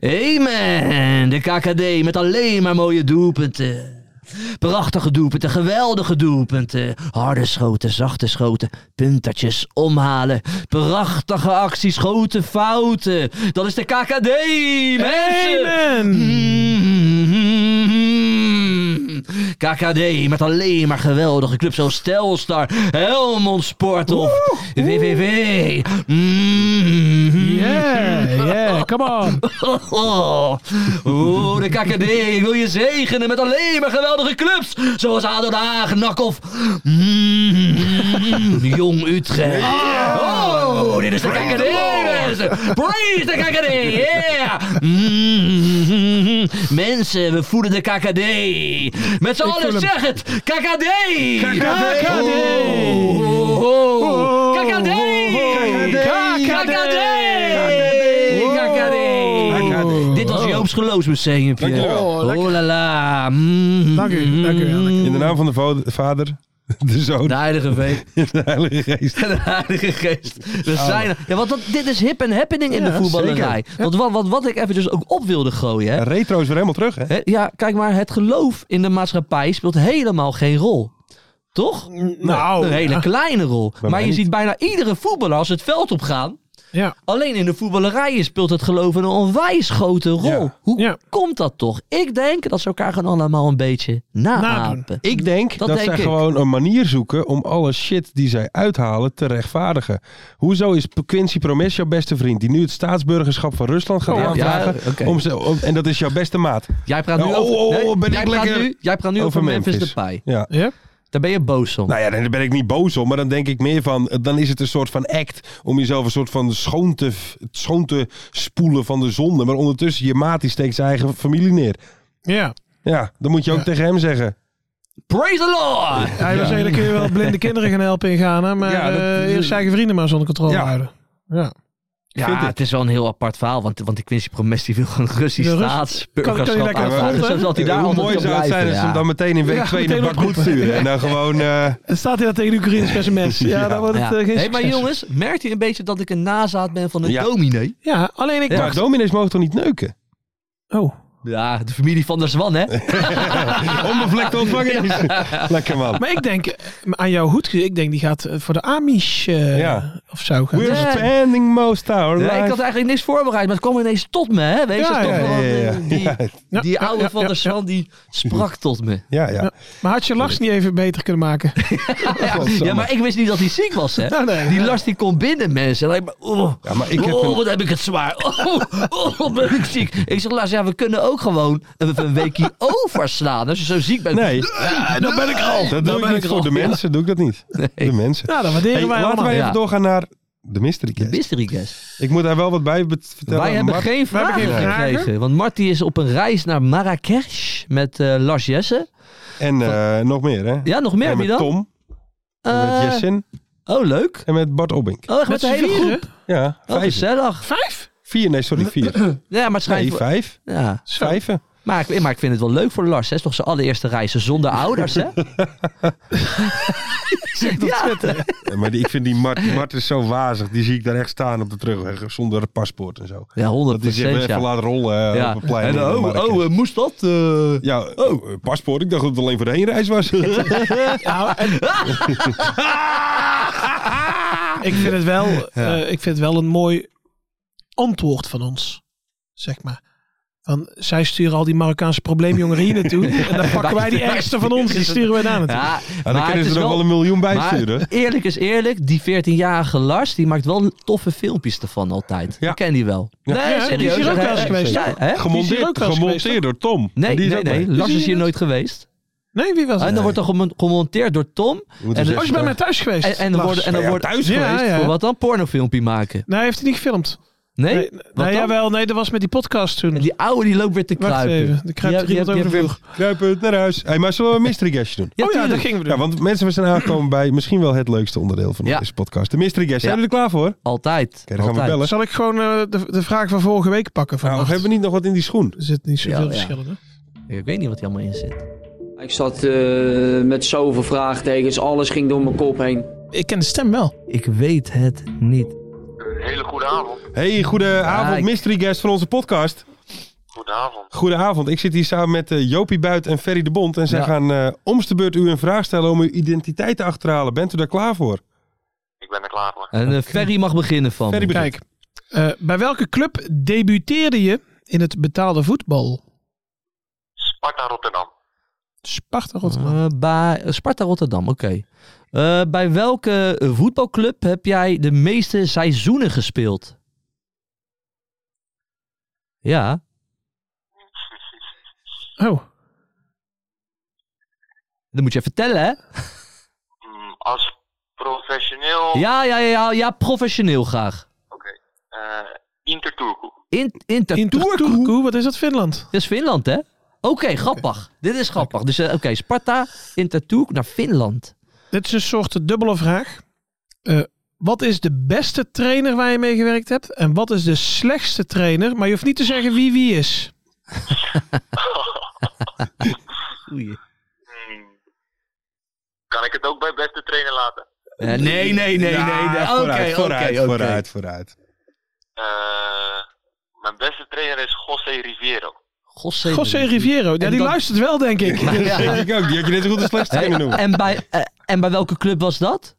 Speaker 5: Amen. De KKD met alleen maar mooie doelpunten. Prachtige doelpunten, geweldige doelpunten. Harde schoten, zachte schoten, puntertjes omhalen. Prachtige acties, grote fouten. Dat is de KKD, mensen!
Speaker 6: Amen.
Speaker 5: Mm. KKD met alleen maar geweldige clubs zoals Telstar, Helmond Sport of VVV. Mm.
Speaker 6: Yeah, yeah, come on.
Speaker 5: Oh, Oeh, de KKD, ik wil je zegenen met alleen maar geweldige clubs. Zoals ADO Den Haag, NAC of mm, Jong Utrecht. Oh, dit is de KKD. mensen. Praise de KKD, yeah. Mm, mensen, we voeden de KKD. Met z'n allen, zeg het. KKD. KKD. Oh, oh, oh. KKD. KKD. KKD. Dit was Joop's geloofsmuseumpje.
Speaker 4: Oh. Dankjewel.
Speaker 5: Oh, la la. Mm.
Speaker 6: Dank u, dank u, dank
Speaker 4: In de naam van de vo- vader, de zoon
Speaker 5: De heilige vee.
Speaker 4: en de heilige geest.
Speaker 5: De heilige geest. We
Speaker 6: Oh.
Speaker 5: zijn er. Ja, want dat, dit is hip en happening in de voetballerij. Want wat, wat, wat ik even dus ook op wilde gooien. Hè.
Speaker 4: Retro is weer helemaal terug, hè?
Speaker 5: Hè, Ja, kijk maar. Het geloof in de maatschappij speelt helemaal geen rol. Toch?
Speaker 6: Nou,
Speaker 5: Een hele kleine rol. Maar
Speaker 4: mij
Speaker 5: je
Speaker 4: niet.
Speaker 5: ziet bijna iedere voetballer als ze het veld op gaan.
Speaker 6: Ja.
Speaker 5: Alleen in de voetballerijen speelt het geloof een onwijs grote rol.
Speaker 4: Ja.
Speaker 5: Hoe
Speaker 6: Ja.
Speaker 5: komt dat toch? Ik denk dat ze elkaar gewoon allemaal een beetje
Speaker 6: Nadoen.
Speaker 5: naapen.
Speaker 4: Ik denk
Speaker 5: Mm, Dat
Speaker 4: dat,
Speaker 5: denk
Speaker 4: zij
Speaker 5: ik.
Speaker 4: gewoon een manier zoeken om alle shit die zij uithalen te rechtvaardigen. Hoezo is P- Quincy Promes jouw beste vriend, die nu het staatsburgerschap van Rusland gaat
Speaker 5: Oh, ja,
Speaker 4: aanvragen?
Speaker 5: ja, oké.
Speaker 4: om ze, om- en dat is jouw beste maat.
Speaker 5: Jij praat nu
Speaker 4: Oh,
Speaker 5: over,
Speaker 4: oh, oh, ben
Speaker 5: jij
Speaker 4: ik
Speaker 5: praat
Speaker 4: lekker
Speaker 5: nu, jij praat nu over, Memphis, Depay.
Speaker 4: Ja.
Speaker 6: Ja.
Speaker 5: Daar ben je boos om.
Speaker 4: Nou ja, daar ben ik niet boos om, maar dan denk ik meer van, eh, dan is het een soort van act om jezelf een soort van schoon te, f- schoon te spoelen van de zonde. Maar ondertussen, je maat die steekt zijn eigen familie neer.
Speaker 6: Ja.
Speaker 4: Ja, dan moet je ook
Speaker 6: Ja.
Speaker 4: tegen hem zeggen.
Speaker 5: Praise the Lord!
Speaker 6: Hij was eigenlijk kun je wel blinde kinderen gaan helpen in Ghana, maar
Speaker 4: Ja, dat-
Speaker 6: eh, eerst zijn eigen vrienden maar zonder controle
Speaker 4: Ja.
Speaker 6: houden. Ja.
Speaker 5: Ja,
Speaker 4: vind ik.
Speaker 5: het is wel een heel apart verhaal, want, want die Quincy Promes die wil gewoon Russisch
Speaker 6: De Rus- Kan- kan je
Speaker 5: staatsburgerschap
Speaker 6: lekker
Speaker 5: aanvragen.
Speaker 6: volgen?
Speaker 5: Zodat hij daar
Speaker 4: eh, hoe
Speaker 5: altijd
Speaker 4: mooi
Speaker 5: kan
Speaker 4: zou het
Speaker 5: blijven.
Speaker 4: zijn als ze hem
Speaker 5: ja.
Speaker 4: dan meteen in week
Speaker 6: Ja,
Speaker 4: 2
Speaker 6: meteen
Speaker 4: naar Bakmoed
Speaker 6: oproepen.
Speaker 4: sturen. En dan gewoon... eh,
Speaker 6: En staat hij dat tegen de Oekraïns best mensen? Ja, dan wordt het
Speaker 5: Ja.
Speaker 6: eh, geen
Speaker 5: hey, maar
Speaker 6: succes.
Speaker 5: jongens, merkt u een beetje dat ik een nazaat ben van een
Speaker 4: Ja.
Speaker 5: dominee?
Speaker 6: Ja, alleen ik
Speaker 4: Ja,
Speaker 6: dacht...
Speaker 4: dominees mogen toch niet neuken?
Speaker 6: Oh.
Speaker 5: Ja, de familie van der Zwan, hè?
Speaker 4: Onbevlekte ontvangenis. Lekker man.
Speaker 6: Maar ik denk, eh, aan jouw hoed, ik denk die gaat eh, voor de Amish eh,
Speaker 4: Ja.
Speaker 6: of zo gaan.
Speaker 4: We're
Speaker 5: Nee.
Speaker 4: spending most our
Speaker 5: Ja, ik
Speaker 4: life.
Speaker 5: had eigenlijk niks voorbereid, maar het kwam ineens tot me, hè? Weet je,
Speaker 6: Ja,
Speaker 5: dat is toch
Speaker 6: ja,
Speaker 5: wel, eh,
Speaker 4: ja, ja.
Speaker 5: Die,
Speaker 4: Ja,
Speaker 6: Ja,
Speaker 5: die
Speaker 6: ja,
Speaker 5: oude
Speaker 6: ja,
Speaker 5: van der
Speaker 6: ja,
Speaker 5: Zwan, die sprak tot me.
Speaker 4: Ja, ja.
Speaker 6: Maar had je Lars niet even beter kunnen maken?
Speaker 5: Ja,
Speaker 4: Godsamme.
Speaker 5: maar ik wist niet dat hij ziek was, hè?
Speaker 6: Nou, nee.
Speaker 5: Die last die komt binnen, mensen. En hij maar, oh,
Speaker 4: Ja, maar ik heb
Speaker 5: oh,
Speaker 4: een-
Speaker 5: wat heb ik het zwaar. Oh, oh, ben ik ziek. Ik zeg, Lars, ja, we kunnen ook gewoon even een weekje overslaan. Als je zo ziek bent.
Speaker 4: Nee, dan ben ik al. Dat doe ik
Speaker 5: ben
Speaker 4: niet
Speaker 5: ik
Speaker 4: voor
Speaker 5: al,
Speaker 4: de
Speaker 5: ja.
Speaker 4: mensen. Doe ik dat niet. De mensen.
Speaker 6: Nou, dat waarderen
Speaker 4: Hey,
Speaker 6: wij
Speaker 4: laten
Speaker 6: allemaal.
Speaker 4: wij even
Speaker 5: Ja.
Speaker 4: doorgaan naar de mystery
Speaker 5: De
Speaker 4: guest.
Speaker 5: mystery guest.
Speaker 4: Ik moet daar wel wat bij bet- vertellen.
Speaker 5: Wij hebben
Speaker 4: Mart-
Speaker 5: geen
Speaker 6: wij hebben
Speaker 5: vragen
Speaker 6: geen vragen.
Speaker 5: gekregen. Want Marty is op een reis naar Marrakesh met eh, Lars Jesse.
Speaker 4: En eh, nog meer, hè?
Speaker 5: Ja, nog meer
Speaker 4: en
Speaker 5: heb je
Speaker 4: met
Speaker 5: dan?
Speaker 4: Tom, en
Speaker 5: Eh,
Speaker 4: met Jessin
Speaker 5: oh, leuk.
Speaker 4: en met Bart Obbink.
Speaker 5: Oh, echt met,
Speaker 6: Met
Speaker 5: de hele groep.
Speaker 4: Ja,
Speaker 5: Oh,
Speaker 4: vijf.
Speaker 5: gezellig.
Speaker 6: Vijf?
Speaker 4: Vier, nee, sorry, vier.
Speaker 5: Ja, maar het schijnt...
Speaker 4: Nee, vijf.
Speaker 5: ja.
Speaker 4: Vijven.
Speaker 5: Maar ik, maar ik vind het wel leuk voor Lars. Hè? Het is toch zijn allereerste reizen zonder ouders, hè? ja,
Speaker 4: Ja, Eh, maar die, ik vind die Mart, die Mart is zo wazig. Die zie ik daar echt staan op de terugweg zonder paspoort en zo.
Speaker 5: ja 100
Speaker 4: Dat die zich even
Speaker 5: ja.
Speaker 4: laten rollen eh,
Speaker 5: Ja.
Speaker 4: op een plein.
Speaker 5: En,
Speaker 4: in
Speaker 5: oh,
Speaker 4: Marrakesh.
Speaker 5: oh, eh, moest dat? eh?
Speaker 4: ja, oh, eh, paspoort. Ik dacht dat het alleen voor de heenreis was.
Speaker 6: Ik vind het wel, eh, ik vind het wel een mooi antwoord van ons, zeg maar. Van, zij sturen al die Marokkaanse probleemjongeren hier naartoe. En dan pakken wij die ergste van ons, die sturen wij daar naartoe.
Speaker 5: Ja,
Speaker 4: En dan
Speaker 5: maar
Speaker 4: kunnen
Speaker 5: het
Speaker 4: ze
Speaker 5: is
Speaker 4: er nog wel een miljoen bij sturen.
Speaker 5: Maar eerlijk is eerlijk, die 14-jarige Lars, die maakt wel toffe filmpjes ervan altijd.
Speaker 4: Ja.
Speaker 5: Ik ken die wel.
Speaker 6: Ja, die is hier ook wel eens
Speaker 5: Hè?
Speaker 6: geweest,
Speaker 5: Ja,
Speaker 6: toch?
Speaker 5: hè?
Speaker 6: Die is hier ook
Speaker 4: Gemonteerd,
Speaker 6: wel eens
Speaker 4: gemonteerd door Tom.
Speaker 5: Nee,
Speaker 4: Die is
Speaker 5: nee,
Speaker 4: ook
Speaker 5: nee.
Speaker 4: bij.
Speaker 5: Lars is
Speaker 6: je
Speaker 5: hier
Speaker 6: dat?
Speaker 5: nooit geweest.
Speaker 6: Nee, wie was
Speaker 5: En
Speaker 6: het?
Speaker 5: dan wordt dan gemo- gemonteerd door Tom.
Speaker 4: Moeten ze
Speaker 5: En-
Speaker 6: Oh, je
Speaker 4: even-
Speaker 6: bij mij thuis geweest.
Speaker 5: En, en dan
Speaker 6: Lars.
Speaker 5: wordt en dan wordt
Speaker 4: thuis
Speaker 6: Ja,
Speaker 4: geweest.
Speaker 6: ja.
Speaker 5: voor wat dan? Pornofilmpje maken.
Speaker 6: Nee, heeft hij niet gefilmd.
Speaker 5: Nee?
Speaker 6: Nee,
Speaker 5: Wat
Speaker 6: nee
Speaker 5: dan?
Speaker 6: jawel, nee, dat was met die podcast toen. Oh
Speaker 5: En die oude die loopt weer te
Speaker 6: Wacht
Speaker 5: kruipen.
Speaker 6: even, er kruipt er
Speaker 5: Die-
Speaker 6: iemand
Speaker 5: die-
Speaker 6: over de
Speaker 5: die-
Speaker 6: vloer.
Speaker 4: Kruipend naar huis. Hey, maar zullen we een mystery guest doen?
Speaker 5: Ja,
Speaker 6: oh ja, dat
Speaker 5: tuurlijk.
Speaker 6: gingen we doen.
Speaker 4: Ja, want mensen, we zijn aangekomen bij misschien wel het leukste onderdeel van
Speaker 5: Ja.
Speaker 4: deze podcast. De mystery guest. Zijn
Speaker 5: Ja.
Speaker 4: jullie er klaar voor? Oké,
Speaker 5: Altijd.
Speaker 4: dan gaan we
Speaker 5: Altijd.
Speaker 4: bellen.
Speaker 6: Zal ik gewoon eh, de, de vraag van vorige week pakken?
Speaker 4: Nou,
Speaker 6: vannacht?
Speaker 4: hebben we niet nog wat in die schoen?
Speaker 6: Er zit niet zoveel
Speaker 5: Ja, ja.
Speaker 6: verschillen. Hè?
Speaker 5: Ik weet niet wat hier allemaal in zit.
Speaker 8: Ik zat eh, met zoveel vraagtekens, alles ging door mijn kop heen.
Speaker 6: Ik ken de stem wel.
Speaker 5: Ik weet het niet.
Speaker 7: Een hele goede avond.
Speaker 4: Hey, goede avond,
Speaker 5: ik-
Speaker 4: mystery guest van onze podcast.
Speaker 7: Goedenavond.
Speaker 4: Goedenavond, ik zit hier samen met eh, Jopie Buit en Ferry de Bond. En zij
Speaker 5: Ja.
Speaker 4: gaan eh omste beurt u een vraag stellen om uw identiteit te achterhalen. Bent u daar klaar voor?
Speaker 7: Ik ben er klaar voor.
Speaker 5: En eh, Ferry mag beginnen van.
Speaker 4: Ferry
Speaker 5: me.
Speaker 4: begint.
Speaker 6: Kijk, eh, bij welke club debuteerde je in het betaalde voetbal?
Speaker 7: Sparta Rotterdam.
Speaker 6: Sparta Rotterdam.
Speaker 5: Eh, bij eh, Sparta Rotterdam, oké. Eh, bij welke eh, voetbalclub heb jij de meeste seizoenen gespeeld? Ja,
Speaker 6: Oh,
Speaker 5: dat moet je even tellen, hè?
Speaker 4: Oh.
Speaker 7: Mm, Als professioneel
Speaker 5: Ja, ja, ja, ja, ja professioneel graag.
Speaker 7: eh Inter Turku.
Speaker 5: In, Inter,
Speaker 6: Inter
Speaker 5: Turku.
Speaker 6: Turku, wat is dat, Finland?
Speaker 5: Dat is Finland, hè? Oké, grappig. Dit is grappig. Dus eh, oké, Sparta, Inter Turku naar Finland.
Speaker 6: Dit is een soort dubbele vraag. Eh, wat is de beste trainer waar je mee gewerkt hebt? En wat is de slechtste trainer? Maar je hoeft niet te zeggen wie wie is.
Speaker 5: Goeie.
Speaker 7: Mm. Kan ik het ook bij beste trainer laten?
Speaker 5: Eh, nee, nee, nee, nee. nee.
Speaker 4: Ja,
Speaker 5: Oké,
Speaker 4: vooruit,
Speaker 5: oké,
Speaker 4: vooruit,
Speaker 5: oké.
Speaker 4: vooruit, vooruit.
Speaker 7: Eh, mijn beste trainer is José Riviero.
Speaker 5: José,
Speaker 6: José Riviero. Ja,
Speaker 5: En
Speaker 6: die
Speaker 5: dan-
Speaker 6: luistert wel, denk ik.
Speaker 5: Ja, ja.
Speaker 4: Denk ik ook, die had je net zo goed als slechtste
Speaker 5: Hey,
Speaker 4: kunnen noemen.
Speaker 5: en, bij, eh, en bij welke club was dat?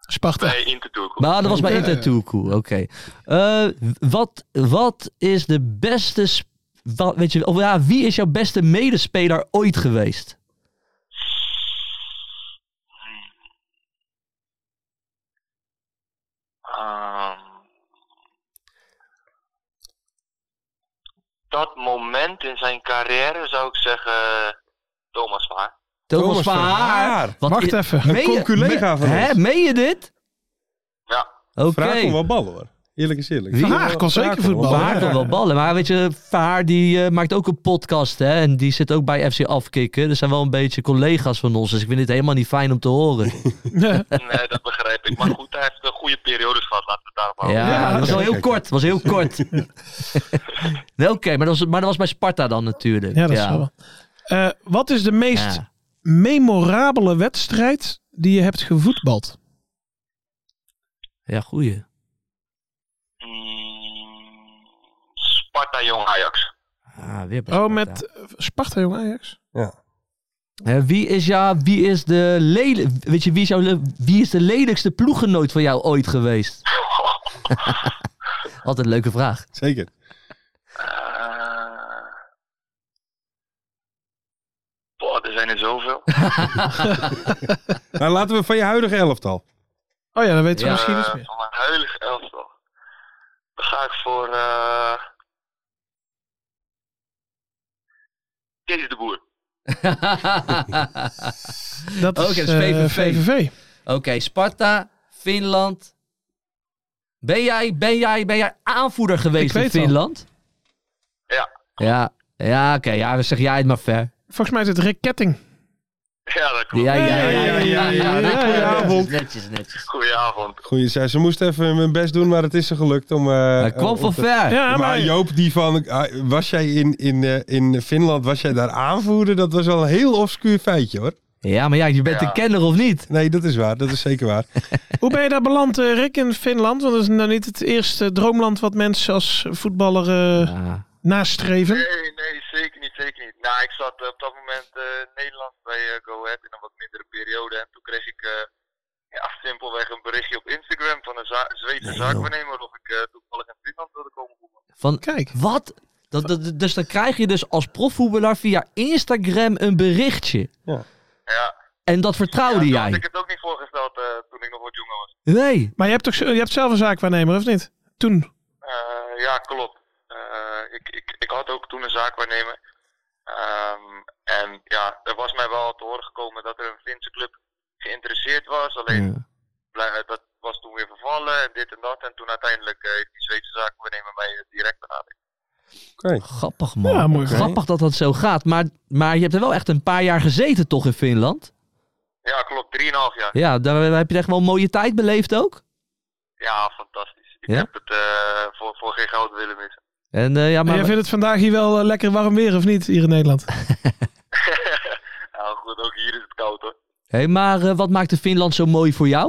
Speaker 6: Sparta.
Speaker 7: Bij Inter Turku.
Speaker 5: Maar dat was bij
Speaker 6: Ja, ja.
Speaker 5: Inter Turku, oké. Eh, wat, wat is de beste... sp- Wat, weet je, of ja, wie is jouw beste medespeler ooit geweest?
Speaker 7: Ehm, dat moment in zijn carrière zou ik zeggen Thomas Vaar.
Speaker 5: Thomas van Haar.
Speaker 4: Haar.
Speaker 5: Wat
Speaker 6: Wacht
Speaker 5: i-
Speaker 6: even.
Speaker 4: Een
Speaker 5: Meen je-
Speaker 4: conculega van
Speaker 5: Hè,
Speaker 4: ons.
Speaker 5: meen je dit?
Speaker 7: Ja,
Speaker 5: Oké.
Speaker 4: Vraag om wel ballen hoor. Eerlijk is eerlijk.
Speaker 5: Wie?
Speaker 4: Vraag
Speaker 6: Van Haar
Speaker 4: om-
Speaker 6: kon
Speaker 4: vraag
Speaker 6: zeker
Speaker 4: om wel
Speaker 6: voetballen.
Speaker 4: ballen.
Speaker 5: Van Haar kan wel ballen, maar weet je, Van Haar die eh, maakt ook een podcast hè, en die zit ook bij FC Afkikken. Er zijn wel een beetje collega's van ons, dus ik vind het helemaal niet fijn om te horen.
Speaker 6: Ja.
Speaker 7: nee, dat begrijp ik. Maar goed, hij heeft een goede periode gehad, laten we het daarop
Speaker 5: Ja,
Speaker 7: houden.
Speaker 5: dat was wel
Speaker 4: oké,
Speaker 5: heel
Speaker 4: oké.
Speaker 5: kort, was heel kort. nee, Oké, maar, dat was- maar dat was bij Sparta dan natuurlijk.
Speaker 6: Ja, dat is wel. wat. Eh, wat is de meest
Speaker 5: Ja.
Speaker 6: memorabele wedstrijd die je hebt gevoetbald?
Speaker 5: Ja, goeie.
Speaker 7: Mm, Sparta Jong Ajax.
Speaker 5: Ah, weer bij
Speaker 6: Oh,
Speaker 5: Sparta.
Speaker 6: met eh, Sparta, jong Ajax.
Speaker 5: Eh, wie, is ja, wie is de lelijk, weet je, wie is, jouw, le- wie is de lelijkste ploeggenoot van jou ooit geweest? Altijd een leuke vraag.
Speaker 4: Zeker.
Speaker 7: Eh, boah, er zijn er zoveel.
Speaker 4: Nou, laten we van je huidige elftal.
Speaker 6: Oh ja, dan weten we
Speaker 5: Ja.
Speaker 6: misschien iets
Speaker 7: Eh,
Speaker 6: meer.
Speaker 7: Van mijn huidige elftal. Dan ga ik voor... eh Kees de Boer.
Speaker 6: Dat is,
Speaker 5: Oké, dat is
Speaker 6: eh,
Speaker 5: VVV. Oké, Sparta, Finland. Ben jij, ben jij, ben jij aanvoerder
Speaker 6: Ik
Speaker 5: geweest
Speaker 6: weet
Speaker 5: in
Speaker 6: het al.
Speaker 5: Finland?
Speaker 7: Ja.
Speaker 5: Ja, ja oké. ja, dan zeg jij het maar ver.
Speaker 6: Volgens mij is het Rick Ketting.
Speaker 7: Ja, dat klopt.
Speaker 5: Ja, ja, ja.
Speaker 4: Hey,
Speaker 5: ja, ja, ja,
Speaker 4: hey,
Speaker 5: ja,
Speaker 4: goedenavond.
Speaker 5: Netjes, netjes.
Speaker 7: Goedenavond.
Speaker 4: Goeie, zij, ze moest even hun best doen, maar het is ze gelukt om... eh,
Speaker 5: Hij kwam
Speaker 4: om
Speaker 5: van
Speaker 4: te-
Speaker 5: ver.
Speaker 6: Ja, maar,
Speaker 4: Maar Joop, die van, ah, was jij in, in, eh, in Finland, was jij daar aanvoerder? Dat was al een heel obscuur feitje hoor.
Speaker 5: Ja, maar ja, je bent
Speaker 7: Ja.
Speaker 5: een kenner of niet?
Speaker 4: Nee, dat is waar, dat is zeker waar.
Speaker 6: hoe ben je daar beland, eh, Rick, in Finland? Want dat is nou niet het eerste droomland wat mensen als voetballer eh,
Speaker 5: Ja.
Speaker 6: nastreven.
Speaker 7: Nee, nee, zeker niet, zeker niet. Nou, ik zat eh, op dat moment eh Nederlands bij eh, Go Ahead in een wat mindere periode. En toen kreeg ik eh, ja, simpelweg een berichtje op Instagram van een za- Zweedse
Speaker 5: Nee, joh.
Speaker 7: zaakwaarnemer of ik eh, toevallig in Finland wilde komen voetballen.
Speaker 5: Van,
Speaker 6: Kijk,
Speaker 5: wat? Dat, dat, dus dan krijg je dus als profvoetballer via Instagram een berichtje.
Speaker 7: Ja.
Speaker 5: En dat vertrouwde
Speaker 7: ja, zo had
Speaker 5: jij.
Speaker 7: ik het ook niet voorgesteld eh, toen ik nog wat jonger was.
Speaker 5: Nee.
Speaker 6: Maar je hebt toch je hebt zelf een zaakwaarnemer, of niet? Toen.
Speaker 7: Eh, ja, klopt. Eh, ik, ik, ik had ook toen een zaak waarnemen. Ehm, en ja, er was mij wel te horen gekomen dat er een Finse club geïnteresseerd was. Alleen blij- eh, dat was toen weer vervallen en dit en dat. En toen uiteindelijk eh, heeft die Zweedse zaak waarnemen mij direct benaderd.
Speaker 5: Grappig man.
Speaker 6: Ja, mooi.
Speaker 5: Grappig dat dat zo gaat. Maar, maar je hebt er wel echt een paar jaar gezeten toch in Finland?
Speaker 7: Ja, klopt. 3,5 jaar.
Speaker 5: Ja, daar heb je echt wel een mooie tijd beleefd ook.
Speaker 7: Ja, fantastisch. Ik
Speaker 5: Ja?
Speaker 7: heb het eh, voor, voor geen goud willen missen.
Speaker 5: En eh, ja,
Speaker 6: Maar
Speaker 5: maar...
Speaker 6: jij vindt het vandaag hier wel eh, lekker warm weer, of niet? Hier in Nederland.
Speaker 7: nou goed, ook hier is het koud hoor.
Speaker 5: Hey, maar eh, wat maakte Finland zo mooi voor jou?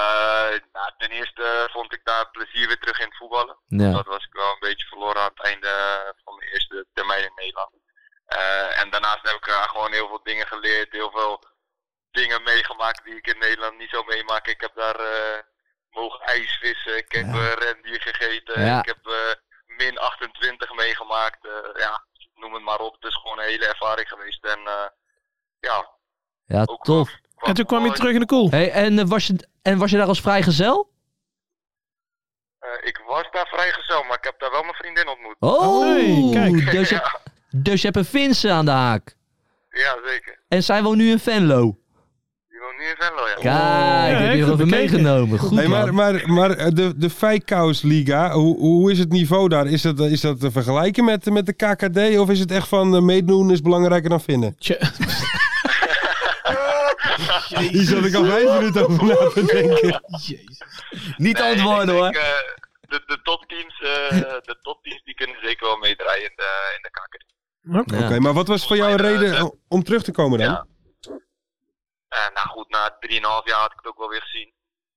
Speaker 7: Eh, nou, ten eerste eh, vond ik daar plezier weer terug in het voetballen.
Speaker 5: Ja.
Speaker 7: Dat was ik wel een beetje verloren aan het einde van mijn eerste termijn in Nederland. Eh, en daarnaast heb ik eh, gewoon heel veel dingen geleerd, heel veel dingen meegemaakt die ik in Nederland niet zou meemaken. Ik heb daar eh, mogen ijsvissen, ik heb eh, rendier gegeten,
Speaker 5: Ja.
Speaker 7: ik heb eh, min 28 meegemaakt. eh, ja, noem het maar op. Het is gewoon een hele ervaring geweest. En eh, ja,
Speaker 5: ja,
Speaker 7: ook
Speaker 5: tof.
Speaker 7: qua-
Speaker 6: En toen kwam je
Speaker 7: qua-
Speaker 6: terug in de koel.
Speaker 5: Hey, en, eh, was je, en was je daar als vrijgezel?
Speaker 7: Eh, ik was daar vrijgezel, maar ik heb daar wel mijn vriendin ontmoet.
Speaker 5: Oh,
Speaker 6: Hey, kijk.
Speaker 5: Dus, je, dus je hebt een Finse aan de haak.
Speaker 7: Ja, zeker.
Speaker 5: En zij woont nu in Venlo.
Speaker 7: Die woont nu in Venlo, ja.
Speaker 5: Kijk, heb
Speaker 6: hey,
Speaker 5: je
Speaker 6: goed
Speaker 5: erover
Speaker 6: bekeken.
Speaker 5: meegenomen. Goed
Speaker 4: Hey, maar,
Speaker 5: man.
Speaker 4: maar, maar eh, de, de Feikhausliga, hoe, hoe is het niveau daar? Is dat, is dat te vergelijken met, met de KKD? Of is het echt van eh, meedoen is belangrijker dan vinden?
Speaker 6: Tje.
Speaker 4: Hier zat ik al vijf minuten over na te denken.
Speaker 5: Niet
Speaker 7: Nee,
Speaker 5: antwoorden
Speaker 7: ik
Speaker 5: hoor.
Speaker 7: denk, eh, de, de topteams, eh, de topteams die kunnen zeker wel meedraaien in de, in de kakker.
Speaker 4: Oké, maar wat was voor jou een reden om terug te komen dan?
Speaker 7: Ja. Eh, nou goed, na 3,5 jaar had ik het ook wel weer gezien.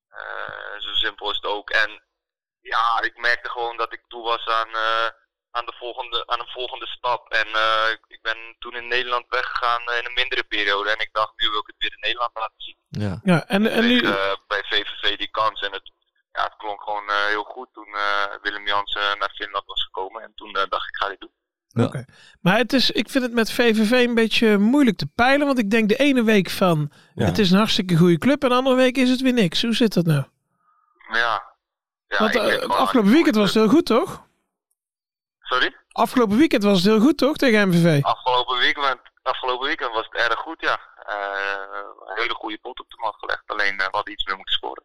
Speaker 7: Eh, zo simpel is het ook. En ja, ik merkte gewoon dat ik toe was aan, eh, aan, de, volgende, aan een volgende stap. En eh, ik- ik ben toen in Nederland weggegaan eh, in een mindere periode. En ik dacht, nu wil ik het weer in Nederland laten zien.
Speaker 5: Ja.
Speaker 6: Ja, en, en
Speaker 7: kreeg
Speaker 6: nu...
Speaker 7: eh, bij VVV die kans. En het, ja, het klonk gewoon eh, heel goed toen eh, Willem Jansen naar Finland was gekomen. En toen eh, dacht ik, ga dit doen.
Speaker 6: Oké. Maar het is, ik vind het met VVV een beetje moeilijk te peilen. Want ik denk de ene week van
Speaker 4: Ja.
Speaker 6: het is een hartstikke goede club. En de andere week is het weer niks. Hoe zit dat nou?
Speaker 7: Maar ja. ja
Speaker 6: want
Speaker 7: ik
Speaker 6: eh,
Speaker 7: denk gewoon,
Speaker 6: afgelopen weekend was het heel goed, toch?
Speaker 7: Sorry?
Speaker 6: Afgelopen weekend was het heel goed, toch? Tegen MVV.
Speaker 7: Afgelopen weekend, afgelopen weekend was het erg goed, ja. Eh, een hele goede pot op de mat gelegd. Alleen eh, we hadden iets meer moeten scoren.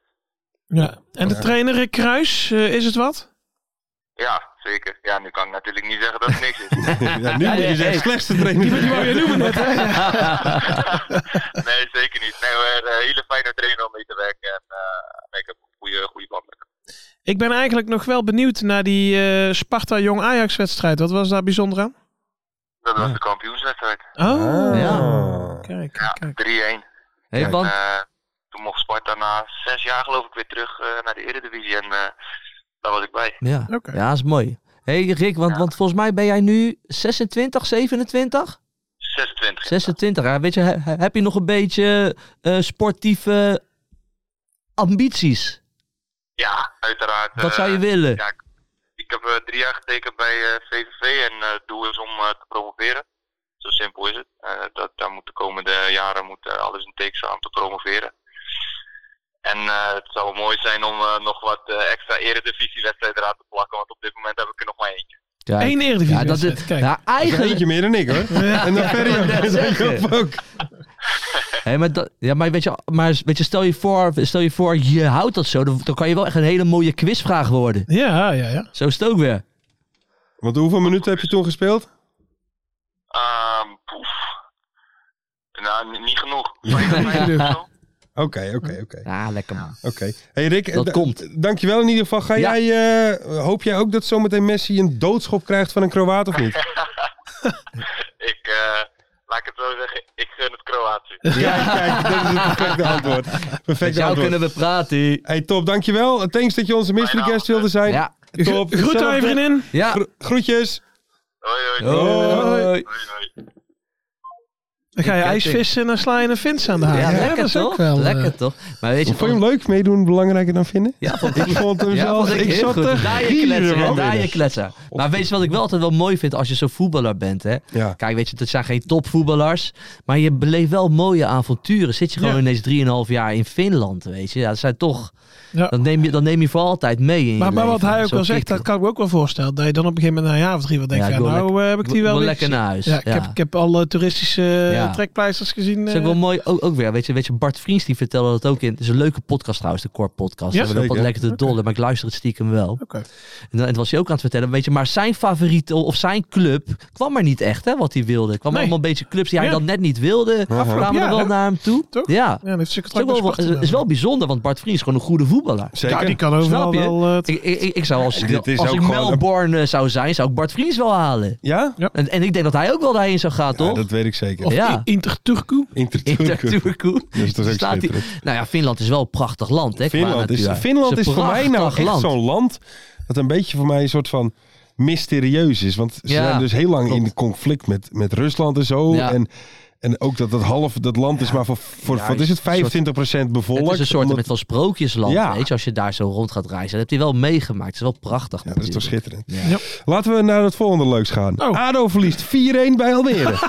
Speaker 6: Ja. En de trainer Rick Kruis, eh, is het wat?
Speaker 7: Ja, zeker. Ja, nu kan ik natuurlijk niet zeggen dat het niks is.
Speaker 4: Ja, nu moet je zeggen, slechtste trainer.
Speaker 6: Die wou je noemen net, hè?
Speaker 7: nee, zeker niet. Nee, we hebben een hele fijne trainer om mee te werken. En eh, ik heb een goede, goede band met hem.
Speaker 6: Ik ben eigenlijk nog wel benieuwd naar die eh, Sparta-Jong-Ajax-wedstrijd. Wat was daar bijzonder aan?
Speaker 7: Dat was de kampioenswedstrijd.
Speaker 5: Ah.
Speaker 6: Oh,
Speaker 5: Ja.
Speaker 6: kijk, kijk,
Speaker 7: Ja,
Speaker 6: kijk.
Speaker 7: 3-1.
Speaker 5: Hey, want,
Speaker 7: Eh, toen mocht Sparta na zes jaar geloof ik weer terug eh, naar de Eredivisie. En eh, daar was ik bij.
Speaker 5: ja.
Speaker 6: Oké.
Speaker 5: ja, is mooi. Hey Rick, want,
Speaker 7: Ja.
Speaker 5: want volgens mij ben jij nu 26, 27?
Speaker 7: 26.
Speaker 5: 26. Ja, ah, weet je, he- he- heb je nog een beetje eh, sportieve ambities?
Speaker 7: Ja, uiteraard.
Speaker 5: Wat
Speaker 7: eh,
Speaker 5: zou je willen?
Speaker 7: ja, ik- ik heb eh, drie jaar getekend bij eh, VVV en eh doel is om eh, te promoveren. Zo simpel is het. Eh, dat, daar moet de komende jaren moet, eh, alles in teken staan om te promoveren. En eh, het zou mooi zijn om eh, nog wat eh, extra eredivisiewedstrijden eraan te plakken, want op dit moment heb ik er nog maar eentje.
Speaker 5: Kijk.
Speaker 6: Eén Eredivisie
Speaker 5: ja, dat dit,
Speaker 6: kijk.
Speaker 5: ja,
Speaker 4: Dat is
Speaker 5: eigenlijk.
Speaker 4: eentje meer dan ik hoor. En dan Ferry ook.
Speaker 5: net
Speaker 4: Dat is
Speaker 5: zeggen.
Speaker 4: ook.
Speaker 5: Hé, maar, dat, ja, maar, weet je, maar weet je, stel je voor, stel je voor, je houdt dat zo, dan, dan kan je wel echt een hele mooie quizvraag worden.
Speaker 6: Ja, ja, ja.
Speaker 5: Zo is het ook weer.
Speaker 4: Want hoeveel minuten heb je toen gespeeld?
Speaker 7: Ehm, poef. Nou, ni- niet genoeg. Vijf of zo.
Speaker 4: Oké, oké, oké.
Speaker 5: Ja, lekker man.
Speaker 4: Oké. Hey Rick,
Speaker 5: Dat
Speaker 4: da-
Speaker 5: komt.
Speaker 4: Dankjewel in ieder geval. Ga
Speaker 5: Ja.
Speaker 4: jij, eh, hoop jij ook dat zometeen Messi een doodschop krijgt van een Kroaat of niet?
Speaker 7: Ik, eh, laat ik het zo zeggen, ik gun het Kroatië.
Speaker 4: ja, kijk, dat is het perfecte antwoord.
Speaker 5: Met
Speaker 4: Perfecte
Speaker 5: jou
Speaker 4: antwoord.
Speaker 5: kunnen we praten.
Speaker 4: Hey, top, dankjewel. Eh, Thanks dat je onze mystery
Speaker 7: Fijne
Speaker 4: guest wilde zijn.
Speaker 5: Ja,
Speaker 4: Top.
Speaker 6: Goed aan je
Speaker 4: Hetzelfde.
Speaker 6: vriendin.
Speaker 5: ja.
Speaker 4: Gro- groetjes.
Speaker 5: Oh.
Speaker 7: Hoi, hoi.
Speaker 5: Hoi.
Speaker 7: hoi, hoi.
Speaker 6: Dan ga je
Speaker 5: Een
Speaker 6: ijs
Speaker 5: ketting.
Speaker 6: vissen en dan sla je een vins aan de haak.
Speaker 5: Ja,
Speaker 6: Ah, dat
Speaker 5: lekker
Speaker 6: is ook
Speaker 5: toch?
Speaker 6: wel, eh,
Speaker 5: Lekker toch? Maar weet je,
Speaker 4: Vond je hem leuk meedoen belangrijker dan vinden?
Speaker 5: Ja, vond
Speaker 4: ik vond hem
Speaker 5: Ja,
Speaker 4: zelf.
Speaker 5: vond
Speaker 4: Ik,
Speaker 5: heel
Speaker 4: zat
Speaker 5: goed.
Speaker 4: er
Speaker 5: Daar je
Speaker 4: gieren
Speaker 5: kletsen, hè,
Speaker 4: van
Speaker 5: daar je
Speaker 4: binnen.
Speaker 5: kletsen. Maar weet je wat ik wel altijd wel mooi vind als je zo'n voetballer bent, hè?
Speaker 4: Ja.
Speaker 5: Kijk, weet je, dat zijn geen topvoetballers, maar je beleeft wel mooie avonturen. Zit je gewoon
Speaker 6: Ja.
Speaker 5: ineens 3,5 jaar in Finland, weet je? Ja, dat zijn toch...
Speaker 6: Ja.
Speaker 5: Dan, neem je, dan neem je voor altijd mee in je
Speaker 6: Maar, maar wat
Speaker 5: leven.
Speaker 6: hij ook
Speaker 5: Zo'n
Speaker 6: wel zegt,
Speaker 5: kikker.
Speaker 6: dat kan ik me ook wel voorstellen. Dat je dan op een gegeven moment na een jaar of drie wel denkt,
Speaker 5: Ja,
Speaker 6: ja,
Speaker 5: ik wil
Speaker 6: nou eh, heb ik die
Speaker 5: Ik
Speaker 6: wel
Speaker 5: wil
Speaker 6: weer
Speaker 5: lekker
Speaker 6: gezien.
Speaker 5: naar huis.
Speaker 6: Ja, ik, Heb, ik heb alle toeristische eh,
Speaker 5: Ja.
Speaker 6: trekpleisters gezien.
Speaker 5: Dat is ook
Speaker 6: eh.
Speaker 5: wel mooi, ook, ook weer. Weet je, weet je, Bart Vriends die vertelde dat ook in. Het is een leuke podcast trouwens, de Cor podcast.
Speaker 6: Ja,
Speaker 5: Ja, we lopen
Speaker 4: zeker.
Speaker 5: wat lekker te dolle, maar ik luister het stiekem wel.
Speaker 6: Oké.
Speaker 5: En dan en was hij ook aan het vertellen, weet je, maar zijn favoriete of zijn club kwam maar niet echt, hè, wat hij wilde. kwam
Speaker 6: Nee.
Speaker 5: allemaal een beetje clubs die hij
Speaker 6: Ja.
Speaker 5: dan net niet wilde, kwamen
Speaker 6: jaar,
Speaker 5: er wel
Speaker 6: hè?
Speaker 5: naar hem toe.
Speaker 6: Toch?
Speaker 5: Ja,
Speaker 6: Ja, dan heeft ze
Speaker 5: is, ook
Speaker 6: contract
Speaker 5: wel,
Speaker 6: bij Sparta
Speaker 5: is, is wel
Speaker 6: dan.
Speaker 5: bijzonder, want Bart Vriends is gewoon een goede voetballer.
Speaker 4: Zeker.
Speaker 6: Ja, die kan overal
Speaker 5: Snap je?
Speaker 6: wel... eh,
Speaker 5: Ik, ik, ik- ik zou als,
Speaker 4: En dit is
Speaker 5: als
Speaker 4: ook
Speaker 5: ik
Speaker 4: gewoon een-
Speaker 5: Melbourne eh, zou zijn, zou ik Bart Vriends wel halen.
Speaker 4: Ja?
Speaker 5: En, en ik denk dat hij ook wel daarheen zou gaan,
Speaker 4: Ja,
Speaker 5: toch?
Speaker 4: dat weet ik zeker.
Speaker 6: of
Speaker 5: ja.
Speaker 6: Inter Turku.
Speaker 4: Inter
Speaker 5: Inter
Speaker 4: Turku.
Speaker 5: Turku.
Speaker 4: Dus Dat is toch ook
Speaker 5: Staat die-
Speaker 4: schitterend.
Speaker 5: Nou ja, Finland is wel een prachtig land, hè? qua
Speaker 4: Finland is,
Speaker 5: natuur.
Speaker 4: Finland
Speaker 5: Het
Speaker 4: is
Speaker 5: een
Speaker 4: voor mij nou
Speaker 5: prachtig
Speaker 4: echt
Speaker 5: land.
Speaker 4: zo'n land dat een beetje voor mij een soort van mysterieus is. Want ze
Speaker 5: Ja,
Speaker 4: zijn dus heel lang
Speaker 5: klopt.
Speaker 4: in conflict met, met Rusland en zo.
Speaker 5: Ja.
Speaker 4: En, en ook dat dat half dat land is maar voor, voor
Speaker 5: Ja,
Speaker 4: wat is het,
Speaker 5: een soort-
Speaker 4: 25% bevolkt.
Speaker 5: Het is een soort
Speaker 4: Omdat-
Speaker 5: met van sprookjesland,
Speaker 4: Ja.
Speaker 5: weet je. Als je daar zo rond gaat reizen. Dat heb je wel meegemaakt. Het is wel prachtig
Speaker 4: Ja, dat is toch
Speaker 5: natuurlijk.
Speaker 4: schitterend.
Speaker 5: Ja.
Speaker 6: Ja.
Speaker 4: Laten we naar het volgende leuks gaan.
Speaker 6: Oh.
Speaker 4: ADO verliest 4-1 bij Almere.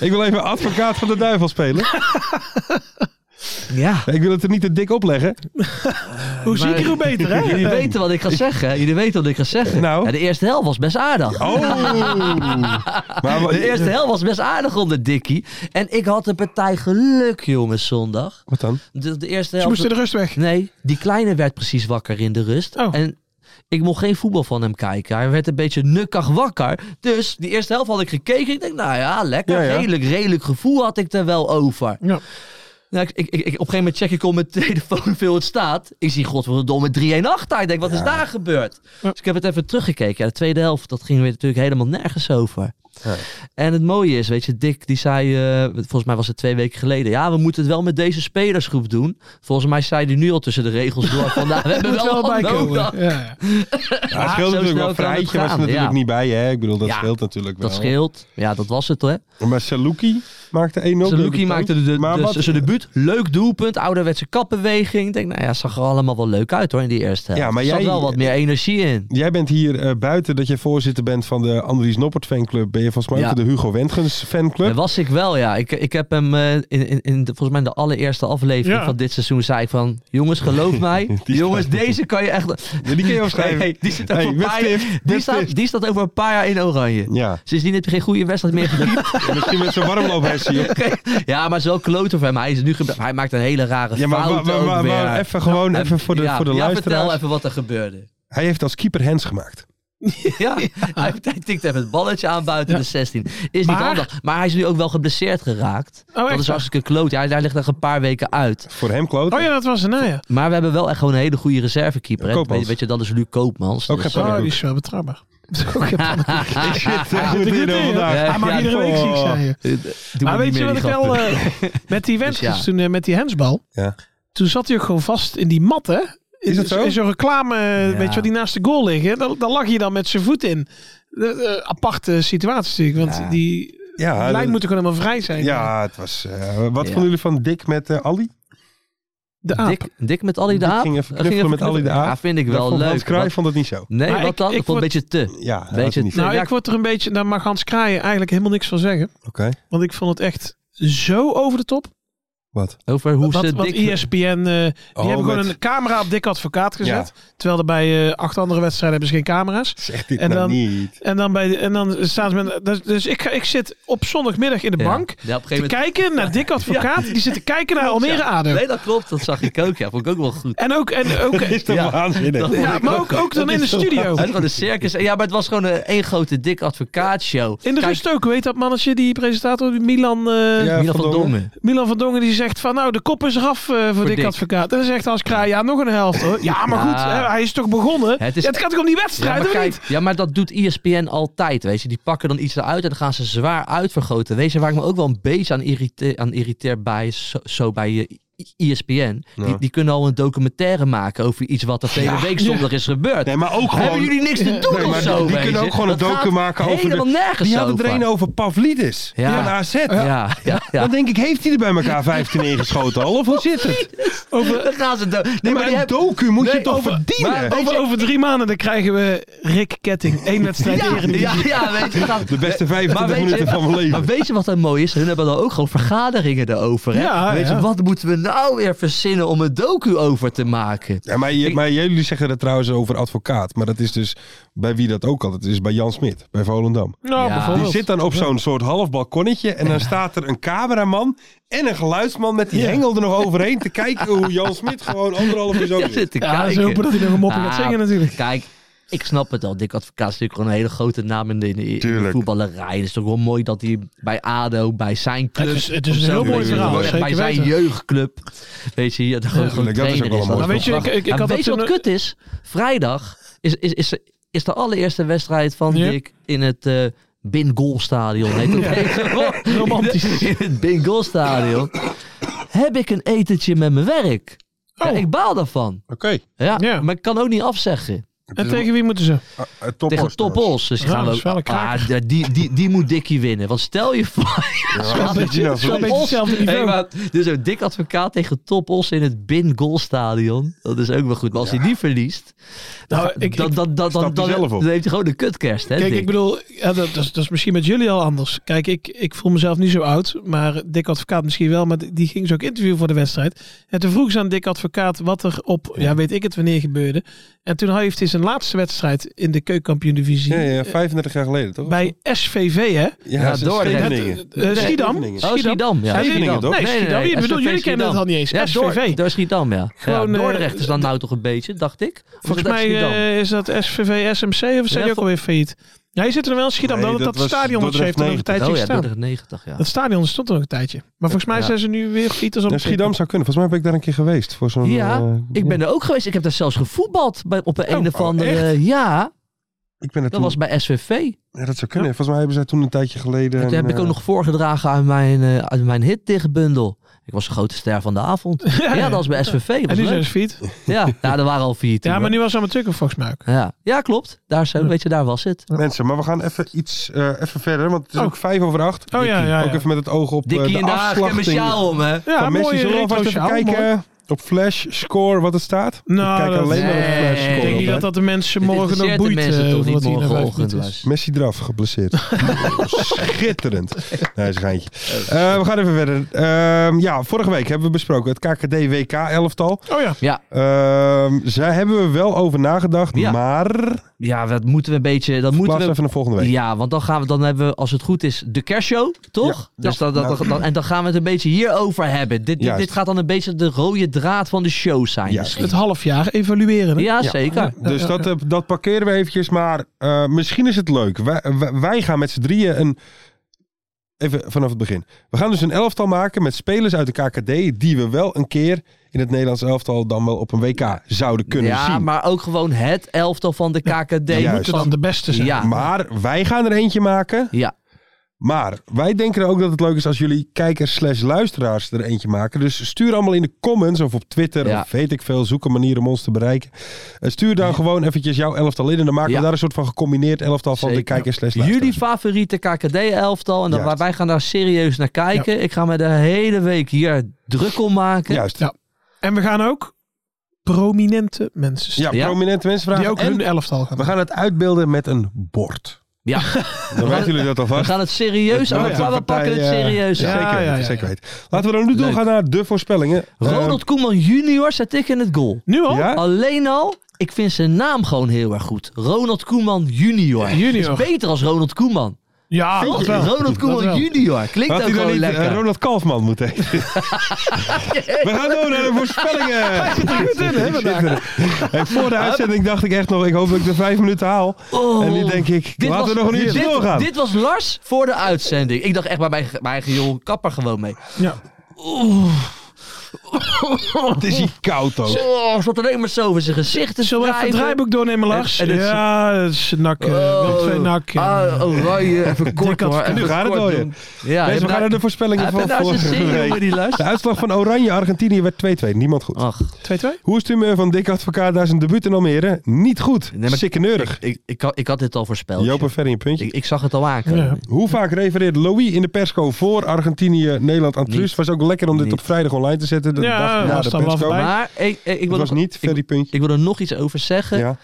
Speaker 4: Ik wil even advocaat van de duivel spelen.
Speaker 5: Ja.
Speaker 4: Ik wil het er niet te dik opleggen.
Speaker 6: Hoe
Speaker 5: maar-
Speaker 6: zieker, hoe beter, hè?
Speaker 5: Jullie weten wat ik ga zeggen. hè? Jullie weten wat ik ga zeggen.
Speaker 4: Nou.
Speaker 5: Ja, de eerste hel was best aardig.
Speaker 4: Maar wat-
Speaker 5: Oh. De eerste hel was best aardig onder Dikkie. En ik had een partij geluk, jongens, zondag.
Speaker 4: Wat dan?
Speaker 5: De, de eerste
Speaker 6: Ze
Speaker 5: helft...
Speaker 6: moesten de rust weg.
Speaker 5: Nee, die kleine werd precies wakker in de rust.
Speaker 6: Oh.
Speaker 5: En ik mocht geen voetbal van hem kijken. Hij werd een beetje nukkig wakker. Dus die eerste helft had ik gekeken. Ik denk, nou ja, lekker.
Speaker 4: Ja, ja.
Speaker 5: Redelijk, redelijk gevoel had ik er wel over.
Speaker 6: Ja.
Speaker 5: Nou, ik, ik, ik, op een gegeven moment check ik op mijn telefoon hoeveel het staat. Ik zie godverdomme 3-1 achter. Ik denk, wat is daar gebeurd?
Speaker 6: Ja.
Speaker 5: Dus ik heb het even teruggekeken. Ja, de tweede helft, dat ging weer natuurlijk helemaal nergens over. En het mooie is, weet je, Dick die zei, eh, volgens mij was het twee weken geleden, ja, we moeten het wel met deze spelersgroep doen. Volgens mij zei hij nu al tussen de regels door van, nou, we hebben
Speaker 6: Moet
Speaker 5: wel
Speaker 6: wel
Speaker 5: wat nodig.
Speaker 6: bijkomen. Ja, ja.
Speaker 4: Ja, het scheelt
Speaker 5: zo
Speaker 4: natuurlijk wel.
Speaker 5: snel kan het
Speaker 4: Vrijtje was er
Speaker 5: gaan,
Speaker 4: natuurlijk
Speaker 5: ja.
Speaker 4: niet bij, hè? Ik bedoel, dat
Speaker 5: Ja,
Speaker 4: scheelt natuurlijk wel.
Speaker 5: Dat scheelt. Ja, dat was het, hè.
Speaker 4: Maar Saluki maakte 1-0.
Speaker 5: Saluki maakte de, de,
Speaker 4: Maar
Speaker 5: de,
Speaker 4: wat-
Speaker 5: zijn debuut. Leuk doelpunt. Ouderwetse kapbeweging. Ik denk, nou ja, zag er allemaal wel leuk uit hoor in die eerste helft.
Speaker 4: Ja, maar
Speaker 5: er zat
Speaker 4: jij-
Speaker 5: wel wat meer energie in.
Speaker 4: Jij bent hier eh, buiten dat je voorzitter bent van de Andries Noppert fanclub. Ben je volgens mij ook
Speaker 5: Ja.
Speaker 4: de Hugo Wendgens fanclub?
Speaker 5: Dat was ik wel, ja. Ik, ik heb hem eh, in, in, in de, volgens mij in de allereerste aflevering
Speaker 6: Ja.
Speaker 5: van dit seizoen zei ik van... Jongens, geloof mij.
Speaker 4: Die
Speaker 5: jongens, deze kan je echt...
Speaker 4: Ja, die kun je opschrijven.
Speaker 5: Nee, die, zit
Speaker 4: Hey,
Speaker 5: over een
Speaker 4: met
Speaker 5: paar
Speaker 4: stift,
Speaker 5: jaar-
Speaker 4: met
Speaker 5: die, staat,
Speaker 4: stift.
Speaker 5: die staat over een paar jaar in oranje.
Speaker 4: Ja.
Speaker 5: Sindsdien heeft hij geen goede wedstrijd meer gekiept.
Speaker 4: Ja, misschien met zijn warmloophessie. joh.
Speaker 5: ja, maar het is wel kloten voor hem. Hij, is nu ge- hij maakt een hele rare
Speaker 4: Ja, maar wa-
Speaker 5: fout
Speaker 4: wa-
Speaker 5: ook
Speaker 4: wa-
Speaker 5: weer.
Speaker 4: wa- even gewoon even voor de,
Speaker 5: ja,
Speaker 4: voor de
Speaker 5: ja,
Speaker 4: luisteraars.
Speaker 5: vertel even wat er gebeurde.
Speaker 4: Hij heeft als keeper hands gemaakt.
Speaker 5: ja, Hij, hij tikt even het balletje aan buiten
Speaker 6: Ja.
Speaker 5: de 16. Is
Speaker 6: Maar-
Speaker 5: niet handig. Maar hij is nu ook wel geblesseerd geraakt.
Speaker 4: Oh,
Speaker 5: dat
Speaker 6: Oh, echt
Speaker 5: is
Speaker 6: waar?
Speaker 5: hartstikke kloot. Ja, hij ligt nog een paar weken uit.
Speaker 4: Voor hem kloot.
Speaker 6: Oh ja, dat was een nou ja.
Speaker 5: Maar we hebben wel echt gewoon een hele goede reservekeeper. hè.
Speaker 4: Koopmans.
Speaker 5: weet, weet je, dat is Luc Koopmans. Dus,
Speaker 4: Ook geen
Speaker 6: Oh,
Speaker 4: pannenkoek.
Speaker 6: die is wel betrouwbaar. Dat is ook geen
Speaker 4: Ik zit er goed
Speaker 6: goed
Speaker 4: in
Speaker 6: in,
Speaker 4: hoor,
Speaker 6: ja.
Speaker 4: vandaag.
Speaker 5: Ja,
Speaker 6: Hij mag
Speaker 5: ja,
Speaker 6: iedere week ziek zijn. joh.
Speaker 5: eh,
Speaker 6: Maar weet je wat ik wel... eh, met die Wendkens
Speaker 5: ja.
Speaker 6: toen, eh, met die hensbal...
Speaker 4: Ja.
Speaker 6: Toen zat hij ook gewoon vast in die mat, hè?
Speaker 4: Is dat zo?
Speaker 6: In zo'n reclame, eh,
Speaker 5: Ja.
Speaker 6: weet je wel, die naast de goal liggen. Daar, daar lag je dan met zijn voet in. De, de eh, aparte situatie natuurlijk. Want
Speaker 5: Ja.
Speaker 6: die
Speaker 4: Ja,
Speaker 6: lijn
Speaker 4: dat-
Speaker 6: moet er gewoon helemaal vrij zijn.
Speaker 4: ja, het was... eh, wat
Speaker 5: Ja.
Speaker 4: vonden jullie van Dick met eh, Ali?
Speaker 6: De aap.
Speaker 5: Dik, dik met Ali de
Speaker 4: Dick
Speaker 5: Aap?
Speaker 4: ging even knuffelen met Ali de Aap.
Speaker 5: Ja, vind ik
Speaker 4: Dat
Speaker 5: wel
Speaker 4: vond Hans
Speaker 5: leuk.
Speaker 4: Cruijff
Speaker 5: Wat-
Speaker 4: vond het niet zo.
Speaker 5: nee,
Speaker 6: Maar ik-
Speaker 5: wat dan?
Speaker 6: ik
Speaker 5: Ik vond het een beetje te.
Speaker 4: Ja, dat
Speaker 5: Weet
Speaker 4: was
Speaker 5: je-
Speaker 4: niet.
Speaker 6: Nou,
Speaker 5: Ja,
Speaker 6: ik word er een beetje... Daar mag Hans Kraaien eigenlijk helemaal niks van zeggen.
Speaker 4: Oké,
Speaker 6: Want ik vond het echt zo over de top.
Speaker 4: wat?
Speaker 5: Over hoe
Speaker 6: Wat,
Speaker 5: ze
Speaker 6: wat
Speaker 5: dik... Oh,
Speaker 6: ESPN... eh, die hebben gewoon
Speaker 4: met-
Speaker 6: een camera op Dick Advocaat gezet. Terwijl er bij eh, acht andere wedstrijden hebben ze geen camera's.
Speaker 4: Zegt dit
Speaker 6: En
Speaker 4: nou
Speaker 6: dan-
Speaker 4: niet.
Speaker 6: En dan, bij de- en dan staan ze met... Dus, dus ik, ga, ik zit op zondagmiddag in de
Speaker 5: Ja.
Speaker 6: bank...
Speaker 5: Ja, op een
Speaker 6: te
Speaker 5: gegeven
Speaker 6: kijken naar Dick Advocaat. Die zitten kijken naar Almere ADO.
Speaker 5: moment... Nee, dat klopt. Dat zag ik ook. Ja, vond ik ook wel goed.
Speaker 6: En ook... En ook
Speaker 4: Is toch
Speaker 5: Ja.
Speaker 4: waanzinnig?
Speaker 5: Dat-
Speaker 6: ja, maar ook, ook dan in de studio.
Speaker 5: Het was gewoon een circus. Ja, maar het was gewoon een één grote dik advocaatshow.
Speaker 6: In de
Speaker 5: Kijk,
Speaker 6: rust ook. Weet dat mannetje, die presentator, die Milan, eh,
Speaker 4: Ja,
Speaker 5: Milan van
Speaker 4: Dongen.
Speaker 5: Dongen.
Speaker 6: Milan van Dongen, die zegt van... Nou, de kop is eraf eh, voor, Dick
Speaker 5: Dick.
Speaker 6: Advocaat. En dan zegt Hans Kraai, ja, nog een helft hoor. Ja, maar
Speaker 5: Ja.
Speaker 6: goed, hè, hij is toch begonnen?
Speaker 5: Het is-
Speaker 6: Ja, het gaat toch om die
Speaker 5: Ja
Speaker 6: wedstrijd,
Speaker 5: maar,
Speaker 6: of
Speaker 5: kijk,
Speaker 6: niet?
Speaker 5: ja, maar dat doet E ESPN altijd, weet je. Die pakken dan iets eruit en dan gaan ze zwaar uitvergroten. Weet je, waar ik me ook wel een beetje aan irriteer, aan irriteer bij, is zo, zo bij eh, ESPN, die,
Speaker 4: Ja.
Speaker 5: die kunnen al een documentaire maken over iets wat er vele week zondag is gebeurd.
Speaker 4: Nee, maar ook gewoon...
Speaker 5: Hebben jullie niks te doen
Speaker 4: Nee,
Speaker 5: of
Speaker 4: maar
Speaker 5: zo?
Speaker 4: die, die
Speaker 5: weet
Speaker 4: kunnen
Speaker 5: je?
Speaker 4: ook gewoon een
Speaker 5: Dat
Speaker 4: docu
Speaker 5: gaat
Speaker 4: maken over...
Speaker 5: helemaal
Speaker 4: de-
Speaker 5: nergens
Speaker 4: die hadden
Speaker 5: over.
Speaker 4: er een over Pavlidis.
Speaker 5: Ja.
Speaker 4: Ja. Van AZ.
Speaker 5: Ja, ja, ja.
Speaker 4: Dan denk ik, heeft hij er bij elkaar 15 ingeschoten al? Of hoe zit het?
Speaker 5: Dan gaan ze dood. Nee,
Speaker 4: Nee, maar
Speaker 5: die
Speaker 4: een
Speaker 5: hebben-
Speaker 4: docu moet je
Speaker 5: Nee,
Speaker 4: toch
Speaker 5: over-
Speaker 4: verdienen?
Speaker 5: maar-
Speaker 6: Over, over drie maanden dan krijgen we Rick Ketting. Eén wedstrijd
Speaker 5: Ja,
Speaker 6: Eredivisie.
Speaker 5: ja, ja, weet je. dan-
Speaker 4: De beste
Speaker 5: Maar
Speaker 4: 25
Speaker 5: weet je-
Speaker 4: minuten van mijn
Speaker 5: Maar
Speaker 4: leven.
Speaker 5: weet je wat dan mooi is? Hun hebben dan ook gewoon vergaderingen erover. Hè?
Speaker 6: Ja,
Speaker 5: weet
Speaker 6: ja.
Speaker 5: je, wat moeten we nou weer verzinnen om een docu over te maken?
Speaker 4: Ja, maar, je- maar jullie zeggen dat trouwens over advocaat. Maar dat is dus bij wie dat ook altijd is. Bij Jan Smit, bij Volendam.
Speaker 6: Nou,
Speaker 5: Ja.
Speaker 4: Die
Speaker 6: bijvoorbeeld.
Speaker 4: zit dan op zo'n soort half balkonnetje. En dan staat er een cameraman en een geluidsman met die hengel er nog overheen. Te kijken hoe Jan Smit gewoon anderhalf uur zo
Speaker 5: Ja,
Speaker 4: zit.
Speaker 5: zit te
Speaker 6: Ja, ze
Speaker 5: kijken.
Speaker 6: hopen dat hij nog een mopje gaat
Speaker 5: Ah,
Speaker 6: zingen natuurlijk.
Speaker 5: Kijk, ik snap het al. Dick Advocaat is natuurlijk gewoon een hele grote naam in de, in de- in de
Speaker 4: Tuurlijk.
Speaker 5: voetballerij. Het is toch wel mooi dat hij bij ADO, bij zijn club...
Speaker 6: Het is- het is een
Speaker 5: op zo'n
Speaker 6: heel mooi
Speaker 5: manier,
Speaker 6: verhaal,
Speaker 5: gewoon echt
Speaker 6: zeker
Speaker 5: Bij zijn
Speaker 6: weten.
Speaker 5: jeugdclub. Weet je, dat gewoon, gewoon
Speaker 4: tuurlijk, dat is ook
Speaker 5: trainer
Speaker 4: wel
Speaker 5: is. dat is
Speaker 4: een mooi
Speaker 6: Maar weet je,
Speaker 5: wel
Speaker 6: ik, ik, ik
Speaker 5: En
Speaker 6: had
Speaker 5: weet je
Speaker 6: dat
Speaker 5: wat
Speaker 6: toen-
Speaker 5: kut is? Vrijdag is, is, is, de- is de allereerste wedstrijd van
Speaker 6: Ja.
Speaker 5: Dick in het eh Bin Gol Stadion. Heet dat tegenwoordig.
Speaker 6: Romantisch.
Speaker 5: In het Bin Gol Stadion heb ik een etentje met mijn werk. Ja,
Speaker 6: Oh.
Speaker 5: ik baal daarvan.
Speaker 4: Oké. Eh,
Speaker 5: Ja,
Speaker 6: Ja.
Speaker 5: maar ik kan ook niet afzeggen.
Speaker 6: En eh, tegen wie moeten ze?
Speaker 4: Ah, eh, Top
Speaker 5: Tegen
Speaker 4: Os trouwens.
Speaker 5: Topos. Dus die
Speaker 6: Ja,
Speaker 5: gaan we
Speaker 6: dat is
Speaker 5: ook-
Speaker 6: wel een kraker.
Speaker 5: Ah, die- die, die, die moet Dikkie winnen. Want stel je voor...
Speaker 4: Ja, wat is die nou voor-
Speaker 6: Wel een beetje hetzelfde
Speaker 5: Hey,
Speaker 6: niveau.
Speaker 5: maar, dus een dik advocaat tegen Topos in het Bin Gol Stadion. Dat is ook wel goed. Maar als hij die verliest... dan
Speaker 6: Nou,
Speaker 5: ga-
Speaker 6: ik-
Speaker 5: dan,
Speaker 6: ik-
Speaker 5: dan, dan, dan,
Speaker 4: Stapt hij
Speaker 5: dan-
Speaker 4: zelf op.
Speaker 5: dan heeft hij gewoon een kutkerst. Hè,
Speaker 6: Kijk,
Speaker 5: Dick?
Speaker 6: ik bedoel, ja, dat, dat, is, dat is misschien met jullie al anders. Kijk, ik, ik voel mezelf niet zo oud, maar Dick Advocaat misschien wel. Maar die ging ze ook interviewen voor de wedstrijd. En toen vroeg ze aan Dick Advocaat wat er op, ja, weet ik het wanneer gebeurde. En toen heeft hij zijn laatste wedstrijd in de keukenkampioen-divisie
Speaker 4: Ja, ja, 35 jaar geleden toch?
Speaker 6: bij SVV, hè?
Speaker 4: Ja,
Speaker 5: Ja, door-
Speaker 4: Scheveningen.
Speaker 6: Eh, eh, Schiedam.
Speaker 4: Scheveningen.
Speaker 5: Oh, Schiedam. Ja.
Speaker 6: Nee,
Speaker 4: Scheveningen, toch?
Speaker 6: Nee, Schiedam. Ik bedoel,
Speaker 5: SVV
Speaker 6: jullie
Speaker 5: Schiedam.
Speaker 6: kennen het al niet eens.
Speaker 5: Ja, Dor-
Speaker 6: SVV.
Speaker 5: Door Schiedam, ja.
Speaker 6: Gewoon,
Speaker 5: ja.
Speaker 6: eh,
Speaker 5: Dordrecht is dan nou toch een beetje, dacht ik. Of is
Speaker 6: Volgens
Speaker 5: dat
Speaker 6: mij
Speaker 5: Schiedam?
Speaker 6: eh, is dat SVV SMC of zijn
Speaker 5: Ja,
Speaker 6: die ook
Speaker 5: vol-
Speaker 6: alweer failliet? Ja, je zit er wel in Schiedam.
Speaker 4: Nee,
Speaker 6: dat,
Speaker 4: dat
Speaker 6: dat,
Speaker 4: was
Speaker 6: stadion wat ze heeft er nog een
Speaker 4: Dordrecht
Speaker 6: tijdje
Speaker 5: oh ja,
Speaker 6: gestaan.
Speaker 5: Dordrecht 90, ja.
Speaker 6: Dat stadion stond er nog een tijdje. Maar volgens mij
Speaker 5: Ja.
Speaker 6: zijn ze nu weer failliet als op
Speaker 4: Ja, Schiedam zou kunnen. Volgens mij ben ik daar een keer geweest. Voor zo'n,
Speaker 5: Ja,
Speaker 4: eh,
Speaker 5: Ik ben er ook geweest. Ik heb daar zelfs gevoetbald bij, op een,
Speaker 4: Oh,
Speaker 5: een of
Speaker 4: oh,
Speaker 5: andere...
Speaker 4: echt?
Speaker 5: Ja,
Speaker 4: ik ben er
Speaker 5: dat
Speaker 4: toen,
Speaker 5: was bij SVV.
Speaker 4: ja, dat zou kunnen. Volgens mij hebben zij toen een eh, tijdje geleden...
Speaker 5: En toen heb ik ook nog voorgedragen aan mijn, eh aan mijn hitdichtbundel. Ik was de grote ster van de avond. Ja, dat was bij SVV. Dat
Speaker 6: En
Speaker 5: was
Speaker 6: nu zijn
Speaker 5: leuk.
Speaker 6: ze failliet.
Speaker 5: Ja, ja, er waren al vier toen,
Speaker 6: Ja, maar
Speaker 5: hoor.
Speaker 6: nu was Amateurcup volgens mij ook.
Speaker 5: Ja. ja, klopt. Daar, zo, weet je, daar was het.
Speaker 4: Mensen, maar we gaan even iets eh, even verder. Want het is
Speaker 6: Oh.
Speaker 4: ook vijf over acht.
Speaker 6: ja, ja, ja.
Speaker 4: Ook even met het oog op eh,
Speaker 5: Dikkie
Speaker 4: de
Speaker 5: in de Haag, ik heb een
Speaker 4: afslachting.
Speaker 5: sjaal om, hè.
Speaker 6: Ja,
Speaker 4: van Messi. Zullen we alvast even
Speaker 6: sjaal,
Speaker 4: kijken
Speaker 6: mooi.
Speaker 4: op Flash, Score, wat het staat?
Speaker 6: Nou,
Speaker 4: ik kijk
Speaker 6: dat-
Speaker 4: alleen maar op
Speaker 5: Nee,
Speaker 4: Flash Score.
Speaker 6: Ik denk niet
Speaker 4: altijd.
Speaker 6: dat dat de mensen
Speaker 5: Dit
Speaker 6: morgen nog
Speaker 5: interesseert
Speaker 6: boeit.
Speaker 5: de mensen
Speaker 6: eh,
Speaker 5: toch niet
Speaker 6: wat hier nou bij
Speaker 5: morgenochtend.
Speaker 6: gebeurd is.
Speaker 5: luister.
Speaker 4: Messi eraf, geblesseerd. Schitterend. Nee, is een geintje. Eh, we gaan even verder. Ehm, ja, vorige week hebben we besproken het KKD-WK-elftal.
Speaker 6: Oh ja.
Speaker 5: Ja,
Speaker 4: Ehm, zij hebben we wel over nagedacht,
Speaker 5: Ja.
Speaker 4: maar... Plaats
Speaker 5: ja, dat moeten we een beetje... Dat moeten we,
Speaker 4: even naar volgende week.
Speaker 5: Ja, want dan gaan we, dan hebben we, als het goed is, de kerstshow, toch?
Speaker 4: Ja.
Speaker 5: Dus
Speaker 4: Ja. Nou,
Speaker 5: dan, dan, dan- en dan gaan we het een beetje hierover hebben. Dit, dit,
Speaker 4: Juist.
Speaker 5: dit gaat dan een beetje de rode draad van de show zijn.
Speaker 4: Juist.
Speaker 5: misschien.
Speaker 6: Het halfjaar evalueren. hè?
Speaker 5: Ja, zeker.
Speaker 4: Dus dat, eh, dat parkeren we eventjes, maar eh, misschien is het leuk. Wij, wij- wij gaan met z'n drieën een... Even vanaf het begin. We gaan dus een elftal maken met spelers uit de KKD... die we wel een keer in het Nederlands elftal dan wel op een WK zouden kunnen
Speaker 5: ja,
Speaker 4: zien.
Speaker 5: maar ook gewoon het elftal van de KKD.
Speaker 4: Ja,
Speaker 6: Moeten dan de beste zijn.
Speaker 5: ja.
Speaker 4: Maar wij gaan er eentje maken.
Speaker 5: Ja.
Speaker 4: Maar wij denken ook dat het leuk is als jullie kijkers slash luisteraars er eentje maken. Dus stuur allemaal in de comments of op Twitter
Speaker 5: Ja.
Speaker 4: of weet ik veel. Zoek een manier om ons te bereiken. Eh, Stuur dan gewoon eventjes jouw elftal in. En dan maken
Speaker 5: Ja.
Speaker 4: we daar een soort van gecombineerd elftal van de
Speaker 5: Zeker.
Speaker 4: kijkers slash
Speaker 5: Jullie
Speaker 4: luisteraars.
Speaker 5: favoriete KKD-elftal. En dan,
Speaker 4: Juist.
Speaker 5: wij gaan daar serieus naar kijken. Ik ga me de hele week hier druk om maken.
Speaker 4: Juist.
Speaker 6: Ja. En we gaan ook prominente mensen
Speaker 4: Ja,
Speaker 6: stellen.
Speaker 5: Ja.
Speaker 4: prominente mensen
Speaker 6: Die
Speaker 4: vragen.
Speaker 6: ook hun
Speaker 4: En
Speaker 6: elftal gaan
Speaker 4: we gaan het uitbeelden met een bord.
Speaker 5: Ja.
Speaker 4: Dan weten jullie dat
Speaker 5: We
Speaker 4: alvast.
Speaker 5: gaan dus het serieus
Speaker 4: Dat
Speaker 5: aan.
Speaker 4: wordt een
Speaker 5: we pakken het
Speaker 4: partij, eh,
Speaker 5: serieus aan.
Speaker 6: Ja,
Speaker 4: Zeker weten,
Speaker 6: ja, ja,
Speaker 4: zeker
Speaker 6: ja.
Speaker 4: weten. Laten we dan nu
Speaker 5: Leuk.
Speaker 4: doorgaan naar de voorspellingen.
Speaker 5: Ronald Koeman junior zet ik in het goal.
Speaker 6: Nu al?
Speaker 4: Eh, ja?
Speaker 5: Alleen al, ik vind zijn naam gewoon heel erg goed. Ronald Koeman junior.
Speaker 6: Junior.
Speaker 5: Is beter als Ronald Koeman.
Speaker 6: Ja, dat wel.
Speaker 5: Ronald
Speaker 6: Dat wel.
Speaker 5: Koeman junior. Klinkt
Speaker 4: Had
Speaker 5: ook
Speaker 4: hij dan
Speaker 5: gewoon
Speaker 4: niet eh,
Speaker 5: lekker.
Speaker 4: Ronald Kalfman moeten heten? We gaan door naar de voorspellingen. En voor de uitzending dacht ik echt nog, ik hoop dat ik de vijf minuten haal.
Speaker 5: Oh.
Speaker 4: En nu denk ik,
Speaker 5: Dit
Speaker 4: laten we
Speaker 5: was-
Speaker 4: nog een uurtje
Speaker 5: dit-
Speaker 4: doorgaan.
Speaker 5: Dit was Lars voor de uitzending. Ik dacht echt bij mijn, mijn eigen Johan Kapper gewoon mee.
Speaker 6: Ja.
Speaker 5: Oeh.
Speaker 4: Het is hier koud ook.
Speaker 5: Oh, zat alleen maar zo over zijn gezicht te
Speaker 6: Zullen we even het
Speaker 5: wrijven.
Speaker 6: draaiboek doornemen, Lars?
Speaker 5: En- en het-
Speaker 6: ja, dat is nak. eh, Willem twee nak. eh.
Speaker 5: Oh. Ah, oranje, even kort
Speaker 6: had-
Speaker 5: hoor.
Speaker 6: en
Speaker 4: nu
Speaker 5: even
Speaker 4: gaat het
Speaker 5: kort
Speaker 4: alweer.
Speaker 5: doen. Ja,
Speaker 4: Mensen,
Speaker 5: je
Speaker 4: we gaan
Speaker 5: bent-
Speaker 4: naar de voorspellingen
Speaker 5: Hij
Speaker 4: van
Speaker 5: bent nou zijn
Speaker 4: vorige
Speaker 5: zin, jongen,
Speaker 4: week.
Speaker 5: die
Speaker 4: De
Speaker 5: luistert. Oh.
Speaker 4: uitslag van Oranje-Argentinië werd 2-2. Niemand goed.
Speaker 5: Ach,
Speaker 6: 2-2?
Speaker 4: Hoe is het humeur van Dick Advocaat na zijn debuut in Almere? Niet goed.
Speaker 5: Nee, maar-
Speaker 4: Sikke neurig.
Speaker 5: ik, ik, had- ik had dit al voorspeld.
Speaker 4: Joop en
Speaker 5: joh.
Speaker 4: Ferry een puntje.
Speaker 5: Ik, ik zag het al aankomen.
Speaker 6: Ja.
Speaker 4: Hoe vaak refereert Louis in de persco voor Argentinië, Nederland aan
Speaker 5: Niet.
Speaker 4: Truus? Was ook lekker om dit
Speaker 5: Niet.
Speaker 4: op vrijdag online te zetten. De
Speaker 6: Ja,
Speaker 4: dag na
Speaker 6: was
Speaker 4: de
Speaker 6: dan wel
Speaker 4: persco.
Speaker 6: voorbij.
Speaker 5: Maar ik, ik, ik,
Speaker 4: Het
Speaker 5: wil
Speaker 4: was
Speaker 5: nog-
Speaker 4: niet, Ferry
Speaker 5: ik,
Speaker 4: puntje.
Speaker 5: ik wil er nog iets over zeggen.
Speaker 4: Ja,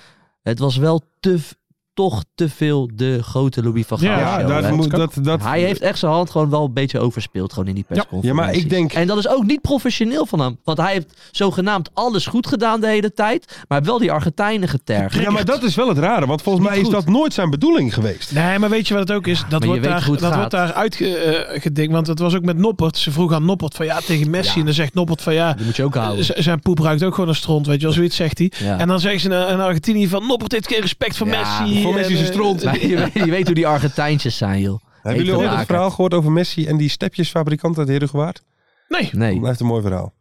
Speaker 5: Het was wel te, v- toch te veel de grote Louis van Gaal.
Speaker 6: Ja,
Speaker 4: ja
Speaker 5: show,
Speaker 4: daar
Speaker 5: hè.
Speaker 4: moet- dat, dat,
Speaker 5: Hij heeft echt zijn hand gewoon wel een beetje overspeeld gewoon in die persconferentie.
Speaker 4: Ja, maar ik denk-
Speaker 5: En dat is ook niet professioneel van hem. Want hij heeft zogenaamd alles goed gedaan de hele tijd. Maar hij heeft wel die Argentijnen getergd.
Speaker 4: ja, maar dat is wel het rare. Want volgens mij is
Speaker 5: goed.
Speaker 4: dat nooit zijn bedoeling geweest.
Speaker 6: Nee, maar weet je wat het ook is? Dat,
Speaker 5: Ah, je
Speaker 6: wordt
Speaker 5: weet
Speaker 6: daar,
Speaker 5: hoe het
Speaker 6: dat
Speaker 5: gaat.
Speaker 6: wordt daar uitgedikt. want het was ook met Noppert. Ze vroeg aan Noppert van ja tegen Messi.
Speaker 5: Ja.
Speaker 6: En dan zegt Noppert van ja,
Speaker 5: Die moet je ook houden.
Speaker 6: z- zijn poep ruikt ook gewoon een stront. Weet je wel, zoiets zegt hij.
Speaker 5: Ja.
Speaker 6: En dan zeggen ze in in Argentinië van Noppert heeft geen respect voor
Speaker 5: Ja,
Speaker 6: Messi.
Speaker 4: voor Messi
Speaker 6: En,
Speaker 4: zijn
Speaker 6: eh,
Speaker 4: stront.
Speaker 5: Maar je, weet, je weet hoe die Argentijntjes zijn, joh.
Speaker 4: Hebben jullie
Speaker 5: Eten
Speaker 4: ooit het
Speaker 5: raken.
Speaker 4: verhaal gehoord over Messi en die stepjesfabrikant uit Herengewaard?
Speaker 6: Nee.
Speaker 5: Nee.
Speaker 4: Blijft een mooi verhaal.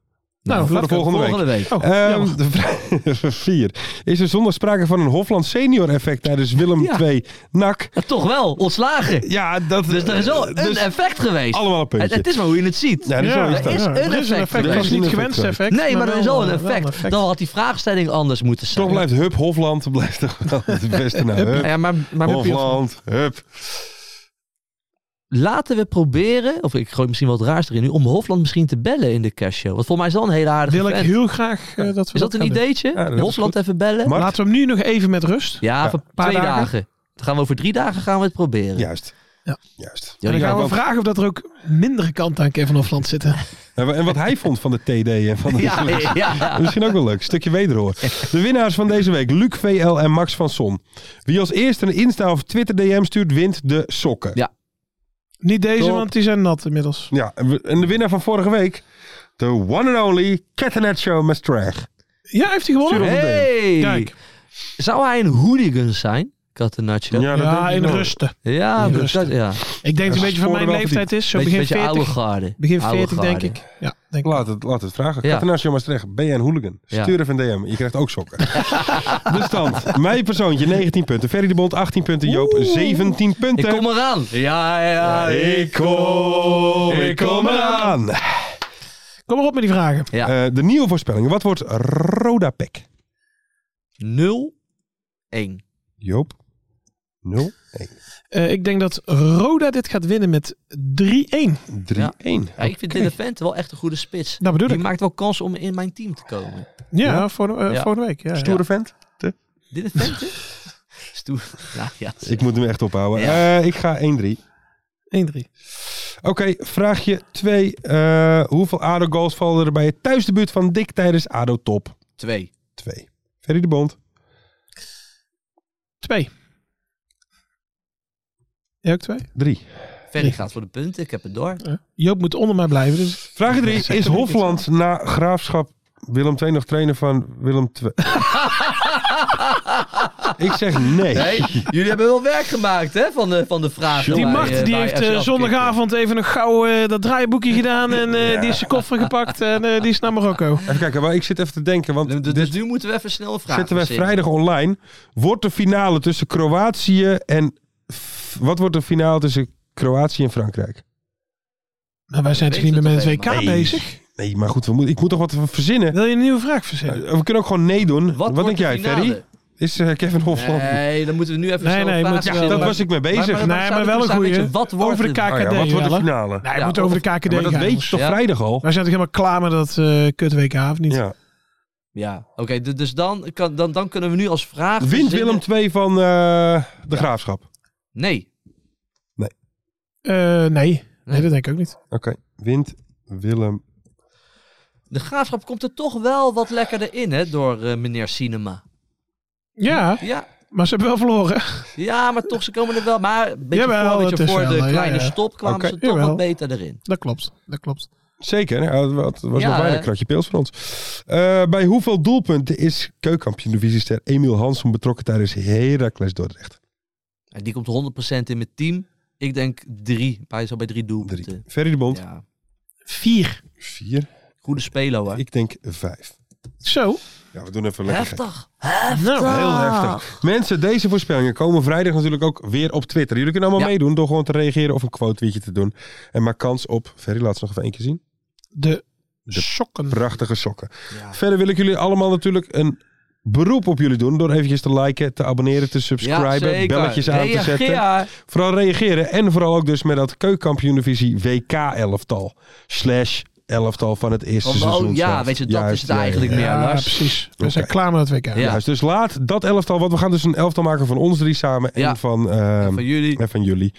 Speaker 6: Nou,
Speaker 4: voor de volgende week.
Speaker 5: week.
Speaker 6: Oh,
Speaker 4: Ehm,
Speaker 6: jammer.
Speaker 4: de vraag 4. Is er zondag sprake van een Hofland senior effect tijdens Willem
Speaker 5: Ja.
Speaker 4: 2 NAC?
Speaker 5: Ja, toch wel, ontslagen.
Speaker 4: Ja, dat
Speaker 5: Dus er is wel een
Speaker 4: dus
Speaker 5: effect geweest.
Speaker 4: allemaal een puntje.
Speaker 5: Het, het is maar hoe je het ziet.
Speaker 4: Ja, dus zo is
Speaker 5: er
Speaker 4: dat.
Speaker 5: is een
Speaker 6: er
Speaker 5: effect.
Speaker 4: Er is
Speaker 6: Het was
Speaker 4: een
Speaker 6: niet
Speaker 4: effect,
Speaker 6: gewenst
Speaker 4: ja.
Speaker 6: effect.
Speaker 5: nee, maar er is wel een
Speaker 6: wel
Speaker 5: effect. Dan had die vraagstelling anders moeten zijn.
Speaker 4: Toch blijft Hup Hofland blijft toch wel het beste nou. Hup,
Speaker 5: Ja, maar, maar
Speaker 4: Hofland, Hup.
Speaker 5: laten we proberen, of ik gooi misschien wat raars erin nu, om Hofland misschien te bellen in de castshow. Want volgens mij is dat een hele aardige
Speaker 6: Wil ik
Speaker 5: vent.
Speaker 6: heel graag eh, dat we
Speaker 5: Is dat een
Speaker 6: gaan doen.
Speaker 5: ideetje?
Speaker 4: Ja, dat is
Speaker 5: Hofland even bellen?
Speaker 4: Mart?
Speaker 6: Laten we hem nu nog even met rust.
Speaker 5: ja,
Speaker 4: Ja.
Speaker 5: voor
Speaker 6: Paar
Speaker 5: twee
Speaker 6: dagen?
Speaker 5: dagen. Dan gaan we over drie dagen gaan we het proberen.
Speaker 4: Juist.
Speaker 6: Ja.
Speaker 4: Juist.
Speaker 5: Ja,
Speaker 6: en dan
Speaker 4: ja,
Speaker 6: gaan we
Speaker 4: want-
Speaker 6: vragen of dat er ook mindere kant aan Kevin Hofland zitten.
Speaker 4: En wa- en wat hij vond van de TD en van de
Speaker 5: Ja, ja, ja.
Speaker 4: Misschien ook wel leuk. Stukje wederhoor. De winnaars van deze week. Luc VL en Max van Son. Wie als eerste een Insta of Twitter DM stuurt, wint de sokken.
Speaker 5: Ja.
Speaker 6: Niet deze,
Speaker 4: Top.
Speaker 6: want die zijn nat inmiddels.
Speaker 4: Ja, en we- en de winnaar van vorige week. De one and only Catternet Show Maastricht.
Speaker 6: Ja, heeft hij gewonnen?
Speaker 5: Hey.
Speaker 6: Kijk.
Speaker 5: Zou hij een hooligan zijn? Catenaccio. Ja,
Speaker 4: dat
Speaker 6: Ja,
Speaker 4: denk ik
Speaker 6: in
Speaker 4: wel.
Speaker 6: rusten.
Speaker 5: ja,
Speaker 6: In
Speaker 5: dat-
Speaker 6: rusten.
Speaker 5: ja.
Speaker 6: Ik denk dat het een beetje van
Speaker 4: sporen
Speaker 6: mijn
Speaker 4: wel
Speaker 6: leeftijd is. Zo
Speaker 5: beetje,
Speaker 6: begin
Speaker 5: beetje oude
Speaker 6: 40.
Speaker 5: garde.
Speaker 6: Begin
Speaker 5: Oude
Speaker 6: 40 denk
Speaker 5: garde.
Speaker 6: ik. Ja, denk ik.
Speaker 4: Laat het, laat het vragen.
Speaker 5: Ja.
Speaker 4: Ja. Maastricht, ben jij een hooligan?
Speaker 5: Ja.
Speaker 4: Stuur even een DM. Je krijgt ook sokken. de stand. Mijn persoontje 19 punten. Ferry de Bond 18 punten. Joop 17
Speaker 5: Ik
Speaker 4: punten.
Speaker 5: kom eraan. Ja, ja,
Speaker 4: Ik kom, ik kom eraan.
Speaker 6: Kom maar op met die vragen.
Speaker 5: Ja.
Speaker 4: Eh, de nieuwe voorspellingen. Wat wordt Roda Pek?
Speaker 5: 0-1.
Speaker 4: Joop. 0, 1,
Speaker 6: Eh, ik denk dat Roda dit gaat winnen met 3-1.
Speaker 4: 3,
Speaker 5: Ja.
Speaker 4: 1.
Speaker 5: Ja, ik vind Dylan Vente wel echt een goede spits.
Speaker 6: Dat bedoel
Speaker 5: Die
Speaker 6: ik.
Speaker 5: maakt wel kans om in mijn team te komen.
Speaker 6: Ja, Volgende, eh,
Speaker 5: Ja.
Speaker 6: volgende week. Ja, ja.
Speaker 4: Stoere vent.
Speaker 5: Dylan Vente? Stoer. Nou ja.
Speaker 4: Ik moet hem echt ophouden. Eh, ik ga 1, 3.
Speaker 6: 1-3.
Speaker 4: Oké, vraagje 2. hoeveel ADO-goals vallen er bij het thuisdebuut van Dick tijdens ADO-top?
Speaker 5: Twee.
Speaker 4: 2. Ferry de Bond.
Speaker 6: 2. Jij ook 2?
Speaker 4: 3.
Speaker 5: Ferry gaat voor de punten. Ik heb het door.
Speaker 6: Joop moet onder mij blijven. Dus...
Speaker 4: Vraag 3. Is Hofland na graafschap Willem II nog trainer van Willem II? ik zeg nee.
Speaker 5: jullie hebben wel werk gemaakt hè, van, de, van de vragen.
Speaker 6: Die macht die heeft eh, zondagavond even nog gauw eh, dat draaiboekje gedaan. En eh, die is zijn koffer gepakt en eh, die is naar Marokko.
Speaker 4: Even kijken, maar ik zit even te denken. Want
Speaker 5: Dus, dus nu moeten we even snel een vraag
Speaker 4: zetten wij vrijdag online. Wordt de finale tussen Kroatië en... F- Wat wordt de finale tussen Kroatië en Frankrijk?
Speaker 6: Maar Nou, wij zijn
Speaker 5: Weet
Speaker 6: toch niet meer
Speaker 5: het
Speaker 6: met het
Speaker 5: toch
Speaker 6: WK
Speaker 5: helemaal
Speaker 4: niet?
Speaker 6: bezig?
Speaker 4: Nee, maar goed, we moet, ik moet toch wat verzinnen. Eh,
Speaker 6: Wil je een nieuwe vraag verzinnen?
Speaker 4: We kunnen ook gewoon nee doen. Wat,
Speaker 5: Wat, wordt
Speaker 4: denk
Speaker 5: de
Speaker 4: jij,
Speaker 5: finale?
Speaker 4: Ferry? Is eh, Kevin Hofland...
Speaker 5: Nee, dan moeten we nu even
Speaker 6: Nee,
Speaker 5: snel
Speaker 6: nee,
Speaker 5: een vraag
Speaker 6: moet-
Speaker 4: Ja,
Speaker 6: wel-
Speaker 4: dat
Speaker 5: stellen.
Speaker 4: was ik mee bezig.
Speaker 5: Maar- maar-
Speaker 6: Nee,
Speaker 5: zou
Speaker 6: maar
Speaker 5: ik
Speaker 6: wel
Speaker 5: dus
Speaker 6: een
Speaker 5: aan
Speaker 6: goeie.
Speaker 5: met je, Wat wordt
Speaker 6: Over de
Speaker 5: het?
Speaker 4: Oh ja,
Speaker 6: KKD.
Speaker 4: wat wordt de
Speaker 6: wel, hè?
Speaker 4: finale?
Speaker 6: Nee,
Speaker 5: Ja,
Speaker 6: moet over de
Speaker 5: over-
Speaker 6: KKD
Speaker 4: maar dat
Speaker 6: gaan,
Speaker 4: weet
Speaker 6: jongens.
Speaker 4: je toch
Speaker 5: Ja.
Speaker 4: vrijdag al?
Speaker 6: Wij zijn toch helemaal klaar met dat eh kut WK, of niet?
Speaker 4: Ja.
Speaker 5: Ja, oké. du- dus dan, kan, dan, dan kunnen we nu als vraag...
Speaker 4: Wint
Speaker 5: verzinnen-
Speaker 4: Willem 2 van eh, de Graafschap?
Speaker 5: Nee.
Speaker 6: Eh, nee. nee, dat denk ik ook niet.
Speaker 4: Oké. Wint Willem...
Speaker 5: De graafschap komt er toch wel wat lekkerder in, hè, door eh, meneer Cinema.
Speaker 6: Ja,
Speaker 5: Ja,
Speaker 6: maar ze hebben wel verloren.
Speaker 5: ja, maar toch, ze komen er wel... Maar een beetje
Speaker 6: Jawel,
Speaker 5: voor, een
Speaker 6: het
Speaker 5: beetje
Speaker 6: is
Speaker 5: voor
Speaker 6: wel,
Speaker 5: de
Speaker 6: eh, ja,
Speaker 5: kleine
Speaker 6: ja.
Speaker 5: stop kwamen
Speaker 4: Oké,
Speaker 5: ze toch
Speaker 6: jawel.
Speaker 5: wat beter erin.
Speaker 6: Dat klopt, dat klopt.
Speaker 4: Zeker, ja, het wa- het was
Speaker 5: Ja,
Speaker 4: nog bijna
Speaker 5: hè?
Speaker 4: een kratje pils voor ons. Eh, bij hoeveel doelpunten is keukenkampioen-divisiester Emiel Hansen betrokken tijdens Heracles Dordrecht?
Speaker 5: En die komt 100% in mijn team. Ik denk drie, bij, zo bij drie
Speaker 4: Drie.
Speaker 5: doelpunten.
Speaker 4: Ferry de Bond?
Speaker 5: Ja.
Speaker 6: Vier.
Speaker 4: Vier.
Speaker 9: Goede speler hoor.
Speaker 4: Ik denk vijf.
Speaker 6: Zo.
Speaker 4: Ja, we doen even lekker gek.
Speaker 9: Heftig. Heftig.
Speaker 6: Nou,
Speaker 4: Heel
Speaker 5: Ah.
Speaker 4: heftig. Mensen, deze voorspellingen komen vrijdag natuurlijk ook weer op Twitter. Jullie kunnen allemaal
Speaker 9: Ja.
Speaker 4: meedoen door gewoon te reageren of een quote tweetje te doen. En maak kans op, Ferry, laat ze nog even één keer zien.
Speaker 6: De,
Speaker 4: De
Speaker 6: sokken.
Speaker 4: Prachtige sokken. Verder wil ik jullie allemaal natuurlijk een beroep op jullie doen. Door eventjes te liken, te abonneren, te subscriben,
Speaker 9: zeker.
Speaker 4: belletjes aan te
Speaker 9: Reageer.
Speaker 4: zetten. Vooral reageren en vooral ook dus met dat keukenkampioendivisie WK-elftal. Slash elftal van het eerste seizoen.
Speaker 9: Gewoon, Oh, ja,
Speaker 4: zelf.
Speaker 9: weet je, dat
Speaker 4: Juist,
Speaker 9: is het
Speaker 4: ja, ja,
Speaker 9: eigenlijk
Speaker 4: ja.
Speaker 9: meer,
Speaker 6: Ja,
Speaker 9: Lars.
Speaker 6: precies. We
Speaker 4: Oké.
Speaker 6: zijn klaar met het WK.
Speaker 9: Ja.
Speaker 4: Juist, dus laat dat elftal, want we gaan dus een elftal maken van ons drie samen en
Speaker 9: Ja.
Speaker 4: van, ehm,
Speaker 9: Van jullie.
Speaker 4: en van jullie.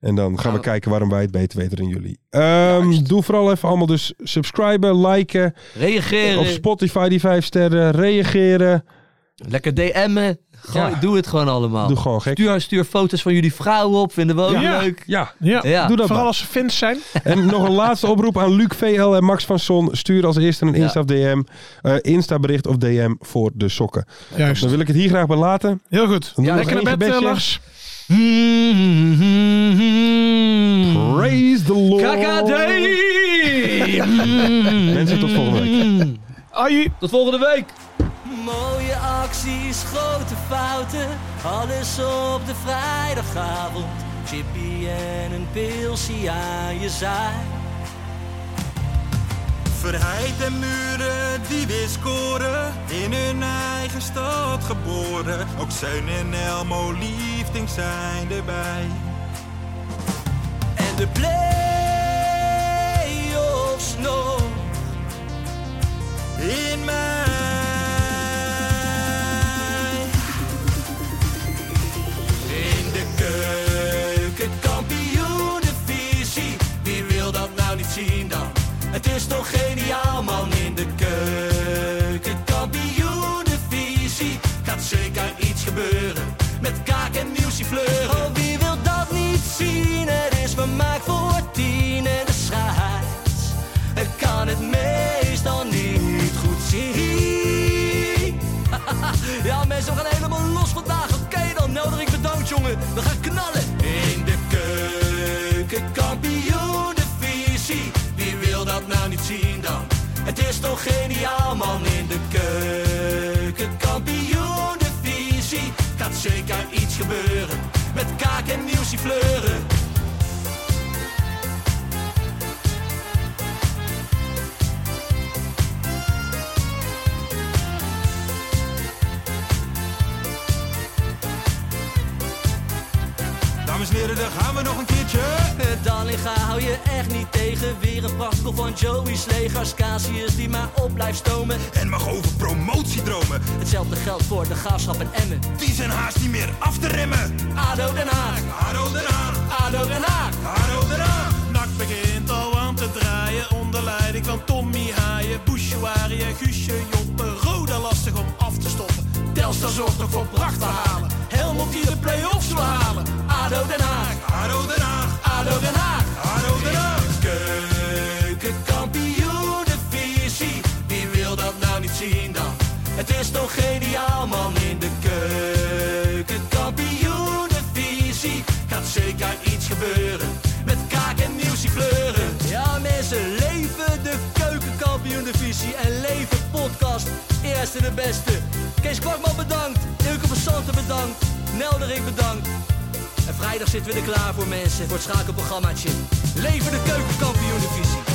Speaker 4: En dan gaan we
Speaker 9: Ah.
Speaker 4: kijken waarom wij het beter weten dan jullie. Ehm, doe vooral even allemaal dus subscriben, liken. Op
Speaker 9: Reageren.
Speaker 4: Spotify die vijf sterren, reageren.
Speaker 9: Lekker DM'en. Gewoon,
Speaker 4: Ja.
Speaker 9: Doe het gewoon allemaal.
Speaker 6: Oh.
Speaker 4: Doe gewoon gek.
Speaker 9: Stuur, stuur foto's van jullie vrouwen op. Vinden we ook
Speaker 6: Ja.
Speaker 9: leuk.
Speaker 4: Ja,
Speaker 6: Ja.
Speaker 9: Ja.
Speaker 4: doe dat
Speaker 6: Vooral
Speaker 4: maar.
Speaker 6: als ze Fins zijn.
Speaker 4: En nog een laatste oproep aan Luc VL en Max van Son. Stuur als eerste een
Speaker 9: Ja.
Speaker 4: Insta of DM, eh, Insta bericht of DM voor de sokken.
Speaker 6: Juist.
Speaker 4: Dan wil ik het hier graag bij laten.
Speaker 6: Heel goed.
Speaker 4: Dan doen we nog
Speaker 6: Lekker
Speaker 4: één
Speaker 6: naar bed, eh,
Speaker 4: gebedje.
Speaker 6: Lars.
Speaker 5: Mm-hmm.
Speaker 4: Praise the Lord.
Speaker 9: KKD!
Speaker 4: Mensen, tot volgende week.
Speaker 6: Ai.
Speaker 9: Tot volgende week.
Speaker 5: Mooie acties, grote fouten, alles op de vrijdagavond. Chippy en een pilsie aan je zaai.
Speaker 10: Verheid en muren die weer scoren, in hun eigen stad geboren. Ook Zeun en Elmo liefding zijn erbij.
Speaker 5: En de play-offs nog.
Speaker 10: In mij.
Speaker 5: In de keuken, kampioenenvisie. Wie wil dat nou niet zien dan? Het is toch geniaal man in de keuken, kampioenenvisie. Gaat zeker iets gebeuren met kaak en muziek fleuren. Oh, wie wil dat niet zien? Het is vermaakt voor tien en de scheids. Ik kan het meestal niet goed zien. Ja, mensen, we gaan helemaal los vandaag. Oké, dan nodig ik bedankt, jongen. We gaan knallen. In de keuken, kampioen, de visie. Wie wil dat nou niet zien dan? Het is toch geniaal, man. In de keuken, kampioen, de visie. Gaat zeker iets gebeuren. Met kaak en nieuwsie fleuren.
Speaker 10: Dames en heren, daar gaan we nog een keertje.
Speaker 5: Dallinga hou je echt niet tegen. Weer een prachtkel van Joey's legers. Casius die maar op blijft stomen.
Speaker 10: En mag over promotiedromen,
Speaker 5: Hetzelfde geldt voor de graafschap en Emmen.
Speaker 10: die zijn haast niet meer af te remmen.
Speaker 5: ADO Den Haag,
Speaker 10: Haro eraan,
Speaker 5: ADO Den Haag.
Speaker 10: haro eraan.
Speaker 11: Nak begint al aan te draaien onder leiding van Tommy Haaien, Bouchouari en Guusje Joppen. Roda lastig om af te stoppen. Telstar zorgt nog voor pracht te halen. Helmond die de play-offs wil halen.
Speaker 5: ADO Den Haag,
Speaker 10: Haro eraan,
Speaker 5: ADO Den Haag.
Speaker 10: haro eraan.
Speaker 5: Keukenkampioenenvisie, wie wil dat nou niet zien dan? Het is toch geniaal man in de keukenkampioenenvisie. Gaat zeker iets gebeuren, met kaak en nieuwsie fleuren. Ja mensen, leven de keukenkampioenenvisie en leven podcast. Eerste de beste. Kees Kwakman bedankt, Ilke van Santen bedankt, Nelderik bedankt. En vrijdag zitten we er klaar voor mensen, voor het schakelprogrammaatje. Leven de keukenkampioen divisie.